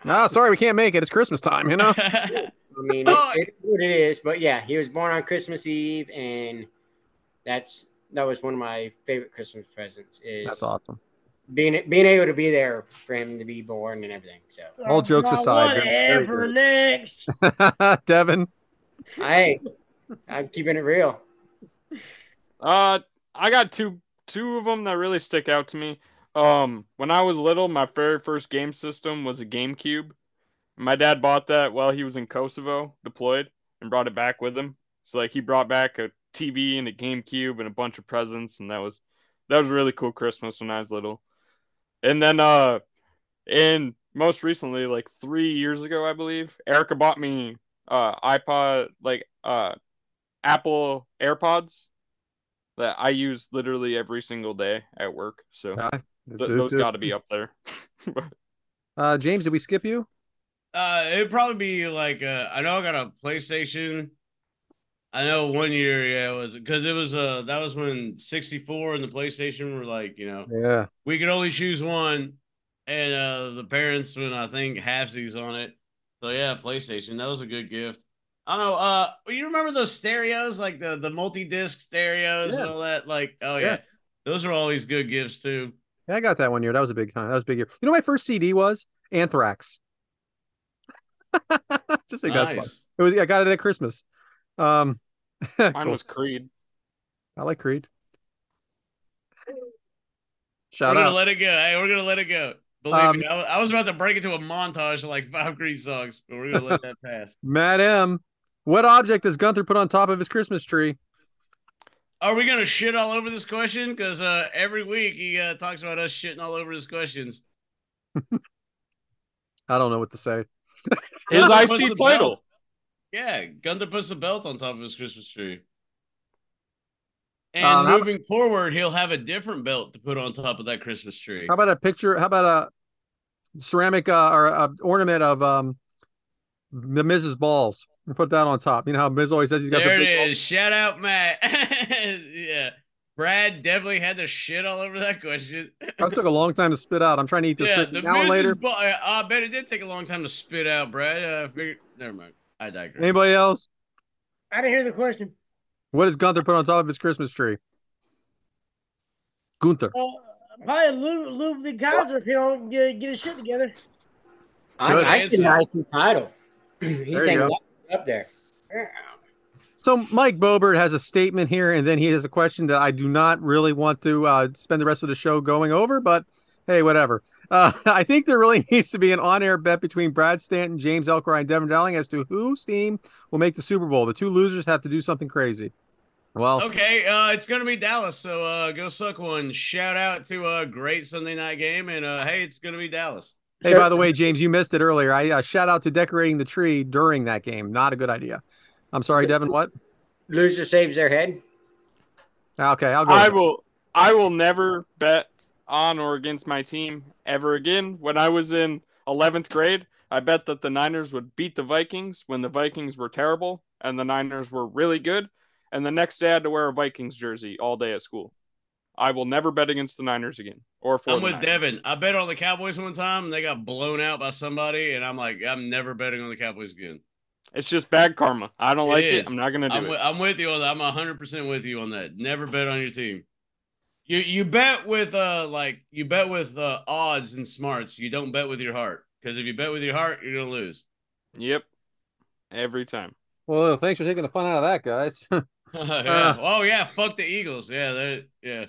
Speaker 2: Ah, sorry, we can't make it. It's Christmas time, you know?
Speaker 3: I mean,
Speaker 5: Oh,
Speaker 3: it's, it's what it is, but yeah, he was born on Christmas Eve, and that's that was one of my favorite Christmas presents. Is
Speaker 2: That's awesome.
Speaker 3: being being able to be there for him to be born and everything. So
Speaker 2: All
Speaker 1: Oh,
Speaker 2: jokes
Speaker 1: God,
Speaker 2: aside, they're very
Speaker 1: Whatever
Speaker 2: good.
Speaker 1: next.
Speaker 2: Devin,
Speaker 3: I I'm keeping it real.
Speaker 4: Uh, I got two two of them that really stick out to me. Um, when I was little, my very first game system was a GameCube. My dad bought that while he was in Kosovo, deployed, and brought it back with him. So like he brought back a TV and a GameCube and a bunch of presents, and that was that was a really cool Christmas when I was little. And then uh, and most recently, like three years ago, I believe, Erica bought me uh iPod like uh Apple AirPods that I use literally every single day at work. So
Speaker 2: Uh,
Speaker 4: th- those got to be up there.
Speaker 2: Uh, James, did we skip you?
Speaker 5: Uh, it'd probably be like uh, I know I got a PlayStation. I know one year, yeah, it was because it was uh that was when 64 and the PlayStation were like, you know,
Speaker 2: Yeah.
Speaker 5: we could only choose one, and uh the parents when I think halfsies on it. So yeah, PlayStation, that was a good gift. I don't know. Uh, you remember those stereos, like the the multi disc stereos and
Speaker 2: Yeah.
Speaker 5: all that? Like, oh
Speaker 2: Yeah.
Speaker 5: yeah, those are always good gifts too.
Speaker 2: Yeah, I got that one year. That was a big time. That was a big year. You know, what my first CD was Anthrax. Just think that's fun.
Speaker 5: Nice.
Speaker 2: It was. I got it at Christmas. Um,
Speaker 4: Mine
Speaker 2: cool.
Speaker 4: was Creed.
Speaker 2: I like Creed.
Speaker 5: We're
Speaker 2: Shout
Speaker 5: gonna
Speaker 2: out.
Speaker 5: let it go. Hey, we're gonna let it go. Believe
Speaker 2: Um,
Speaker 5: me, I, wa- I was about to break into a montage of like five green songs, but we're gonna let that pass.
Speaker 2: Matt M. What object does Gunther put on top of his Christmas tree?
Speaker 5: Are we gonna shit all over this question? Because uh, every week he uh, talks about us shitting all over his questions.
Speaker 2: I don't know what to say.
Speaker 4: His
Speaker 5: Gunther puts
Speaker 4: IC
Speaker 5: the belt-
Speaker 4: title.
Speaker 5: Yeah, Gunther puts the belt on top of his Christmas tree. And
Speaker 2: Um, how-
Speaker 5: moving forward, he'll have a different belt to put on top of that Christmas tree.
Speaker 2: How about a picture? How about a ceramic uh, or a ornament of um the Mrs. Balls? And put that on top. You know how Miz always says he's got
Speaker 5: there
Speaker 2: the
Speaker 5: it
Speaker 2: big balls?
Speaker 5: is. Shout out, Matt. yeah, Brad definitely had to shit all over that question.
Speaker 2: That took a long time to spit out. I'm trying to eat this
Speaker 5: Yeah,
Speaker 2: cookie. an
Speaker 5: the
Speaker 2: hour
Speaker 5: Mrs.
Speaker 2: later.
Speaker 5: Bo- I I bet it did take a long time to spit out, Brad. Uh, I figured. Never mind. I digress.
Speaker 2: Anybody else?
Speaker 1: I didn't hear the question.
Speaker 2: What does Gunther put on top of his Christmas tree? Gunther.
Speaker 1: Uh, probably Lou Lou the Kaiser if he don't get get his shit together.
Speaker 3: I,
Speaker 2: Good
Speaker 3: I see an
Speaker 5: answer.
Speaker 3: IC title. He's
Speaker 2: you
Speaker 3: saying
Speaker 2: go.
Speaker 3: up there.
Speaker 2: So Mike Bobert has a statement here, and then he has a question that I do not really want to uh, spend the rest of the show going over, but hey, whatever. Uh, I think there really needs to be an on-air bet between Brad Stanton, James Elkroy, and Devin Dowling as to whose team will make the Super Bowl. The two losers have to do something crazy. Well,
Speaker 5: Okay, uh, it's gonna be Dallas, so uh, go suck one. Shout out to a great Sunday night game, and uh, hey, it's gonna be Dallas.
Speaker 2: Hey, by the way, James, you missed it earlier. I uh, shout out to decorating the tree during that game. Not a good idea. I'm sorry, Devin. What?
Speaker 3: Loser saves their head.
Speaker 2: Okay, I'll go.
Speaker 4: I
Speaker 2: with
Speaker 4: will I will never bet on or against my team ever again. When I was in 11th grade, I bet that the Niners would beat the Vikings when the Vikings were terrible and the Niners were really good. And the next day I had to wear a Vikings jersey all day at school. I will never bet against the Niners again or for
Speaker 5: I'm
Speaker 4: the
Speaker 5: with
Speaker 4: Niners.
Speaker 5: Devin. I bet on the Cowboys one time. And they got blown out by somebody, and I'm like, I'm never betting on the Cowboys again.
Speaker 4: It's just bad karma. I don't
Speaker 5: It
Speaker 4: like
Speaker 5: is.
Speaker 4: it. I'm not going to do
Speaker 5: I'm
Speaker 4: it.
Speaker 5: with, I'm with you on that. I'm 100 percent with you on that. Never bet on your team. You you bet with uh like you bet with uh, odds and smarts. You don't bet with your heart because if you bet with your heart, you're gonna lose.
Speaker 4: Yep. Every time.
Speaker 2: Well, thanks for taking the fun out of that, guys.
Speaker 4: Uh.
Speaker 5: Yeah. oh yeah, fuck the Eagles. Yeah, they're yeah.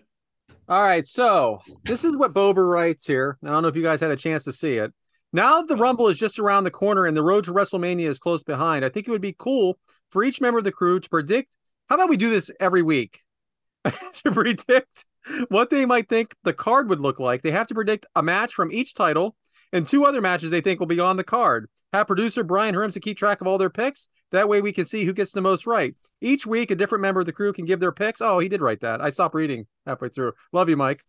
Speaker 2: All right, so this is what Bober writes here. I don't know if you guys had a chance to see it. Now that the Rumble is just around the corner and the road to WrestleMania is close behind, I think it would be cool for each member of the crew to predict. How about we do this every week? to predict what they might think the card would look like. They have to predict a match from each title and two other matches they think will be on the card. Have producer Brian Herms to keep track of all their picks. That way we can see who gets the most right. Each week, a different member of the crew can give their picks. Oh, he did write that. I stopped reading halfway through. Love you, Mike.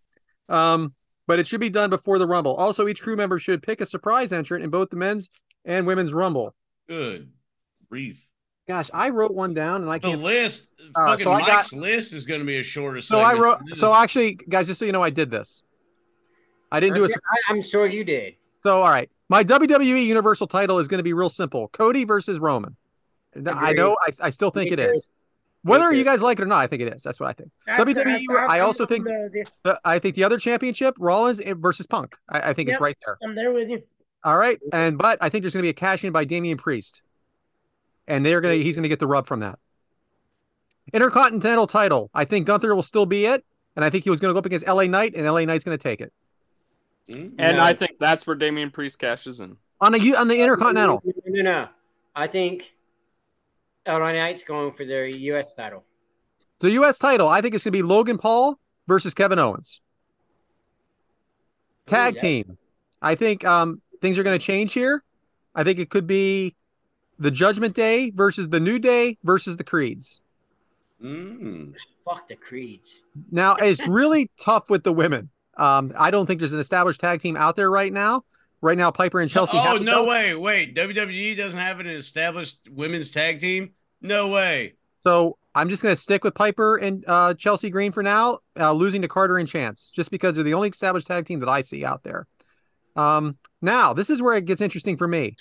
Speaker 2: Um, but it should be done before the Rumble. Also, each crew member should pick a surprise entrant in both the men's and women's Rumble.
Speaker 5: Good grief.
Speaker 2: Gosh, I wrote one down and I
Speaker 5: The
Speaker 2: can't.
Speaker 5: list,
Speaker 2: Uh,
Speaker 5: fucking
Speaker 2: so I got-
Speaker 5: Mike's list is going to be as short as.
Speaker 2: So I wrote. So actually, guys, just so you know, I did this. I didn't do a.
Speaker 3: I, am sure you did.
Speaker 2: So all right, my WWE Universal title is going to be real simple: Cody versus Roman. And I
Speaker 3: Agreed.
Speaker 2: know. I, I still think
Speaker 3: Me
Speaker 2: it
Speaker 3: too.
Speaker 2: is. Whether
Speaker 3: too.
Speaker 2: you guys like it or not, I think it is. That's what I think. WWE, E, I also think-
Speaker 1: the, the,
Speaker 2: Uh, I think the other championship, Rollins eh, versus Punk. I, I think
Speaker 1: Yep.
Speaker 2: it's right there.
Speaker 1: I'm there with you.
Speaker 2: All right, and but I think there's going to be a cash in by Damian Priest, and they're going to he's going to get the rub from that. Intercontinental title. I think Gunther will still be it, and I think he was going to go up against LA Knight, and LA Knight's going to take it
Speaker 5: Mm-hmm.
Speaker 4: And
Speaker 3: No.
Speaker 4: I think that's where Damian Priest cashes in.
Speaker 2: on the on the Intercontinental.
Speaker 3: No, no, no. I think LA Knight's going for their U.S. title.
Speaker 2: The U.S. title. I think it's going to be Logan Paul versus Kevin Owens. Tag
Speaker 3: yeah.
Speaker 2: team. I think um, things are going to change here. I think it could be the Judgment Day versus the New Day versus the Creeds.
Speaker 5: Mm.
Speaker 3: Fuck the creeds.
Speaker 2: Now it's really tough with the women. Um, I don't think there's an established tag team out there right now. Right now, Piper and Chelsea.
Speaker 5: oh
Speaker 2: have-
Speaker 5: no way! Wait, WWE doesn't have an established women's tag team. No way.
Speaker 2: So I'm just going to stick with Piper and uh, Chelsea Green for now, uh, losing to Carter and Chance, just because they're the only established tag team that I see out there. Um, now this is where it gets interesting for me.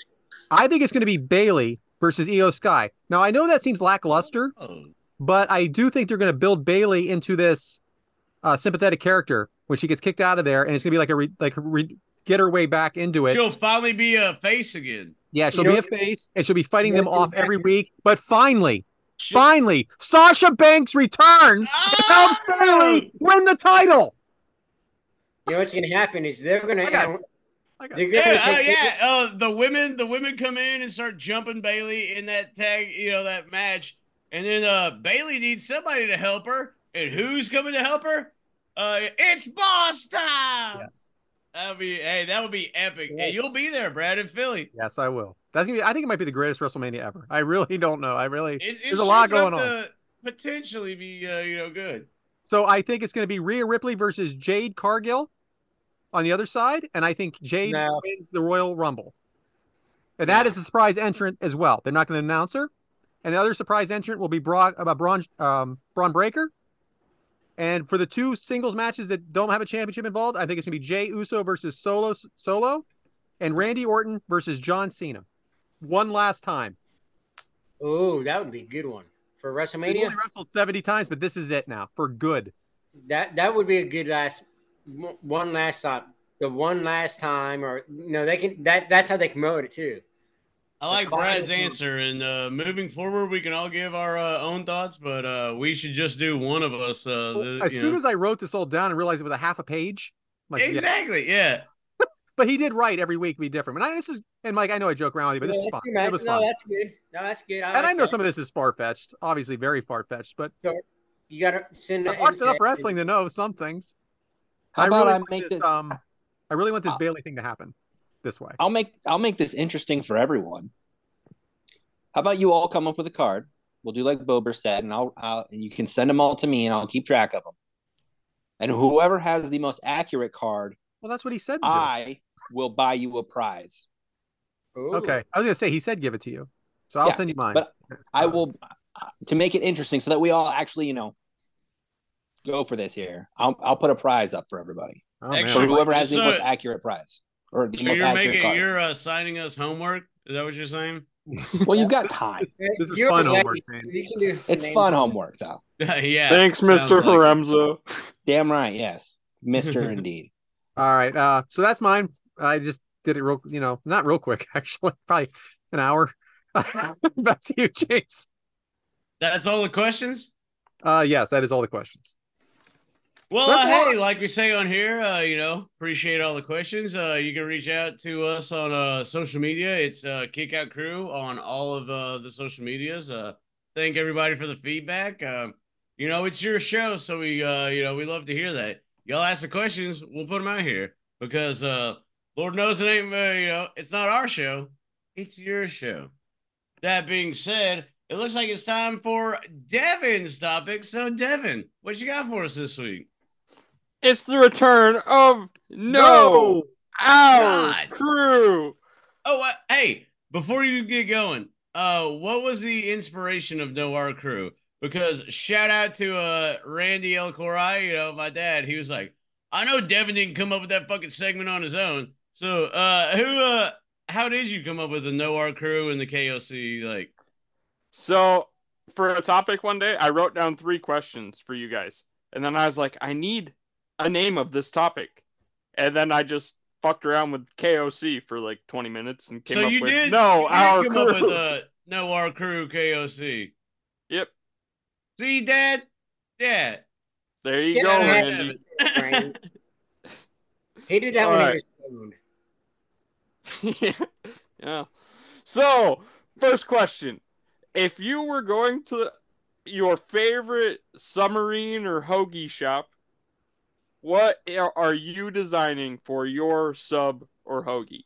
Speaker 2: I think it's going to be Bailey versus Io Sky. Now I know that seems lackluster,
Speaker 5: Oh,
Speaker 2: but I do think they're going to build Bailey into this uh, sympathetic character when she gets kicked out of there, and it's going to be like a re- like a re- get her way back into it.
Speaker 5: she'll finally be a face again.
Speaker 2: yeah, she'll
Speaker 3: You
Speaker 2: be
Speaker 3: know-
Speaker 2: a face, and she'll be fighting
Speaker 3: You
Speaker 2: them
Speaker 3: know-
Speaker 2: off every week. But finally,
Speaker 5: She-
Speaker 2: finally, Sasha Banks returns and helps
Speaker 5: Ah!
Speaker 2: Bailey win the title.
Speaker 3: You know what's going to happen is they're going to.
Speaker 2: I got- I got-
Speaker 3: They're
Speaker 5: Yeah,
Speaker 3: gonna
Speaker 5: oh,
Speaker 3: take-
Speaker 5: yeah. Uh, the women, the women come in and start jumping Bailey in that tag, you know, that match, and then uh, Bailey needs somebody to help her, and who's coming to help her? Uh, it's boss time.
Speaker 2: Yes,
Speaker 5: That'll be hey, that would be epic.
Speaker 3: Yeah.
Speaker 5: And you'll be there, Brad, in Philly.
Speaker 2: yes, I will. That's gonna be. I think it might be the greatest WrestleMania ever. I really don't know. I really.
Speaker 5: It, it
Speaker 2: There's a lot
Speaker 5: shaping up
Speaker 2: going on.
Speaker 5: to Potentially be uh, you know good.
Speaker 2: So I think it's gonna be Rhea Ripley versus Jade Cargill on the other side, and I think Jade
Speaker 3: No.
Speaker 2: wins the Royal Rumble. And that is a surprise entrant as well. They're not going to announce her. And the other surprise entrant will be Bra- uh, Braun, um, Braun Breaker. And for the two singles matches that don't have a championship involved, I think it's going to be Jay Uso versus Solo Solo, and Randy Orton versus John Cena. One last time.
Speaker 3: Oh, that would be a good one for
Speaker 2: They've
Speaker 3: WrestleMania.
Speaker 2: only wrestled seventy times, but this is it now for good.
Speaker 3: That that would be a good last one last stop. The one last time, or no, they can. That that's how they promote it too.
Speaker 5: I like
Speaker 3: The final
Speaker 5: Brad's
Speaker 3: one.
Speaker 5: answer, and uh, moving forward, we can all give our uh, own thoughts, but uh, we should just do one of us. Uh, the,
Speaker 2: as
Speaker 5: you
Speaker 2: soon
Speaker 5: know.
Speaker 2: as I wrote this all down and realized it was a half a page, I'm like, yeah.
Speaker 5: exactly, yeah.
Speaker 2: But he did write every week be different. And I, this is and Mike, I know I joke around with you, but this
Speaker 3: No,
Speaker 2: is fun.
Speaker 3: that's good,
Speaker 2: It was
Speaker 3: no,
Speaker 2: fun.
Speaker 3: that's good. No, that's good.
Speaker 2: And I
Speaker 3: like
Speaker 2: know
Speaker 3: that.
Speaker 2: some of this is far fetched, obviously very far fetched, but
Speaker 3: You gotta send.
Speaker 2: I've
Speaker 3: that
Speaker 2: watched enough
Speaker 3: inside.
Speaker 2: wrestling to know some things.
Speaker 6: How
Speaker 2: I
Speaker 6: about
Speaker 2: really
Speaker 6: I
Speaker 2: want
Speaker 6: make
Speaker 2: this,
Speaker 6: this-
Speaker 2: um I really want this
Speaker 6: Uh,
Speaker 2: Bailey thing to happen. this way.
Speaker 6: I'll make I'll make this interesting for everyone. How about you all come up with a card? We'll do like Bober said, and I'll, I'll and you can send them all to me, and I'll keep track of them. And whoever has the most accurate card,
Speaker 2: Well, that's what he said. Joe.
Speaker 6: I will buy you a prize.
Speaker 3: Ooh.
Speaker 2: okay. I was gonna say he said give it to you, so I'll
Speaker 6: Yeah,
Speaker 2: send you mine.
Speaker 6: but I will to make it interesting so that we all actually, you know, go for this here. I'll I'll put a prize up for everybody.
Speaker 2: Oh, man.
Speaker 6: For
Speaker 5: Actually-
Speaker 6: whoever has the
Speaker 5: So-
Speaker 6: most accurate prize or the
Speaker 5: So
Speaker 6: most
Speaker 5: you're
Speaker 6: accurate
Speaker 5: making
Speaker 6: card.
Speaker 5: you're uh, signing us homework. Is that what you're saying?
Speaker 6: Well, you've got time.
Speaker 2: This is
Speaker 3: You're
Speaker 2: fun
Speaker 3: right.
Speaker 2: homework, man.
Speaker 3: You can do some
Speaker 6: It's
Speaker 3: name-
Speaker 6: fun homework though.
Speaker 5: yeah.
Speaker 4: Thanks,
Speaker 5: sounds
Speaker 4: Mr.
Speaker 5: like it.
Speaker 4: Haremza.
Speaker 6: Damn right, yes. Mr. Indeed.
Speaker 2: All right. Uh, so that's mine. I just did it real, you know, not real quick actually, probably an hour. Back to you, James.
Speaker 5: That's all the questions.
Speaker 2: Uh, yes, that is all the questions.
Speaker 5: Well,
Speaker 2: That's
Speaker 5: uh,
Speaker 2: a
Speaker 5: hey, like we say on here, uh, you know, appreciate all the questions. Uh, you can reach out to us on uh, social media. It's uh, Kick Out Crew on all of uh, the social medias. Uh, thank everybody for the feedback. Um, you know, it's your show, so we, uh, you know, we love to hear that. Y'all ask the questions, we'll put them out here because uh, Lord knows it ain't, uh, you know, it's not our show, it's your show. That being said, it looks like it's time for Devin's topic. So, Devin, what you got for us this week?
Speaker 4: It's the return of No, Our
Speaker 5: God.
Speaker 4: Crew.
Speaker 5: Oh, uh, hey, before you get going, uh, what was the inspiration of No Our Crew? Because shout out to uh Randy El Corai, you know, my dad, he was like, I know Devin didn't come up with that fucking segment on his own. So, uh, who, uh, how did you come up with the No Our Crew and the KOC? Like,
Speaker 4: So, for a topic one day, I wrote down three questions for you guys. And then I was like, I need a name of this topic. And then I just fucked around with KOC for like 20 minutes and came
Speaker 5: so
Speaker 4: up
Speaker 5: you
Speaker 4: with
Speaker 5: did,
Speaker 4: No,
Speaker 5: you did
Speaker 4: Our
Speaker 5: come
Speaker 4: Crew.
Speaker 5: up with uh, No Our Crew KOC.
Speaker 4: Yep.
Speaker 5: See, dad, yeah,
Speaker 4: There you
Speaker 3: Yeah,
Speaker 4: go,
Speaker 3: I had
Speaker 4: Oh, Randy.
Speaker 3: Frank. He did that
Speaker 4: All
Speaker 3: when
Speaker 4: right.
Speaker 3: he was stoned.
Speaker 4: yeah. yeah. So, first question. If you were going to your favorite submarine or hoagie shop, what are are you designing for your sub or hoagie?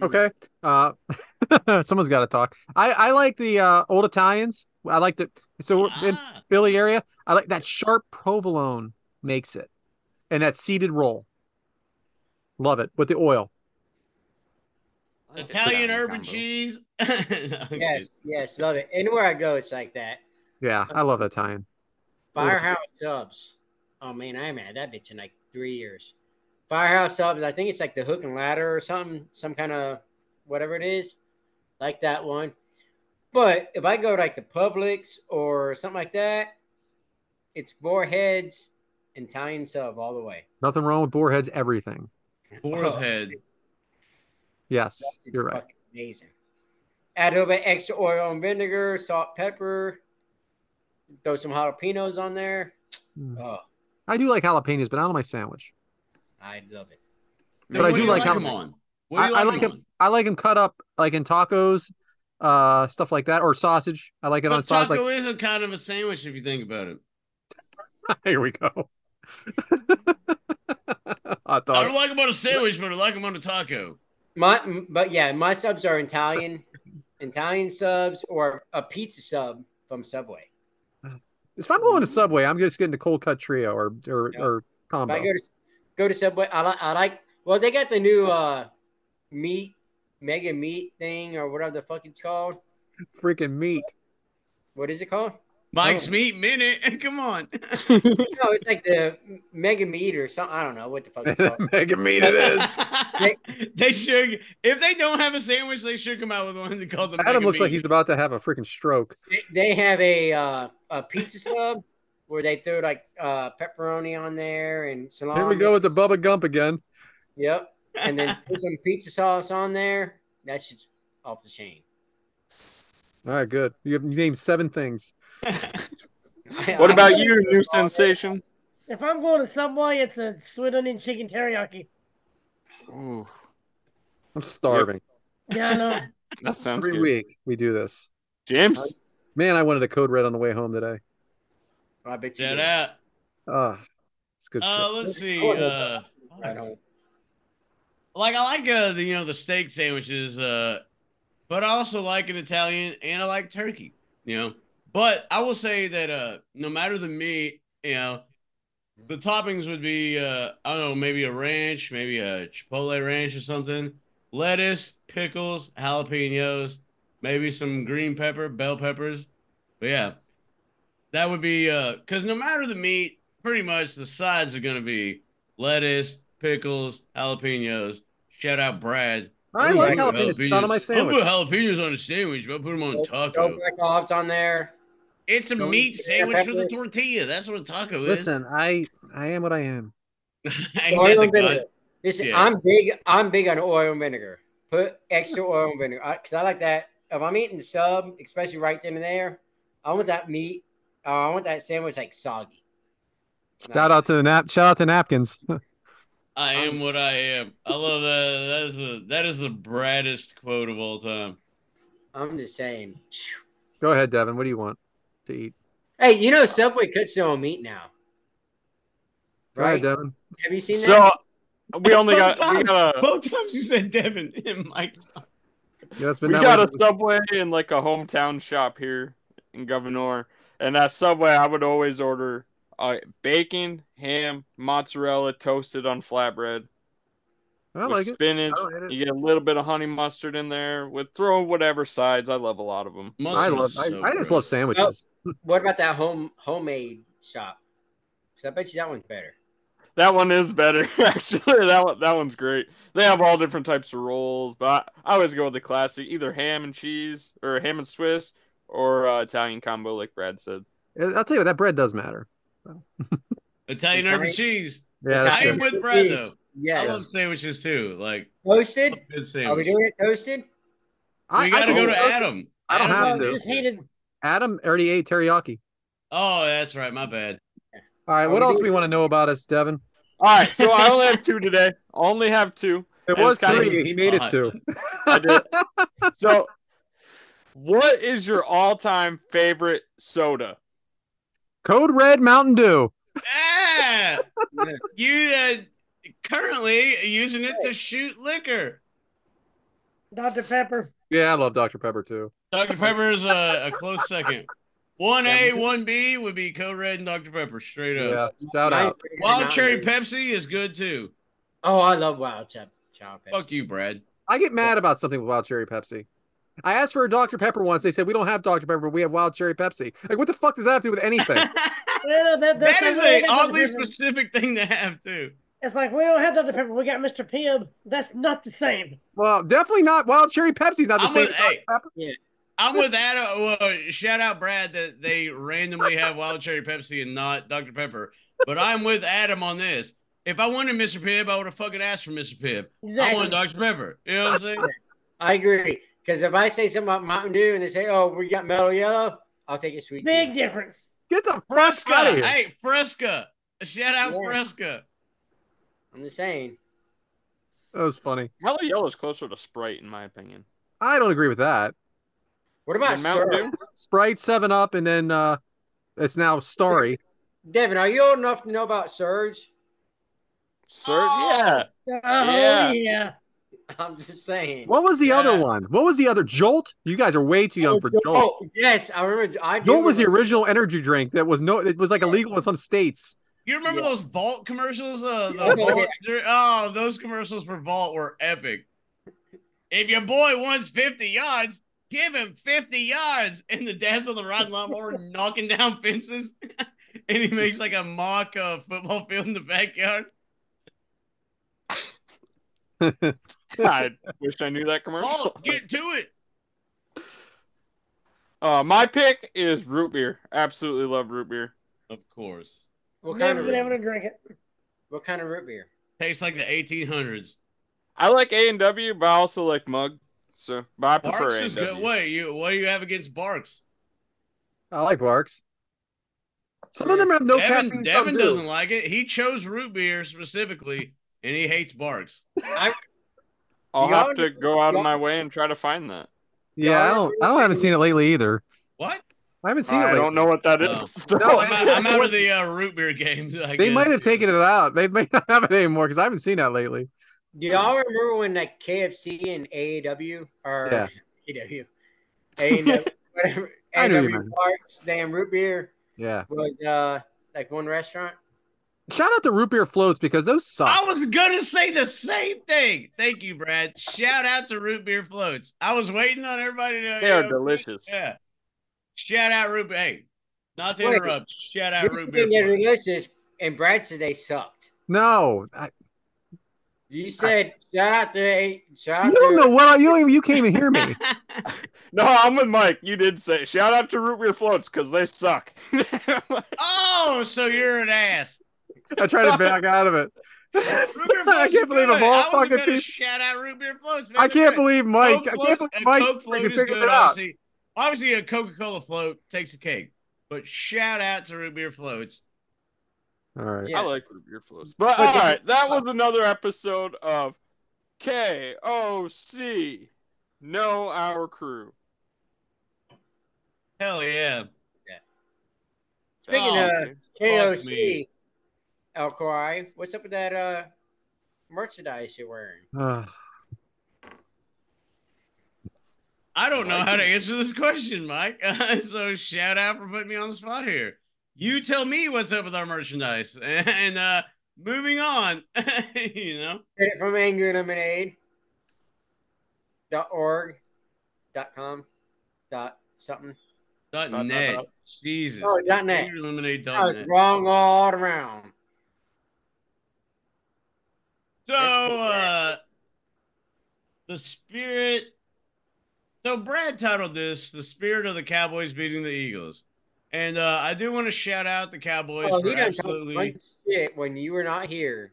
Speaker 2: Okay. Uh, someone's got to talk. I I like the uh, old Italians. I like the so in
Speaker 5: Ah.
Speaker 2: Philly area. I like that sharp provolone makes it, and that seeded roll. Love it with the oil.
Speaker 4: Italian
Speaker 5: Italian urban
Speaker 4: combo.
Speaker 5: cheese. Okay.
Speaker 3: Yes, yes, love it. Anywhere I go, it's like that.
Speaker 2: Yeah, I love Italian. Old Italian.
Speaker 3: Firehouse subs. Oh man, I haven't had that bitch in like three years. Firehouse subs. I think it's like the hook and ladder or something, some kind of whatever it is, like that one. But if I go to like the Publix or something like that, it's Boarheads and Italian sub all the way.
Speaker 2: Nothing wrong with boar heads. Everything.
Speaker 5: Boar's
Speaker 3: Oh,
Speaker 5: head.
Speaker 2: Yes,
Speaker 3: that's
Speaker 2: you're right.
Speaker 3: fucking Amazing. Add a little bit extra oil and vinegar, salt, pepper. Throw some jalapenos on there.
Speaker 2: Mm.
Speaker 3: Oh,
Speaker 2: I do like jalapenos, but not on my sandwich.
Speaker 3: I love it.
Speaker 2: But I
Speaker 5: what
Speaker 2: do
Speaker 5: you
Speaker 2: like how-
Speaker 5: them on. What do you
Speaker 2: I- I
Speaker 5: like,
Speaker 2: like
Speaker 5: them on?
Speaker 2: I like them cut up like in tacos, uh, stuff like that, or sausage. I like it
Speaker 5: But
Speaker 2: on sausage.
Speaker 5: taco
Speaker 2: Like,
Speaker 5: is a kind of a sandwich if you think about it.
Speaker 2: here we go. Hot
Speaker 5: I
Speaker 2: dog.
Speaker 5: don't like them on a sandwich, but I like them on a taco.
Speaker 3: My, m- but yeah, my subs are Italian, Italian subs or a pizza sub from Subway.
Speaker 2: If I'm going to Subway, I'm just getting the cold cut trio or or,
Speaker 3: Yeah.
Speaker 2: or
Speaker 3: If
Speaker 2: combo.
Speaker 3: I go to go to Subway, I like I like. Well, they got the new uh meat mega meat thing or whatever the fuck it's called.
Speaker 2: Freaking meat.
Speaker 3: What is it called?
Speaker 5: Mike's Meat Minute. Come on.
Speaker 3: No, it's like the mega meat or something. I don't know what the fuck it's called.
Speaker 2: Mega meat
Speaker 5: they should. If they don't have a sandwich, they should come out with one called the.
Speaker 2: Adam
Speaker 5: Mega
Speaker 2: looks like
Speaker 5: Meat.
Speaker 2: he's about to have a freaking stroke.
Speaker 3: They, they have a uh, a pizza sub where they throw like uh pepperoni on there and salami.
Speaker 2: Here we go with the Bubba Gump again.
Speaker 3: Yep, and then put some pizza sauce on there. That's just off the chain.
Speaker 2: All right, good. You, have, you named seven things.
Speaker 4: What about you, new sensation?
Speaker 1: If I'm going to Subway, it's a sweet onion chicken teriyaki.
Speaker 4: Ooh,
Speaker 2: I'm starving.
Speaker 1: Yeah, I know.
Speaker 4: that sounds
Speaker 2: Every
Speaker 4: good.
Speaker 2: week we do this.
Speaker 4: James?
Speaker 2: Man, I wanted a code red on the way home today.
Speaker 3: I bet you.
Speaker 5: Shout
Speaker 3: did.
Speaker 5: out.
Speaker 2: Ah, it's good.
Speaker 5: Uh,
Speaker 2: shit.
Speaker 5: let's see. Uh,
Speaker 3: at home.
Speaker 5: Like I like uh, the you know the steak sandwiches, uh, but I also like an Italian and I like turkey. You know, but I will say that uh, no matter the meat, you know, the toppings would be uh, I don't know maybe a ranch, maybe a chipotle ranch or something, lettuce, pickles, jalapenos, maybe some green pepper, bell peppers. But yeah, that would be because no matter the meat, pretty much the sides are gonna be lettuce, pickles, jalapenos. Shout out Brad.
Speaker 2: I
Speaker 5: Ooh,
Speaker 2: like
Speaker 5: I love
Speaker 2: jalapenos. It's not on my
Speaker 5: I'll put
Speaker 2: sandwich.
Speaker 5: jalapenos on a sandwich, but I'll put them on a
Speaker 3: Throw
Speaker 5: taco.
Speaker 3: black olives on there.
Speaker 5: It's a
Speaker 3: Don't
Speaker 5: meat
Speaker 3: care,
Speaker 5: sandwich with a
Speaker 3: pepper.
Speaker 5: tortilla. That's what a taco
Speaker 2: Listen, I I am what I am.
Speaker 5: is. I ain't
Speaker 3: Oil
Speaker 5: that the
Speaker 3: and vinegar.
Speaker 5: gut?
Speaker 3: Listen,
Speaker 5: Yeah.
Speaker 3: I'm big. I'm big on oil and vinegar. Put extra oil and vinegar because I like that. If I'm eating sub, especially right then and there, I want that meat. Uh, I want that sandwich like soggy.
Speaker 2: Shout out to the nap. Shout out to napkins.
Speaker 5: I am what I am. I love that. That is a, that is the Bradest quote of all time.
Speaker 3: I'm just saying.
Speaker 2: Go ahead, Devin. What do you want to eat?
Speaker 3: Hey, you know Subway cuts their own meat now,
Speaker 2: Go ahead,
Speaker 3: right?
Speaker 2: Devin.
Speaker 3: Have you seen
Speaker 4: So
Speaker 3: that?
Speaker 4: we only
Speaker 5: Both
Speaker 4: got we
Speaker 5: times-
Speaker 4: got a
Speaker 5: Both times you said Devin and Mike.
Speaker 2: Yeah, that's been
Speaker 4: we
Speaker 2: that
Speaker 4: got
Speaker 2: way
Speaker 4: a Subway in like a hometown shop here in Governor, and that Subway I would always order uh, bacon, ham, mozzarella toasted on flatbread
Speaker 2: I
Speaker 4: with
Speaker 2: like it.
Speaker 4: spinach.
Speaker 2: I don't hate it.
Speaker 4: You get a little bit of honey mustard in there with throw whatever sides. I love a lot of them.
Speaker 2: I
Speaker 5: Mustard's
Speaker 2: love. I,
Speaker 5: so
Speaker 2: I just
Speaker 5: gross.
Speaker 2: love sandwiches.
Speaker 3: What about that home homemade shop? 'Cause I bet you that one's better.
Speaker 4: That one is better actually. That one, that one's great. They have all different types of rolls, but I, I always go with the classic, either ham and cheese or ham and Swiss or uh, Italian combo, like Brad said.
Speaker 2: I'll tell you what, that bread does matter.
Speaker 5: Italian herb and cheese.
Speaker 2: Yeah, that's
Speaker 5: I am
Speaker 2: good.
Speaker 5: with Brad though. I love
Speaker 3: Yes.
Speaker 5: sandwiches too. Like
Speaker 3: Toasted?
Speaker 5: good
Speaker 3: Are we
Speaker 5: sandwich.
Speaker 3: doing it toasted?
Speaker 5: We gotta
Speaker 2: can-
Speaker 5: go to Adam.
Speaker 2: I don't
Speaker 5: Adam
Speaker 2: have
Speaker 5: did
Speaker 2: to.
Speaker 5: it.
Speaker 1: Just hated
Speaker 2: Adam already ate teriyaki.
Speaker 5: Oh, that's right. My bad.
Speaker 2: All right,
Speaker 3: Are
Speaker 2: what
Speaker 3: we
Speaker 2: else
Speaker 3: doing-
Speaker 2: do we want to know about us, Devin?
Speaker 4: All right, so I only have two today. Only have two.
Speaker 2: It
Speaker 4: It's
Speaker 2: was
Speaker 4: kinda-
Speaker 2: three. He made it two.
Speaker 4: I did. So, what is your all-time favorite soda?
Speaker 2: Code Red Mountain Dew.
Speaker 5: Ah, you uh, currently using it to shoot liquor.
Speaker 1: Dr. Pepper.
Speaker 2: Yeah, I love Dr. Pepper too.
Speaker 5: Dr. Pepper is a, a close second. One A, one B would be Code Red and Dr. Pepper, straight
Speaker 2: Yeah,
Speaker 5: up.
Speaker 2: shout out.
Speaker 3: Mine's pretty good,
Speaker 5: Wild
Speaker 3: Mountain
Speaker 5: Cherry
Speaker 3: Dew.
Speaker 5: Pepsi is good too.
Speaker 3: Oh, I love wild chip. Child Pepsi.
Speaker 5: Fuck you, Brad.
Speaker 2: I get mad about something with Wild Cherry Pepsi. I asked for a Dr. Pepper once. They said we don't have Dr. Pepper, we have Wild Cherry Pepsi. Like, what the fuck does that have to do with anything?
Speaker 1: Well, that, that's
Speaker 5: That is
Speaker 1: like, we
Speaker 5: a
Speaker 1: don't have Dr.
Speaker 5: oddly
Speaker 1: Pepper.
Speaker 5: specific thing to have too.
Speaker 1: It's like we don't have Dr. Pepper. We got Mr. Pibb. That's not the same.
Speaker 2: well, definitely not. Wild Cherry Pepsi's not the
Speaker 5: I'm
Speaker 2: same.
Speaker 5: with,
Speaker 2: as Dr.
Speaker 5: hey,
Speaker 2: Pepper.
Speaker 5: I'm with Adam. Well, shout out Brad that they randomly have Wild Cherry Pepsi and not Dr. Pepper. But I'm with Adam on this. If I wanted Mr. Pibb, I would have fucking asked for Mr. Pibb. I
Speaker 1: Exactly.
Speaker 5: want Dr. Pepper. You know what I'm saying?
Speaker 3: I agree. Because if I say something about Mountain Dew and they say, oh, we got mellow yellow, I'll take a sweet
Speaker 1: Big
Speaker 3: tea.
Speaker 1: difference.
Speaker 2: Get the fuck out of here.
Speaker 5: Hey, Fresca. Shout out
Speaker 3: Yeah.
Speaker 5: Fresca.
Speaker 3: I'm just saying.
Speaker 2: That was funny.
Speaker 4: Mellow Yellow is closer to Sprite, in my opinion.
Speaker 2: I don't agree with that.
Speaker 3: What about
Speaker 4: The Mountain
Speaker 3: syrup?
Speaker 4: Dew?
Speaker 2: Sprite Seven Up, and then uh it's now Starry.
Speaker 3: Devin, are you old enough to know about Surge?
Speaker 4: Sir, yeah.
Speaker 1: Oh,
Speaker 4: Yeah.
Speaker 1: yeah.
Speaker 3: I'm just saying.
Speaker 2: What was the
Speaker 5: Yeah.
Speaker 2: other one? What was the other Jolt? You guys are way too young for Jolt.
Speaker 3: Oh, yes. I remember. I do
Speaker 2: Jolt was the
Speaker 3: remember-
Speaker 2: original energy drink that was no, it was like illegal in some states.
Speaker 5: You remember
Speaker 3: Yeah.
Speaker 5: those Vault commercials? Uh, the
Speaker 3: Yeah.
Speaker 5: Vault, oh, those commercials for Vault were epic. If your boy wants 50 yards, give him 50 yards. And the dad's on the ride lawnmower knocking down fences. and he makes like a mock uh, football field in the backyard.
Speaker 4: I wish I knew that commercial.
Speaker 5: Vault, get to it.
Speaker 4: Uh, my pick is root beer. Absolutely love root beer.
Speaker 5: Of course.
Speaker 3: What kind
Speaker 1: Never
Speaker 3: of
Speaker 1: been able
Speaker 3: root,
Speaker 1: to drink it.
Speaker 3: what kind of root beer?
Speaker 5: Tastes like the 1800s.
Speaker 4: I like A and W, but I also like Mug. So, but I prefer
Speaker 5: Barks
Speaker 4: A
Speaker 5: is
Speaker 4: and
Speaker 5: good.
Speaker 4: W.
Speaker 5: Wait, you, what do you have against Barks?
Speaker 2: I like Barks. Some of them have no
Speaker 5: Devin,
Speaker 2: caffeine.
Speaker 5: Devin
Speaker 2: some do.
Speaker 5: doesn't like it. He chose root beer specifically, and he hates Barks.
Speaker 4: I'll
Speaker 3: Y'all-
Speaker 4: have to go out
Speaker 3: y'all-
Speaker 4: of my way and try to find that.
Speaker 2: Yeah, I
Speaker 3: Y'all
Speaker 2: don't.
Speaker 3: agree
Speaker 2: I don't.
Speaker 3: with
Speaker 2: haven't
Speaker 3: me?
Speaker 2: seen it lately either.
Speaker 5: What?
Speaker 2: I haven't seen it.
Speaker 4: I
Speaker 2: lately.
Speaker 4: don't know what that is.
Speaker 5: No.
Speaker 4: so-
Speaker 2: No,
Speaker 5: I'm out, I'm out of the uh, root beer games. I
Speaker 2: Oh, They
Speaker 5: guess.
Speaker 2: might have taken it out. They may not have it anymore because I haven't seen that lately.
Speaker 3: Do y'all remember when like KFC and AAW or E
Speaker 2: Yeah.
Speaker 3: AW, AW, whatever,
Speaker 2: I know you
Speaker 3: AW
Speaker 2: meant.
Speaker 3: E Parks, damn root beer
Speaker 2: Yeah.
Speaker 3: was uh like one restaurant?
Speaker 2: Shout out to root beer floats because those suck.
Speaker 5: I was gonna say the same thing. Thank you, Brad. Shout out to root beer floats. I was waiting on everybody to.
Speaker 4: They
Speaker 5: you
Speaker 4: are
Speaker 5: know,
Speaker 4: delicious.
Speaker 5: Yeah. Shout out root beer. Hey, not to
Speaker 3: Wait.
Speaker 5: interrupt. Shout out
Speaker 3: You're
Speaker 5: root
Speaker 3: saying
Speaker 5: beer.
Speaker 3: they're
Speaker 5: floats.
Speaker 3: delicious, and Brad said they sucked.
Speaker 2: No, I,
Speaker 3: You said shout out to A- shout
Speaker 2: you
Speaker 3: out
Speaker 2: don't
Speaker 3: to
Speaker 2: know what I, you don't even you can't even hear me.
Speaker 4: No, I'm with Mike. You did say shout out to root beer floats because they suck.
Speaker 5: Oh, so you're an ass.
Speaker 2: I try to back out of it.
Speaker 5: Root beer floats
Speaker 2: I
Speaker 5: is
Speaker 2: can't believe
Speaker 5: good.
Speaker 2: of all
Speaker 5: I was
Speaker 2: fucking
Speaker 5: gonna
Speaker 2: people.
Speaker 5: Shout out root beer floats. man.
Speaker 2: I
Speaker 5: They're
Speaker 2: can't
Speaker 5: good.
Speaker 2: believe Mike. I can't
Speaker 5: Coke float-
Speaker 2: believe
Speaker 5: a
Speaker 2: Mike
Speaker 5: Coke float
Speaker 2: fucking
Speaker 5: is
Speaker 2: figured
Speaker 5: good.
Speaker 2: it out.
Speaker 5: Obviously, obviously, a Coca Cola float takes the cake. But shout out to root beer floats.
Speaker 2: All right.
Speaker 3: Yeah.
Speaker 4: I like root beer floats. But
Speaker 3: But
Speaker 4: all
Speaker 3: they-
Speaker 4: right, that was another episode of KOC. Know our crew.
Speaker 5: Hell yeah.
Speaker 3: Speaking
Speaker 4: Oh,
Speaker 3: of-
Speaker 4: okay.
Speaker 3: KOC. El Kawhi, what's up with that uh merchandise you're wearing?
Speaker 2: Ugh.
Speaker 5: I don't know how to answer this question, Mike. so shout out for putting me on the spot here. You tell me what's up with our merchandise, and uh moving on. you know,
Speaker 3: Get it from Angry Lemonade. Dot org. Dot com. Dot something.
Speaker 4: Dot,
Speaker 5: dot
Speaker 4: dot,
Speaker 5: net.
Speaker 4: dot.
Speaker 5: Jesus.
Speaker 3: Oh, dot net.
Speaker 5: Eliminate
Speaker 3: I
Speaker 5: dot
Speaker 3: was
Speaker 5: net.
Speaker 3: wrong all around.
Speaker 5: So uh the spirit so Brad titled this The Spirit of the Cowboys Beating the Eagles. And uh I do want to shout out the Cowboys
Speaker 3: Oh,
Speaker 5: for
Speaker 3: he done talk
Speaker 5: absolutely
Speaker 3: one shit when you were not here.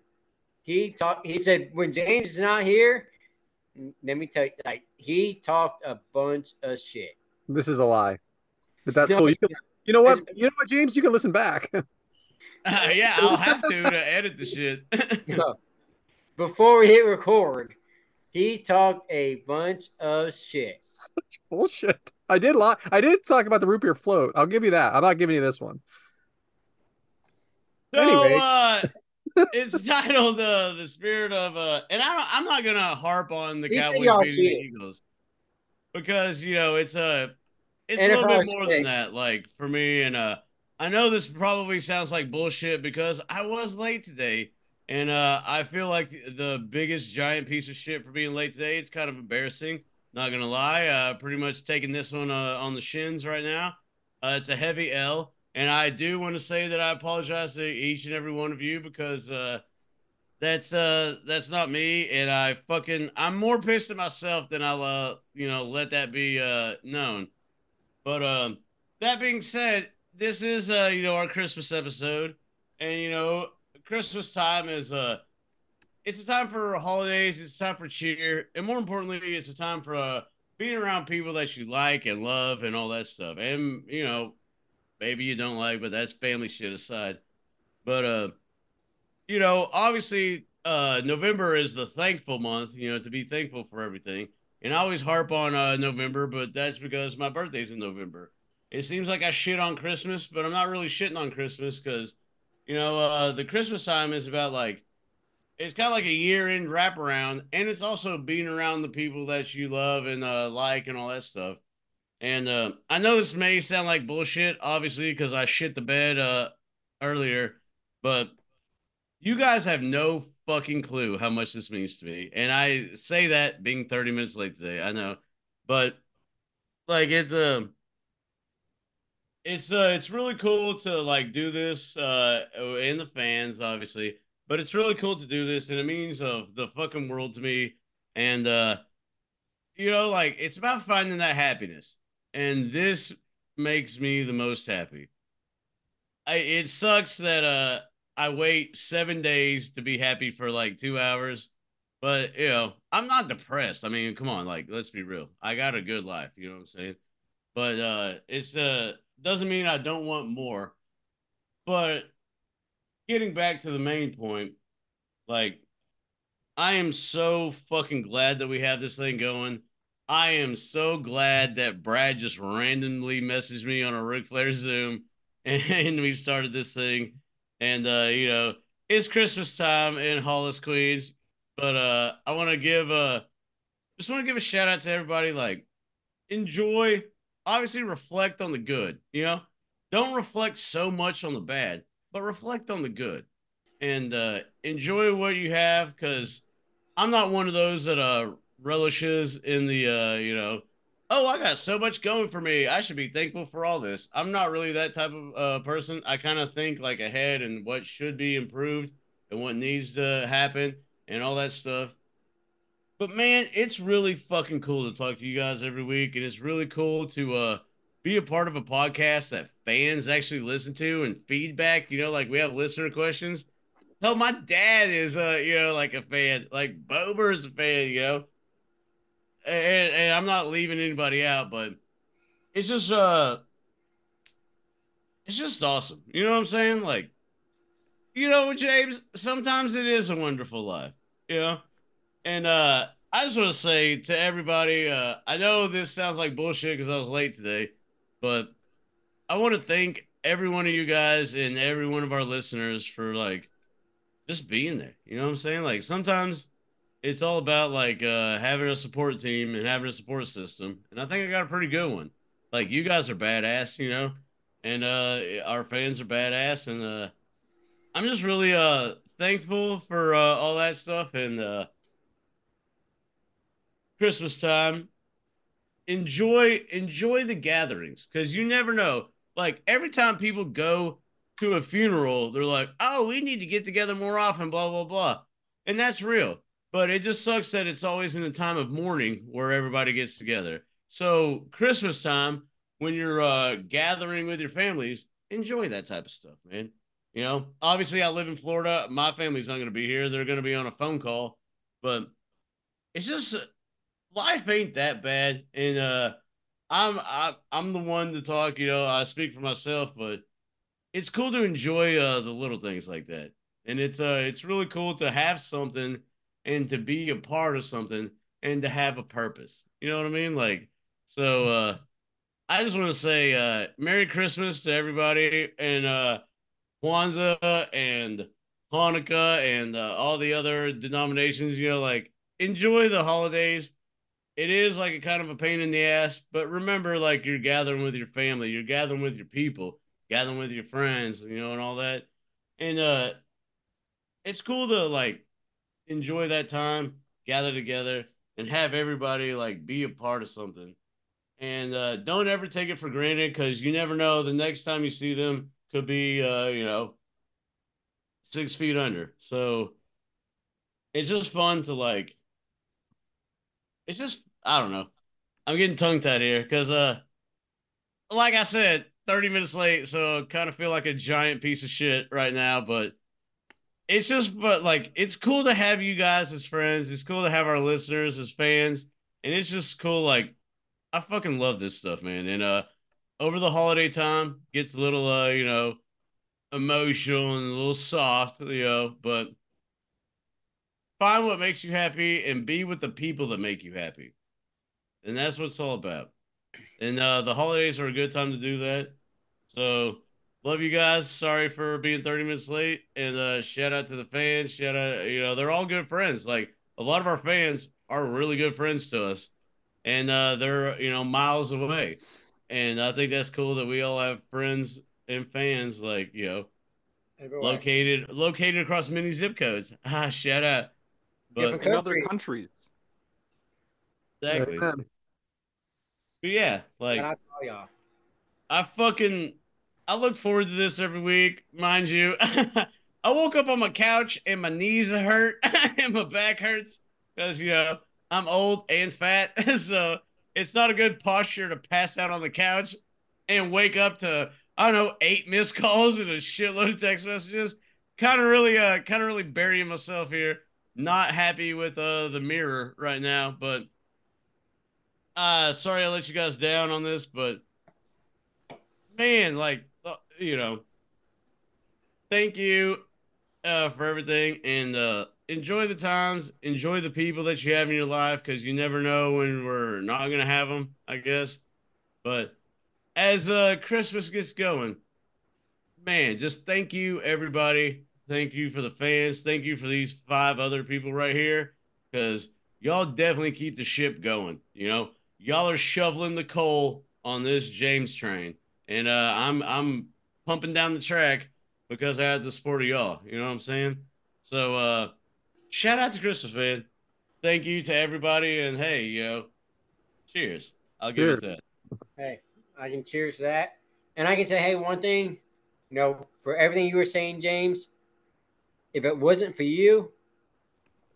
Speaker 3: He talked. He said when James is not here. n- Let me tell you, like he talked a bunch of shit.
Speaker 2: This is a lie. But that's
Speaker 3: No,
Speaker 2: cool. You, can- you know what?
Speaker 3: it's-
Speaker 2: You know what, James? You can listen back.
Speaker 5: yeah, I'll have to to edit the shit.
Speaker 3: no. Before we hit record, he talked a bunch of shit.
Speaker 2: Such bullshit. I did lie. I did talk about the root beer float. I'll give you that. I'm not giving you this one.
Speaker 5: So
Speaker 2: Anyway.
Speaker 5: uh it's titled uh, The Spirit of uh and I don't I'm not gonna harp on the
Speaker 3: He said
Speaker 5: Cowboys
Speaker 3: y'all
Speaker 5: beating the
Speaker 3: cheated.
Speaker 5: Eagles because you know it's a it's
Speaker 3: And
Speaker 5: a
Speaker 3: if
Speaker 5: little
Speaker 3: I
Speaker 5: bit
Speaker 3: was
Speaker 5: more
Speaker 3: sick-
Speaker 5: than that, like for me and uh I know this probably sounds like bullshit because I was late today and uh I feel like the biggest giant piece of shit for being late today. It's kind of embarrassing, not gonna lie. Uh pretty much taking this one uh, on the shins right now. Uh, it's a heavy L, and I do want to say that I apologize to each and every one of you because uh, that's uh, that's not me, and I fucking I'm more pissed at myself than I'll uh, you know let that be uh, known. But um, that being said, this is uh, you know our Christmas episode, and you know Christmas time is uh, it's a time for holidays, it's a time for cheer, and more importantly, it's a time for uh, being around people that you like and love and all that stuff. And you know, maybe you don't like, but that's family shit aside. But uh, you know, obviously uh November is the thankful month, you know, to be thankful for everything. And I always harp on uh November, but that's because my birthday's in November. It seems like I shit on Christmas, but I'm not really shitting on Christmas because you know, uh the Christmas time is about like it's kind of like a year-end wraparound, and it's also being around the people that you love and uh, like and all that stuff. And uh, I know this may sound like bullshit, obviously, because I shit the bed uh, earlier, but you guys have no fucking clue how much this means to me. And I say that being 30 minutes late today, I know, but like it's um it's uh it's really cool to like do this uh and the fans obviously but it's really cool to do this and it means of the fucking world to me and uh you know like it's about finding that happiness and this makes me the most happy I, it sucks that uh i wait seven days to be happy for like two hours but you know i'm not depressed i mean come on like let's be real i got a good life you know what i'm saying but uh it's uh doesn't mean i don't want more but getting back to the main point like i am so fucking glad that we have this thing going I am so glad that Brad just randomly messaged me on a Ric Flair Zoom and we started this thing. And uh, you know, it's Christmas time in Hollis, Queens. But uh I wanna give a just wanna give a shout out to everybody. Like, enjoy, obviously reflect on the good, you know. Don't reflect so much on the bad, but reflect on the good. And uh enjoy what you have because I'm not one of those that uh relishes in the uh you know oh i got so much going for me i should be thankful for all this i'm not really that type of uh, person i kind of think like ahead and what should be improved and what needs to happen and all that stuff but man it's really fucking cool to talk to you guys every week and it's really cool to uh be a part of a podcast that fans actually listen to and feedback you know like we have listener questions Hell, my dad is uh you know like a fan like bober is a fan you know and, and, I'm not leaving anybody out, but it's just uh it's just awesome. You know what I'm saying? Like you know, James, sometimes it is a wonderful life, you know? And uh I just want to say to everybody, uh I know this sounds like bullshit cuz I was late today, but I want to thank every one of you guys and every one of our listeners for like just being there. You know what I'm saying? Like sometimes it's all about like uh, having a support team and having a support system and i think i got a pretty good one like you guys are badass you know and uh, our fans are badass and uh, i'm just really uh, thankful for uh, all that stuff and uh, christmas time enjoy enjoy the gatherings because you never know like every time people go to a funeral they're like oh we need to get together more often blah blah blah and that's real but it just sucks that it's always in the time of mourning where everybody gets together. So Christmas time, when you're uh, gathering with your families, enjoy that type of stuff, man. You know, obviously I live in Florida. My family's not going to be here. They're going to be on a phone call, but it's just uh, life ain't that bad. And uh, I'm I, I'm the one to talk. You know, I speak for myself, but it's cool to enjoy uh, the little things like that. And it's uh, it's really cool to have something and to be a part of something and to have a purpose. You know what I mean? Like, so uh I just want to say uh Merry Christmas to everybody and uh Kwanzaa and Hanukkah and uh, all the other denominations, you know, like enjoy the holidays. It is like a kind of a pain in the ass, but remember like you're gathering with your family, you're gathering with your people, gathering with your friends, you know, and all that. And uh it's cool to like enjoy that time, gather together, and have everybody like be a part of something. And uh, don't ever take it for granted because you never know the next time you see them could be, uh, you know, six feet under. So it's just fun to like, it's just, I don't know. I'm getting tongue tied here because, uh, like I said, 30 minutes late. So kind of feel like a giant piece of shit right now, but it's just but like it's cool to have you guys as friends it's cool to have our listeners as fans and it's just cool like i fucking love this stuff man and uh over the holiday time gets a little uh you know emotional and a little soft you know but find what makes you happy and be with the people that make you happy and that's what it's all about and uh the holidays are a good time to do that so love you guys. Sorry for being 30 minutes late. And uh, shout out to the fans. Shout out, you know, they're all good friends. Like a lot of our fans are really good friends to us. And uh, they're, you know, miles away. And I think that's cool that we all have friends and fans, like, you know, Everywhere. located located across many zip codes. Ah, shout out. But
Speaker 4: in other countries.
Speaker 5: Exactly. But yeah, like I fucking I look forward to this every week, mind you. I woke up on my couch and my knees hurt and my back hurts because you know I'm old and fat, so it's not a good posture to pass out on the couch and wake up to I don't know eight missed calls and a shitload of text messages. Kind of really, uh, kind of really burying myself here. Not happy with uh the mirror right now, but uh, sorry I let you guys down on this, but man, like you know, thank you uh, for everything. And uh, enjoy the times, enjoy the people that you have in your life because you never know when we're not going to have them, I guess. But as uh, Christmas gets going, man, just thank you, everybody. Thank you for the fans. Thank you for these five other people right here because y'all definitely keep the ship going. You know, y'all are shoveling the coal on this James train, and uh, I'm I'm pumping down the track because I have the support of y'all. You know what I'm saying? So uh, shout out to Christmas, man. Thank you to everybody, and hey, you know, cheers. I'll give it
Speaker 2: Cheers.
Speaker 5: that.
Speaker 3: Hey, I can cheers to that. And I can say, hey, one thing, you know, for everything you were saying, James, if it wasn't for you,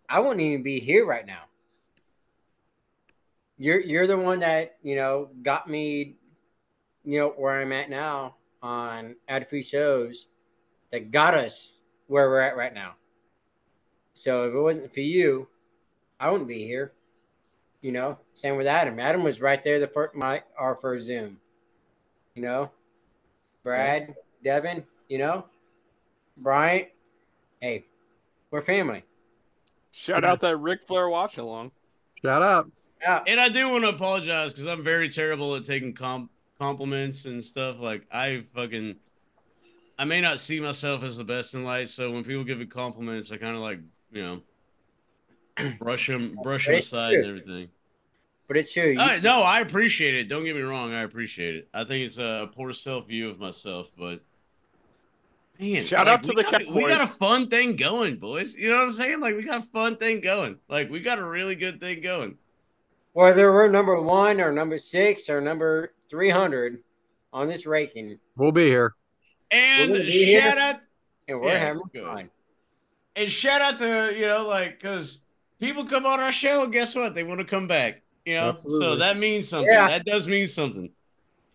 Speaker 3: I wouldn't even be here right now. You're you're the one that, you know, got me, you know, where I'm at now on ad free shows that got us where we're at right now. So if it wasn't for you, I wouldn't be here. You know, same with Adam. Adam was right there the first my our first Zoom. You know, Brad, Devin. You know, Bryant. Hey, we're family.
Speaker 4: Shout out that Ric Flair watch along.
Speaker 2: Shout out.
Speaker 3: Yeah,
Speaker 5: And I do want to apologize because I'm very terrible at taking com- compliments and stuff. Like I fucking, I may not see myself as the best in life. So when people give me compliments, I kind of like you know, brush them, brush them
Speaker 3: Right.
Speaker 5: aside and everything.
Speaker 3: but it's true. You,
Speaker 5: All right, no, I appreciate it. Don't get me wrong, I appreciate it. I think it's a poor self view of myself, but man,
Speaker 4: Shout out to
Speaker 5: we
Speaker 4: the
Speaker 5: got, we got a
Speaker 4: Cowboys.
Speaker 5: fun thing going, boys. You know what I'm saying? Like we got a fun thing going. Like we got a really good thing going.
Speaker 3: Whether we're number one or number six or number three hundred on this ranking,
Speaker 2: We'll be here.
Speaker 5: And
Speaker 3: We're gonna be here.
Speaker 5: shout out
Speaker 3: and we're
Speaker 5: Yeah,
Speaker 3: having
Speaker 5: good.
Speaker 3: fun.
Speaker 5: and shout out to you know like because people come on our show and guess what they want to come back you know so
Speaker 2: Absolutely.
Speaker 5: that means something
Speaker 3: Yeah.
Speaker 5: that does mean something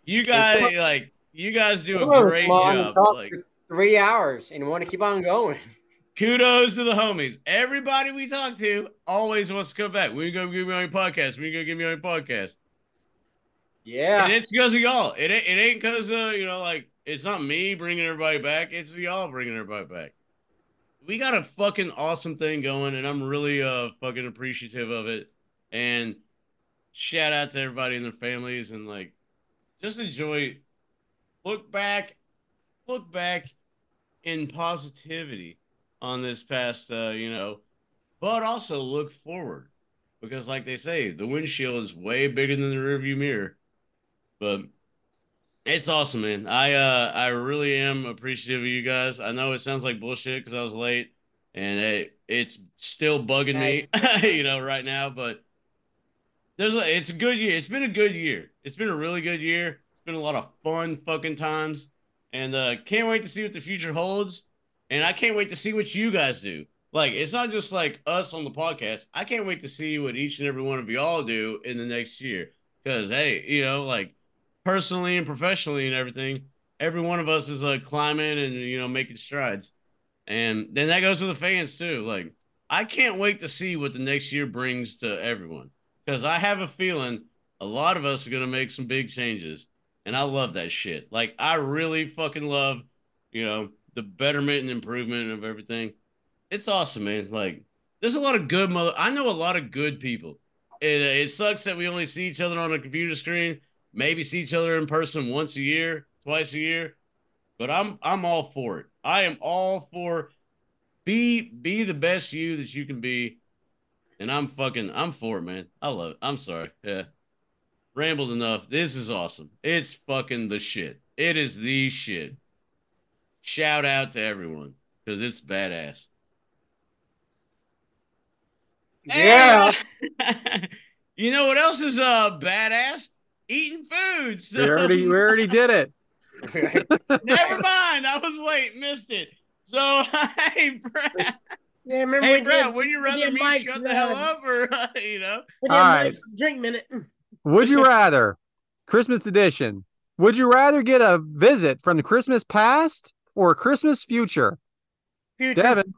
Speaker 5: you guys
Speaker 3: come
Speaker 5: like you guys do
Speaker 3: Come on,
Speaker 5: a great
Speaker 3: come on,
Speaker 5: job
Speaker 3: talk
Speaker 5: like
Speaker 3: for Three hours, and want to keep on going.
Speaker 5: kudos to the homies everybody we talk to always wants to come back we go give me on your podcast we go give me on your podcast
Speaker 3: Yeah,
Speaker 5: and it's because of y'all it, ain't- it ain't because uh you know like it's not me bringing everybody back it's y'all bringing everybody back we got a fucking awesome thing going, and I'm really uh fucking appreciative of it. And shout out to everybody and their families, and like just enjoy. Look back, look back in positivity on this past, uh, you know, but also look forward because, like they say, the windshield is way bigger than the rearview mirror. But it's awesome, man. I uh I really am appreciative of you guys. I know it sounds like bullshit because I was late, and it, it's still bugging me, you know, right now. But there's a it's a good year. It's been a good year. It's been a really good year. It's been a lot of fun fucking times, and uh can't wait to see what the future holds. And I can't wait to see what you guys do. Like it's not just like us on the podcast. I can't wait to see what each and every one of y'all do in the next year. Cause hey, you know, like personally and professionally and everything, every one of us is like climbing and you know making strides. And then that goes to the fans too. Like I can't wait to see what the next year brings to everyone because I have a feeling a lot of us are gonna make some big changes, and I love that shit. Like I really fucking love, you know, the betterment and improvement of everything. It's awesome, man. Like there's a lot of good mother. I know a lot of good people. It, it sucks that we only see each other on a computer screen maybe see each other in person once a year, twice a year. But I'm I'm all for it. I am all for be be the best you that you can be. And I'm fucking I'm for it, man. I love it. I'm sorry. Yeah. Rambled enough. This is awesome. It's fucking the shit. It is the shit. Shout out to everyone because it's badass.
Speaker 3: yeah.
Speaker 5: And- you know what else is uh badass? Eating food. So
Speaker 2: We already, we already did it.
Speaker 5: Never mind. I was late. Missed it. So, hey, Brad,
Speaker 1: Yeah, remember
Speaker 5: hey,
Speaker 1: we
Speaker 5: Brad
Speaker 1: did,
Speaker 5: would you rather
Speaker 1: did
Speaker 5: me
Speaker 1: Mike's
Speaker 5: shut the hell
Speaker 1: run.
Speaker 5: up or, uh, you know?
Speaker 1: we did
Speaker 2: All right.
Speaker 1: Mike's drink minute. Mm,
Speaker 2: Would you rather, Christmas edition, would you rather get a visit from the Christmas past or Christmas future?
Speaker 1: Future.
Speaker 2: Devin,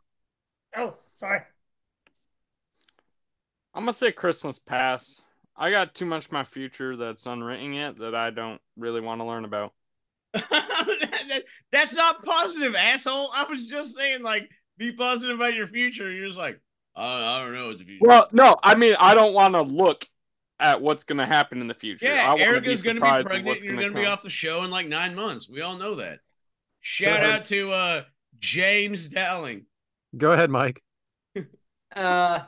Speaker 1: Oh, sorry.
Speaker 4: I'm gonna say Christmas past. I got too much of my future that's unwritten yet that I don't really want to learn about.
Speaker 5: That- that- That's not positive, asshole. I was just saying, like, be positive about your future. You're just like, I, I don't know what the future.
Speaker 4: Well, no, I mean I don't want to look at what's going to happen in the future. I
Speaker 5: yeah,
Speaker 4: wanna
Speaker 5: Erica's going to be
Speaker 4: surprised at
Speaker 5: pregnant.
Speaker 4: what's
Speaker 5: and You're
Speaker 4: gonna
Speaker 5: going to be
Speaker 4: come.
Speaker 5: off the show in like nine months. We all know that. Shout
Speaker 2: ahead.
Speaker 5: out to uh, James Dowling.
Speaker 2: Go ahead, Mike.
Speaker 3: Uh,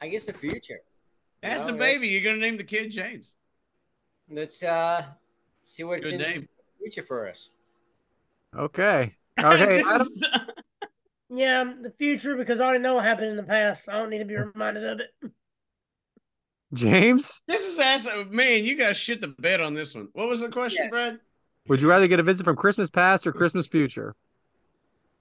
Speaker 3: I guess the future.
Speaker 5: That's
Speaker 3: Yeah,
Speaker 5: the
Speaker 3: yeah.
Speaker 5: baby. You're going to name the kid James.
Speaker 3: Let's uh see what's
Speaker 5: Good
Speaker 3: in
Speaker 5: name.
Speaker 3: the future for us.
Speaker 2: Okay. Okay.
Speaker 5: This
Speaker 2: Adam,
Speaker 5: is-
Speaker 1: Yeah, um, the future because I already know what happened in the past. I don't need to be reminded of it.
Speaker 2: James,
Speaker 5: This is ass. Man, you guys shit the bed on this one. What was the question,
Speaker 1: Yeah.
Speaker 5: Brad?
Speaker 2: would you rather get a visit from Christmas past or Christmas future?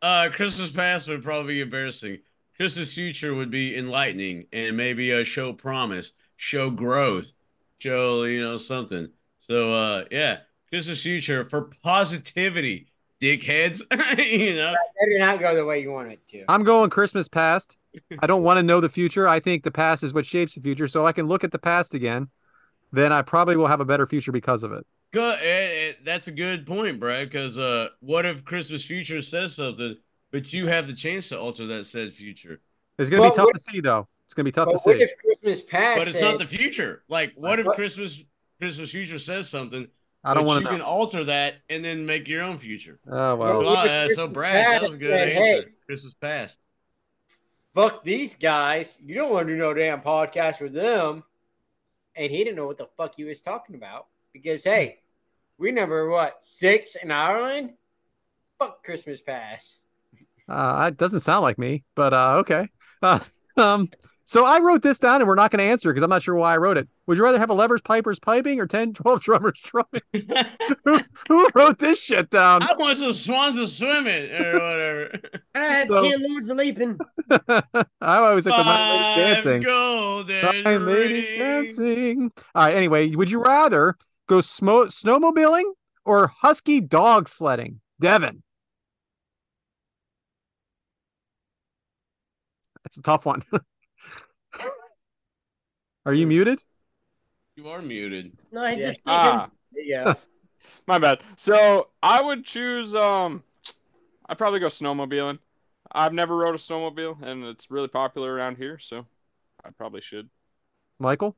Speaker 5: Uh, Christmas past would probably be embarrassing. Christmas future would be enlightening and maybe uh, show promise, show growth, show you know something. So uh, yeah, Christmas future for positivity, dickheads. you know,
Speaker 3: Better not go the way you want it to.
Speaker 2: I'm going Christmas past. I don't want to know the future. I think the past is what shapes the future. So I can look at the past again. Then I probably will have a better future because of it.
Speaker 5: Good. eh, eh, that's a good point, Brad. Because uh, what if Christmas future says something, but you have the chance to alter that said future?
Speaker 2: It's going to
Speaker 3: Well,
Speaker 2: be tough
Speaker 3: what-
Speaker 2: to see, though. It's going to be tough
Speaker 3: But
Speaker 2: to
Speaker 3: what
Speaker 2: see.
Speaker 3: if Christmas passed?
Speaker 5: But it's not the future. Like, what if
Speaker 3: What-
Speaker 5: Christmas Christmas future says something?
Speaker 2: I don't
Speaker 5: but
Speaker 2: want
Speaker 5: You
Speaker 2: to
Speaker 5: can
Speaker 2: know.
Speaker 5: alter that and then make your own future.
Speaker 2: Oh,
Speaker 5: So,
Speaker 2: well.
Speaker 3: Well,
Speaker 5: uh,
Speaker 3: Christmas
Speaker 5: so Brad, that
Speaker 3: past
Speaker 5: was a good
Speaker 3: said, hey.
Speaker 5: answer. Christmas past.
Speaker 3: fuck these guys. You don't want to do no damn podcast with them. And he didn't know what the fuck he was talking about because hey, we number what six in Ireland. Fuck Christmas pass.
Speaker 2: Uh, it doesn't sound like me, but uh, okay. Uh, um, so I wrote this down and we're not going to answer because I'm not sure why I wrote it. Would you rather have 11 pipers piping or 10, 12 drummers drumming? who, who wrote this shit down?
Speaker 5: I want some swans to swim it or whatever.
Speaker 1: I had
Speaker 2: So-
Speaker 1: ten lords a leaping.
Speaker 2: I always think of my lady
Speaker 5: Five
Speaker 2: dancing.
Speaker 5: golden
Speaker 2: My lady
Speaker 5: rings.
Speaker 2: dancing. All right. Anyway, would you rather go smo- snowmobiling or husky dog sledding? Devin. That's a tough one. Are you muted?
Speaker 5: You are muted.
Speaker 1: No, he's
Speaker 3: Yeah.
Speaker 1: just
Speaker 4: Ah,
Speaker 3: Yeah,
Speaker 4: my bad. So I would choose. Um, I'd probably go snowmobiling. I've never rode a snowmobile, and it's really popular around here, so I probably should.
Speaker 2: Michael?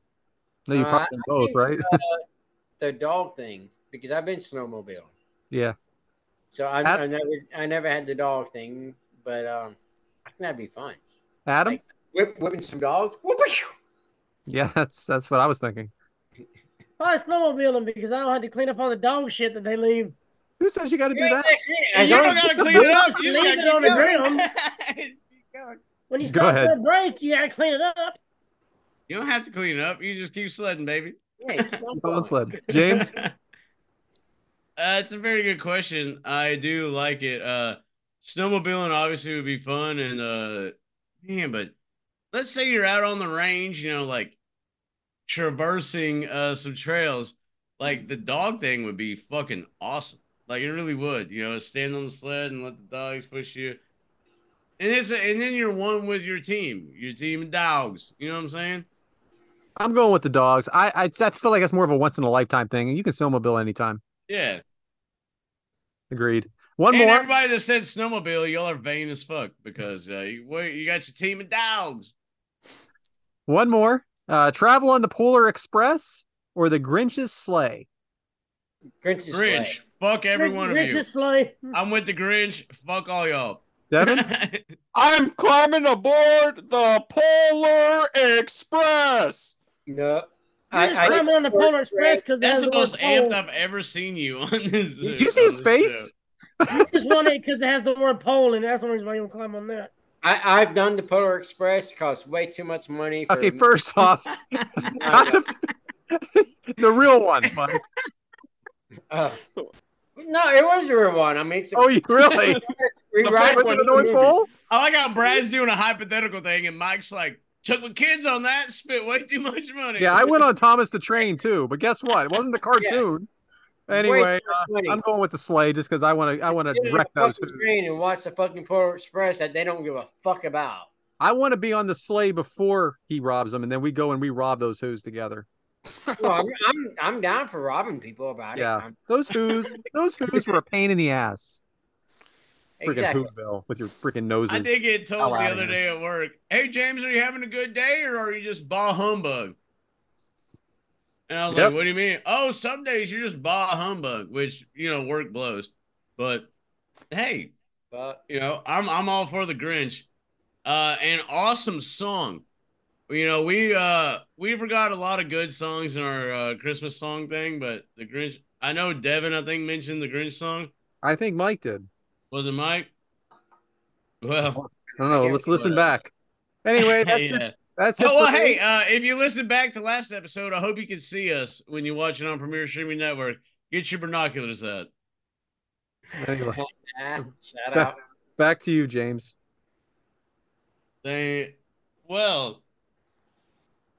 Speaker 2: No, you
Speaker 3: Uh,
Speaker 2: probably done both,
Speaker 3: think-
Speaker 2: right?
Speaker 3: the dog thing because I've been snowmobiling.
Speaker 2: yeah.
Speaker 3: So I,
Speaker 2: Ab-
Speaker 3: I never, I never had the dog thing, but um, I think that'd be fun.
Speaker 2: Adam?
Speaker 3: like- Whip, whipping some dogs. Whoop-a-shoo.
Speaker 2: yeah, that's that's what I was thinking.
Speaker 1: probably snowmobiling because I don't have to clean up all the dog shit that they leave.
Speaker 2: Who says you got to do that?
Speaker 5: And
Speaker 3: As
Speaker 5: you
Speaker 3: long
Speaker 5: don't
Speaker 3: as-
Speaker 5: gotta clean it up. You just
Speaker 1: Leave
Speaker 5: gotta
Speaker 1: it
Speaker 5: keep
Speaker 1: on the
Speaker 5: going. Keep going.
Speaker 1: When you
Speaker 2: Go
Speaker 1: stop
Speaker 2: ahead.
Speaker 1: for a break, you gotta clean it up.
Speaker 5: You don't have to clean it up. You just keep sledding, baby.
Speaker 3: yeah, keep on
Speaker 2: Dog
Speaker 3: going.
Speaker 2: sled. James?
Speaker 5: uh, it's a very good question. I do like it. Uh, snowmobiling obviously would be fun, and uh, man, but let's say you're out on the range, you know, like traversing uh some trails. Like the dog thing would be fucking awesome. Like it really would. You know, stand on the sled and let the dogs push you. And it's a, and then you're one with your team, your team of dogs. You know what I'm saying?
Speaker 2: I'm going with the dogs. I, I I feel like that's more of a once in a lifetime thing. You can snowmobile anytime.
Speaker 5: Yeah.
Speaker 2: Agreed. One
Speaker 5: and
Speaker 2: more.
Speaker 5: everybody that said snowmobile, y'all are vain as fuck because uh, you, what- you got your team of dogs.
Speaker 2: One more. Uh, travel on the Polar Express or the Grinch's sleigh.
Speaker 3: Grinch's sleigh.
Speaker 5: Grinch, fuck every one of
Speaker 1: Rich-
Speaker 5: you.
Speaker 1: Rich's sleigh.
Speaker 5: I'm with the Grinch. Fuck all y'all.
Speaker 2: Devin,
Speaker 4: I'm climbing aboard the Polar Express.
Speaker 3: No, I,
Speaker 1: I,
Speaker 3: I,
Speaker 1: am "Hmm, on the Polar Express because
Speaker 5: That's the most amped I've ever seen you on this.
Speaker 2: did you see his face?
Speaker 1: just want it because it has the word pole, and that's the reason why you don't climb on that.
Speaker 3: I, I've done the Polar Express. Costs way too much money. For
Speaker 2: Okay, first off, not the, the real one. Mike.
Speaker 3: Uh, no, it was a real one. I mean, it's a
Speaker 2: Oh, you really?
Speaker 3: rewrite
Speaker 4: fake
Speaker 2: Went
Speaker 4: one
Speaker 2: to
Speaker 3: of
Speaker 2: the North
Speaker 4: to
Speaker 2: Pole?
Speaker 5: I like how Brad's doing a hypothetical thing and Mike's like, took my kids on that, spent way too much money.
Speaker 2: Yeah, I went on Thomas the Train too, but guess what? It wasn't the cartoon.
Speaker 3: Way
Speaker 2: Anyway,
Speaker 3: too much money.
Speaker 2: I'm going with the sleigh just because I want to. I want
Speaker 3: Get
Speaker 2: to
Speaker 3: on
Speaker 2: wreck
Speaker 3: the
Speaker 2: those.
Speaker 3: fucking train and watch the fucking Polar Express that they don't give a fuck about.
Speaker 2: I want to be on the sleigh before he robs them, and then we go and we rob those who's together.
Speaker 3: Well, I'm, I'm I'm down for robbing people about
Speaker 2: Yeah.
Speaker 3: it. I'm,
Speaker 2: Those who's those who's were a pain in the ass. freaking
Speaker 3: Exactly.
Speaker 2: Whoville with your freaking noses.
Speaker 5: I did get told
Speaker 2: Hell
Speaker 5: the
Speaker 2: outta
Speaker 5: other
Speaker 2: here.
Speaker 5: day at work, "Hey James, are you having a good day or are you just bah humbug?" And I was
Speaker 2: Yep.
Speaker 5: like, "What do you mean?" Oh, some days you're just bah humbug, which you know work blows. But hey,
Speaker 3: But
Speaker 5: you know I'm I'm all for the Grinch. Uh, an awesome song. You know we uh we forgot a lot of good songs in our uh, Christmas song thing, but the Grinch. I know Devin, I think mentioned the Grinch song.
Speaker 2: I think Mike did.
Speaker 5: Was it Mike? Well,
Speaker 2: I don't know.
Speaker 3: can't
Speaker 2: Let's
Speaker 3: remember
Speaker 2: listen
Speaker 3: that.
Speaker 2: back. Anyway, that's it.
Speaker 5: yeah.
Speaker 2: That's it.
Speaker 5: Oh, well,
Speaker 2: for me.
Speaker 5: hey, uh, if you listen back to last episode, I hope you can see us when you watch it on Premier Streaming Network. Get your binoculars out.
Speaker 2: Anyway,
Speaker 3: ah, shout out.
Speaker 2: back to you, James.
Speaker 5: They, well,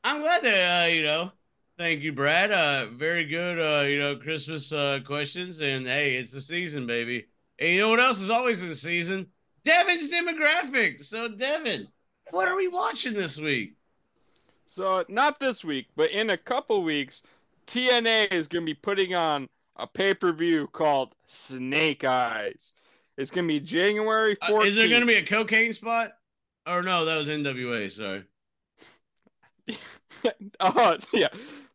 Speaker 5: I'm glad that, uh, you know, thank you, Brad. Uh, very good, uh, you know, Christmas uh, questions. And hey, it's the season, baby. And you know what else is always in the season? Devin's demographic. So, Devin, what are we watching this week?
Speaker 4: So not this week, but in a couple weeks, TNA is going to be putting on a pay-per-view called Snake Eyes. It's going to be January
Speaker 5: Uh,
Speaker 4: 14th.
Speaker 5: is there going to be a cocaine spot? Or no, that was NWA. Sorry.
Speaker 4: oh yeah,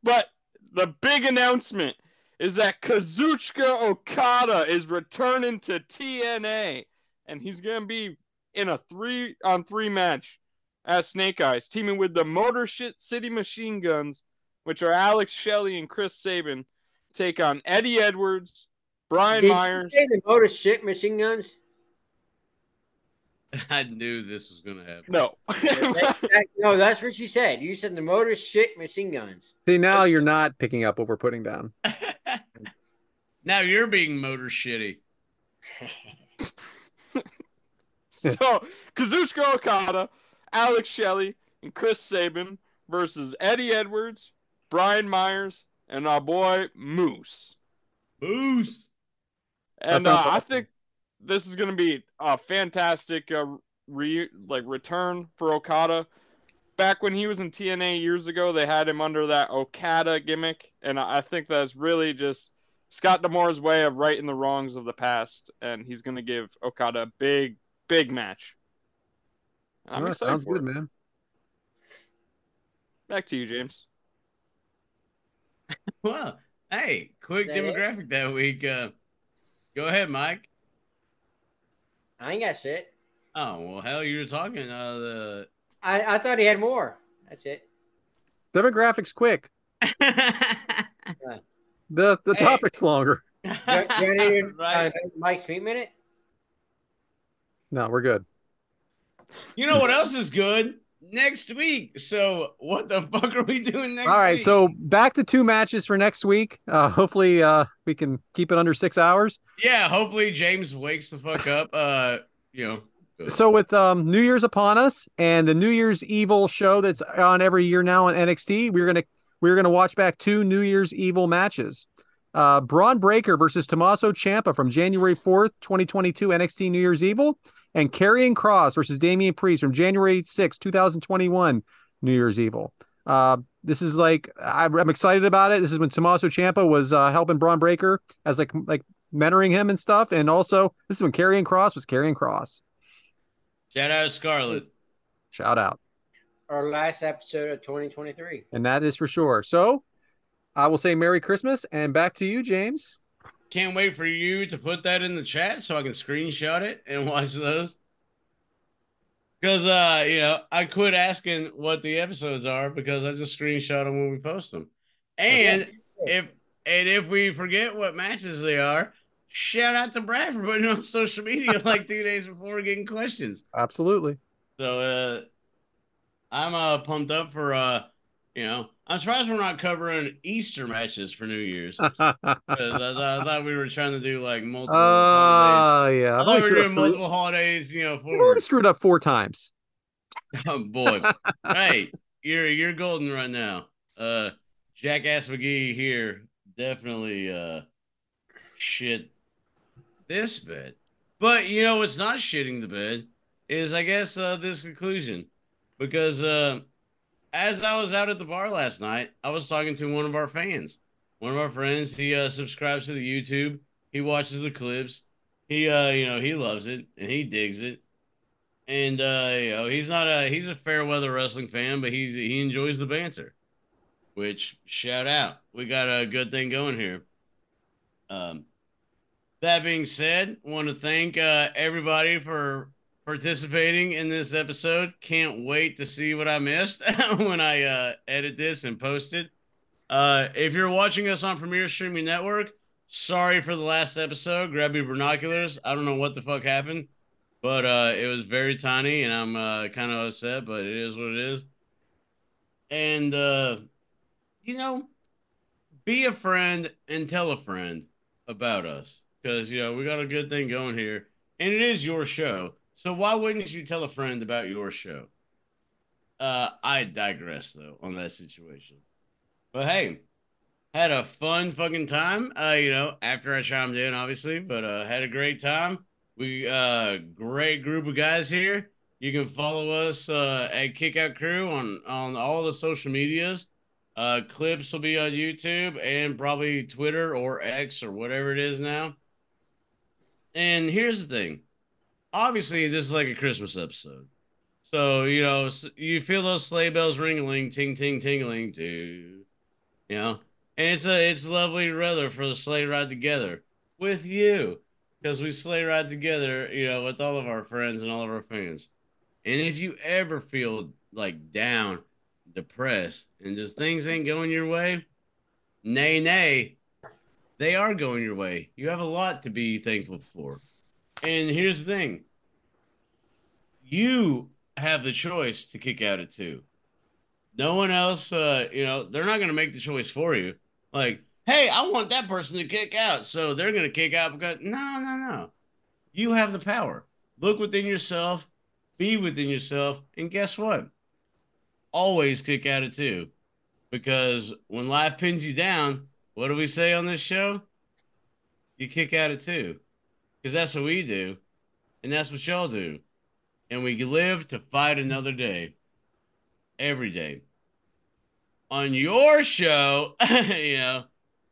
Speaker 4: but the big announcement is that Kazuchika Okada is returning to TNA, and he's gonna be in a three on three match as Snake Eyes, teaming with the Motor Shit City Machine Guns, which are Alex Shelley and Chris Sabin, take on Eddie Edwards, Brian
Speaker 3: Did you
Speaker 4: Myers.
Speaker 3: say the motor shit machine guns?
Speaker 5: I knew this was going to happen.
Speaker 4: No,
Speaker 3: That- no, that's what you said. You said the motor shit machine guns.
Speaker 2: See, now you're not picking up what we're putting down.
Speaker 5: now you're being motor shitty.
Speaker 4: So Kazuchika Okada, Alex Shelley, and Chris Sabin versus Eddie Edwards, Brian Myers, and our boy Moose.
Speaker 5: Boost.
Speaker 4: And uh,
Speaker 2: sounds
Speaker 4: I
Speaker 2: awesome.
Speaker 4: think this is going to be a fantastic uh, re- like return for Okada. Back when he was in TNA years ago, they had him under that Okada gimmick, and I I think that's really just Scott Demore's way of righting the wrongs of the past, and he's going to give Okada a big, big match. I'm
Speaker 2: Well,
Speaker 4: excited
Speaker 2: sounds
Speaker 4: for
Speaker 2: good,
Speaker 4: it.
Speaker 2: man.
Speaker 4: Back to you, James.
Speaker 5: Well, hey, quick
Speaker 3: Is that it?
Speaker 5: demographic that week. Uh, go ahead, Mike.
Speaker 3: I ain't got shit.
Speaker 5: Oh, well, hell, you were talking. Uh, the...
Speaker 3: I, I thought he had more. That's it.
Speaker 2: Demographics quick. The the
Speaker 5: Hey.
Speaker 2: topic's longer.
Speaker 3: Do- do I need to-
Speaker 5: right.
Speaker 3: uh, Mike's meat minute.
Speaker 2: No, we're good.
Speaker 5: You know what else is good? Next week. So, what the fuck are we doing next
Speaker 2: All right,
Speaker 5: week?
Speaker 2: so back to two matches for next week. Uh, hopefully, uh, we can keep it under six hours.
Speaker 5: yeah, hopefully James wakes the fuck up. Uh, you know,
Speaker 2: So with um, New Year's upon us and the New Year's Evil show that's on every year now on NXT, we're gonna we're gonna watch back two New Year's Evil matches. Uh, Braun Breaker versus Tommaso Ciampa from January fourth, twenty twenty two NXT New Year's Evil, and Karrion Cross versus Damian Priest from January sixth, two thousand twenty one New Year's Evil. Uh, this is like I, I'm excited about it. This is when Tommaso Ciampa was uh, helping Braun Breaker as like like mentoring him and stuff, and also this is when Karrion Cross was Karrion Cross.
Speaker 5: shout out Scarlett.
Speaker 2: Shout out.
Speaker 3: Our last episode of 2023.
Speaker 2: And that is for sure. So I will say Merry Christmas and back to you, James.
Speaker 5: Can't wait for you to put that in the chat so I can screenshot it and watch those. Because uh, you know, I quit asking what the episodes are because I just screenshot them when we post them. And if and if we forget what matches they are, shout out to Brad for putting it on social media like two days before getting questions.
Speaker 2: Absolutely.
Speaker 5: So uh I'm uh pumped up for uh you know, I'm surprised we're not covering Easter matches for New Year's.
Speaker 2: Ah,
Speaker 5: Because I, thought- I thought we were trying to do like multiple. holidays.
Speaker 2: Ah, yeah.
Speaker 5: I
Speaker 2: Uh, I've only,
Speaker 5: thought we were
Speaker 2: screwed
Speaker 5: doing
Speaker 2: up,
Speaker 5: multiple holidays, you know,
Speaker 2: I've only
Speaker 5: forward.
Speaker 2: screwed up four times.
Speaker 5: Oh boy, hey, you're you're golden right now. Uh, Jackass McGee here definitely uh shit this bed, but you know what's not shitting the bed is I guess uh, this conclusion because uh, as I was out at the bar last night, I was talking to one of our fans, one of our friends. He uh, subscribes to the YouTube. He watches the clips. He uh, you know, he loves it and he digs it. And uh, you know, he's not a he's a fair weather wrestling fan, but he's he enjoys the banter. Which shout out. We got a good thing going here. Um that being said, want to thank uh, everybody for participating in this episode. Can't wait to see what I missed when I uh, edit this and post it. Uh, if you're watching us on Premier Streaming Network, sorry for the last episode. Grab your binoculars. I don't know what the fuck happened, but uh, it was very tiny, and I'm uh, kind of upset, but it is what it is. And, uh, you know, be a friend and tell a friend about us because, you know, we got a good thing going here, and it is your show. So why wouldn't you tell a friend about your show? Uh, I digress though on that situation. But hey, had a fun fucking time. Uh, you know, after I chimed in, obviously, but uh, had a great time. We uh, great group of guys here. You can follow us uh, at Kickout Crew on on all the social medias. Uh, clips will be on YouTube and probably Twitter or X or whatever it is now. And here's the thing obviously this is like a Christmas episode. So, you know, s- you feel those sleigh bells ringling, ting, ting, tingling, too. You know, and it's a it's lovely weather for the sleigh ride together with you because we sleigh ride together, you know, with all of our friends and all of our fans. And if you ever feel like down, depressed, and just things ain't going your way, nay, nay, they are going your way. You have a lot to be thankful for. And here's the thing you have the choice to kick out at two. No one else, uh, you know, they're not going to make the choice for you. Like, hey, I want that person to kick out. So they're going to kick out because, no, no, no. You have the power. Look within yourself, be within yourself. And guess what? Always kick out at two. Because when life pins you down, what do we say on this show? You kick out at two because that's what we do, and that's what y'all do, and we live to fight another day, every day. On your show, you know,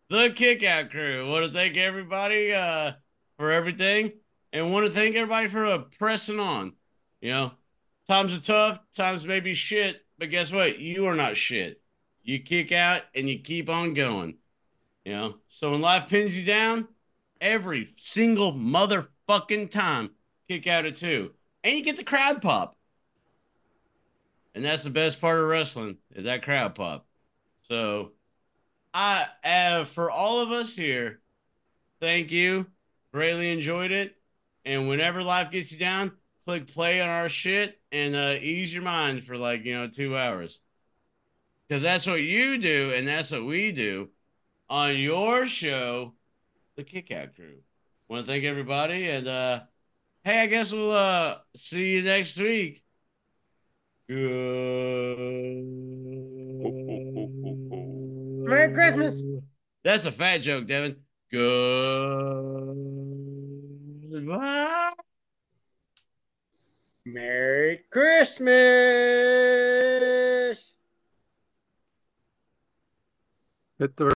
Speaker 5: the Kickout Crew. Want to thank everybody uh, for everything, and want to thank everybody for uh, pressing on. You know, times are tough, times may be shit, but guess what? You are not shit. You kick out and you keep on going. You know, so when life pins you down, every single motherfucking time. Kick out at two. And you get the crowd pop. And that's the best part of wrestling is that crowd pop. So I uh, for all of us here, thank you. Greatly enjoyed it. And whenever life gets you down, click play on our shit and uh, ease your mind for like, you know, two hours. Because that's what you do and that's what we do on your show the Kickout Crew. Want to thank everybody, and uh, hey, I guess we'll uh, see you next week. Good.
Speaker 1: Merry Christmas.
Speaker 5: That's a fat joke, Devin. Goodbye.
Speaker 3: Merry Christmas.
Speaker 2: Hit the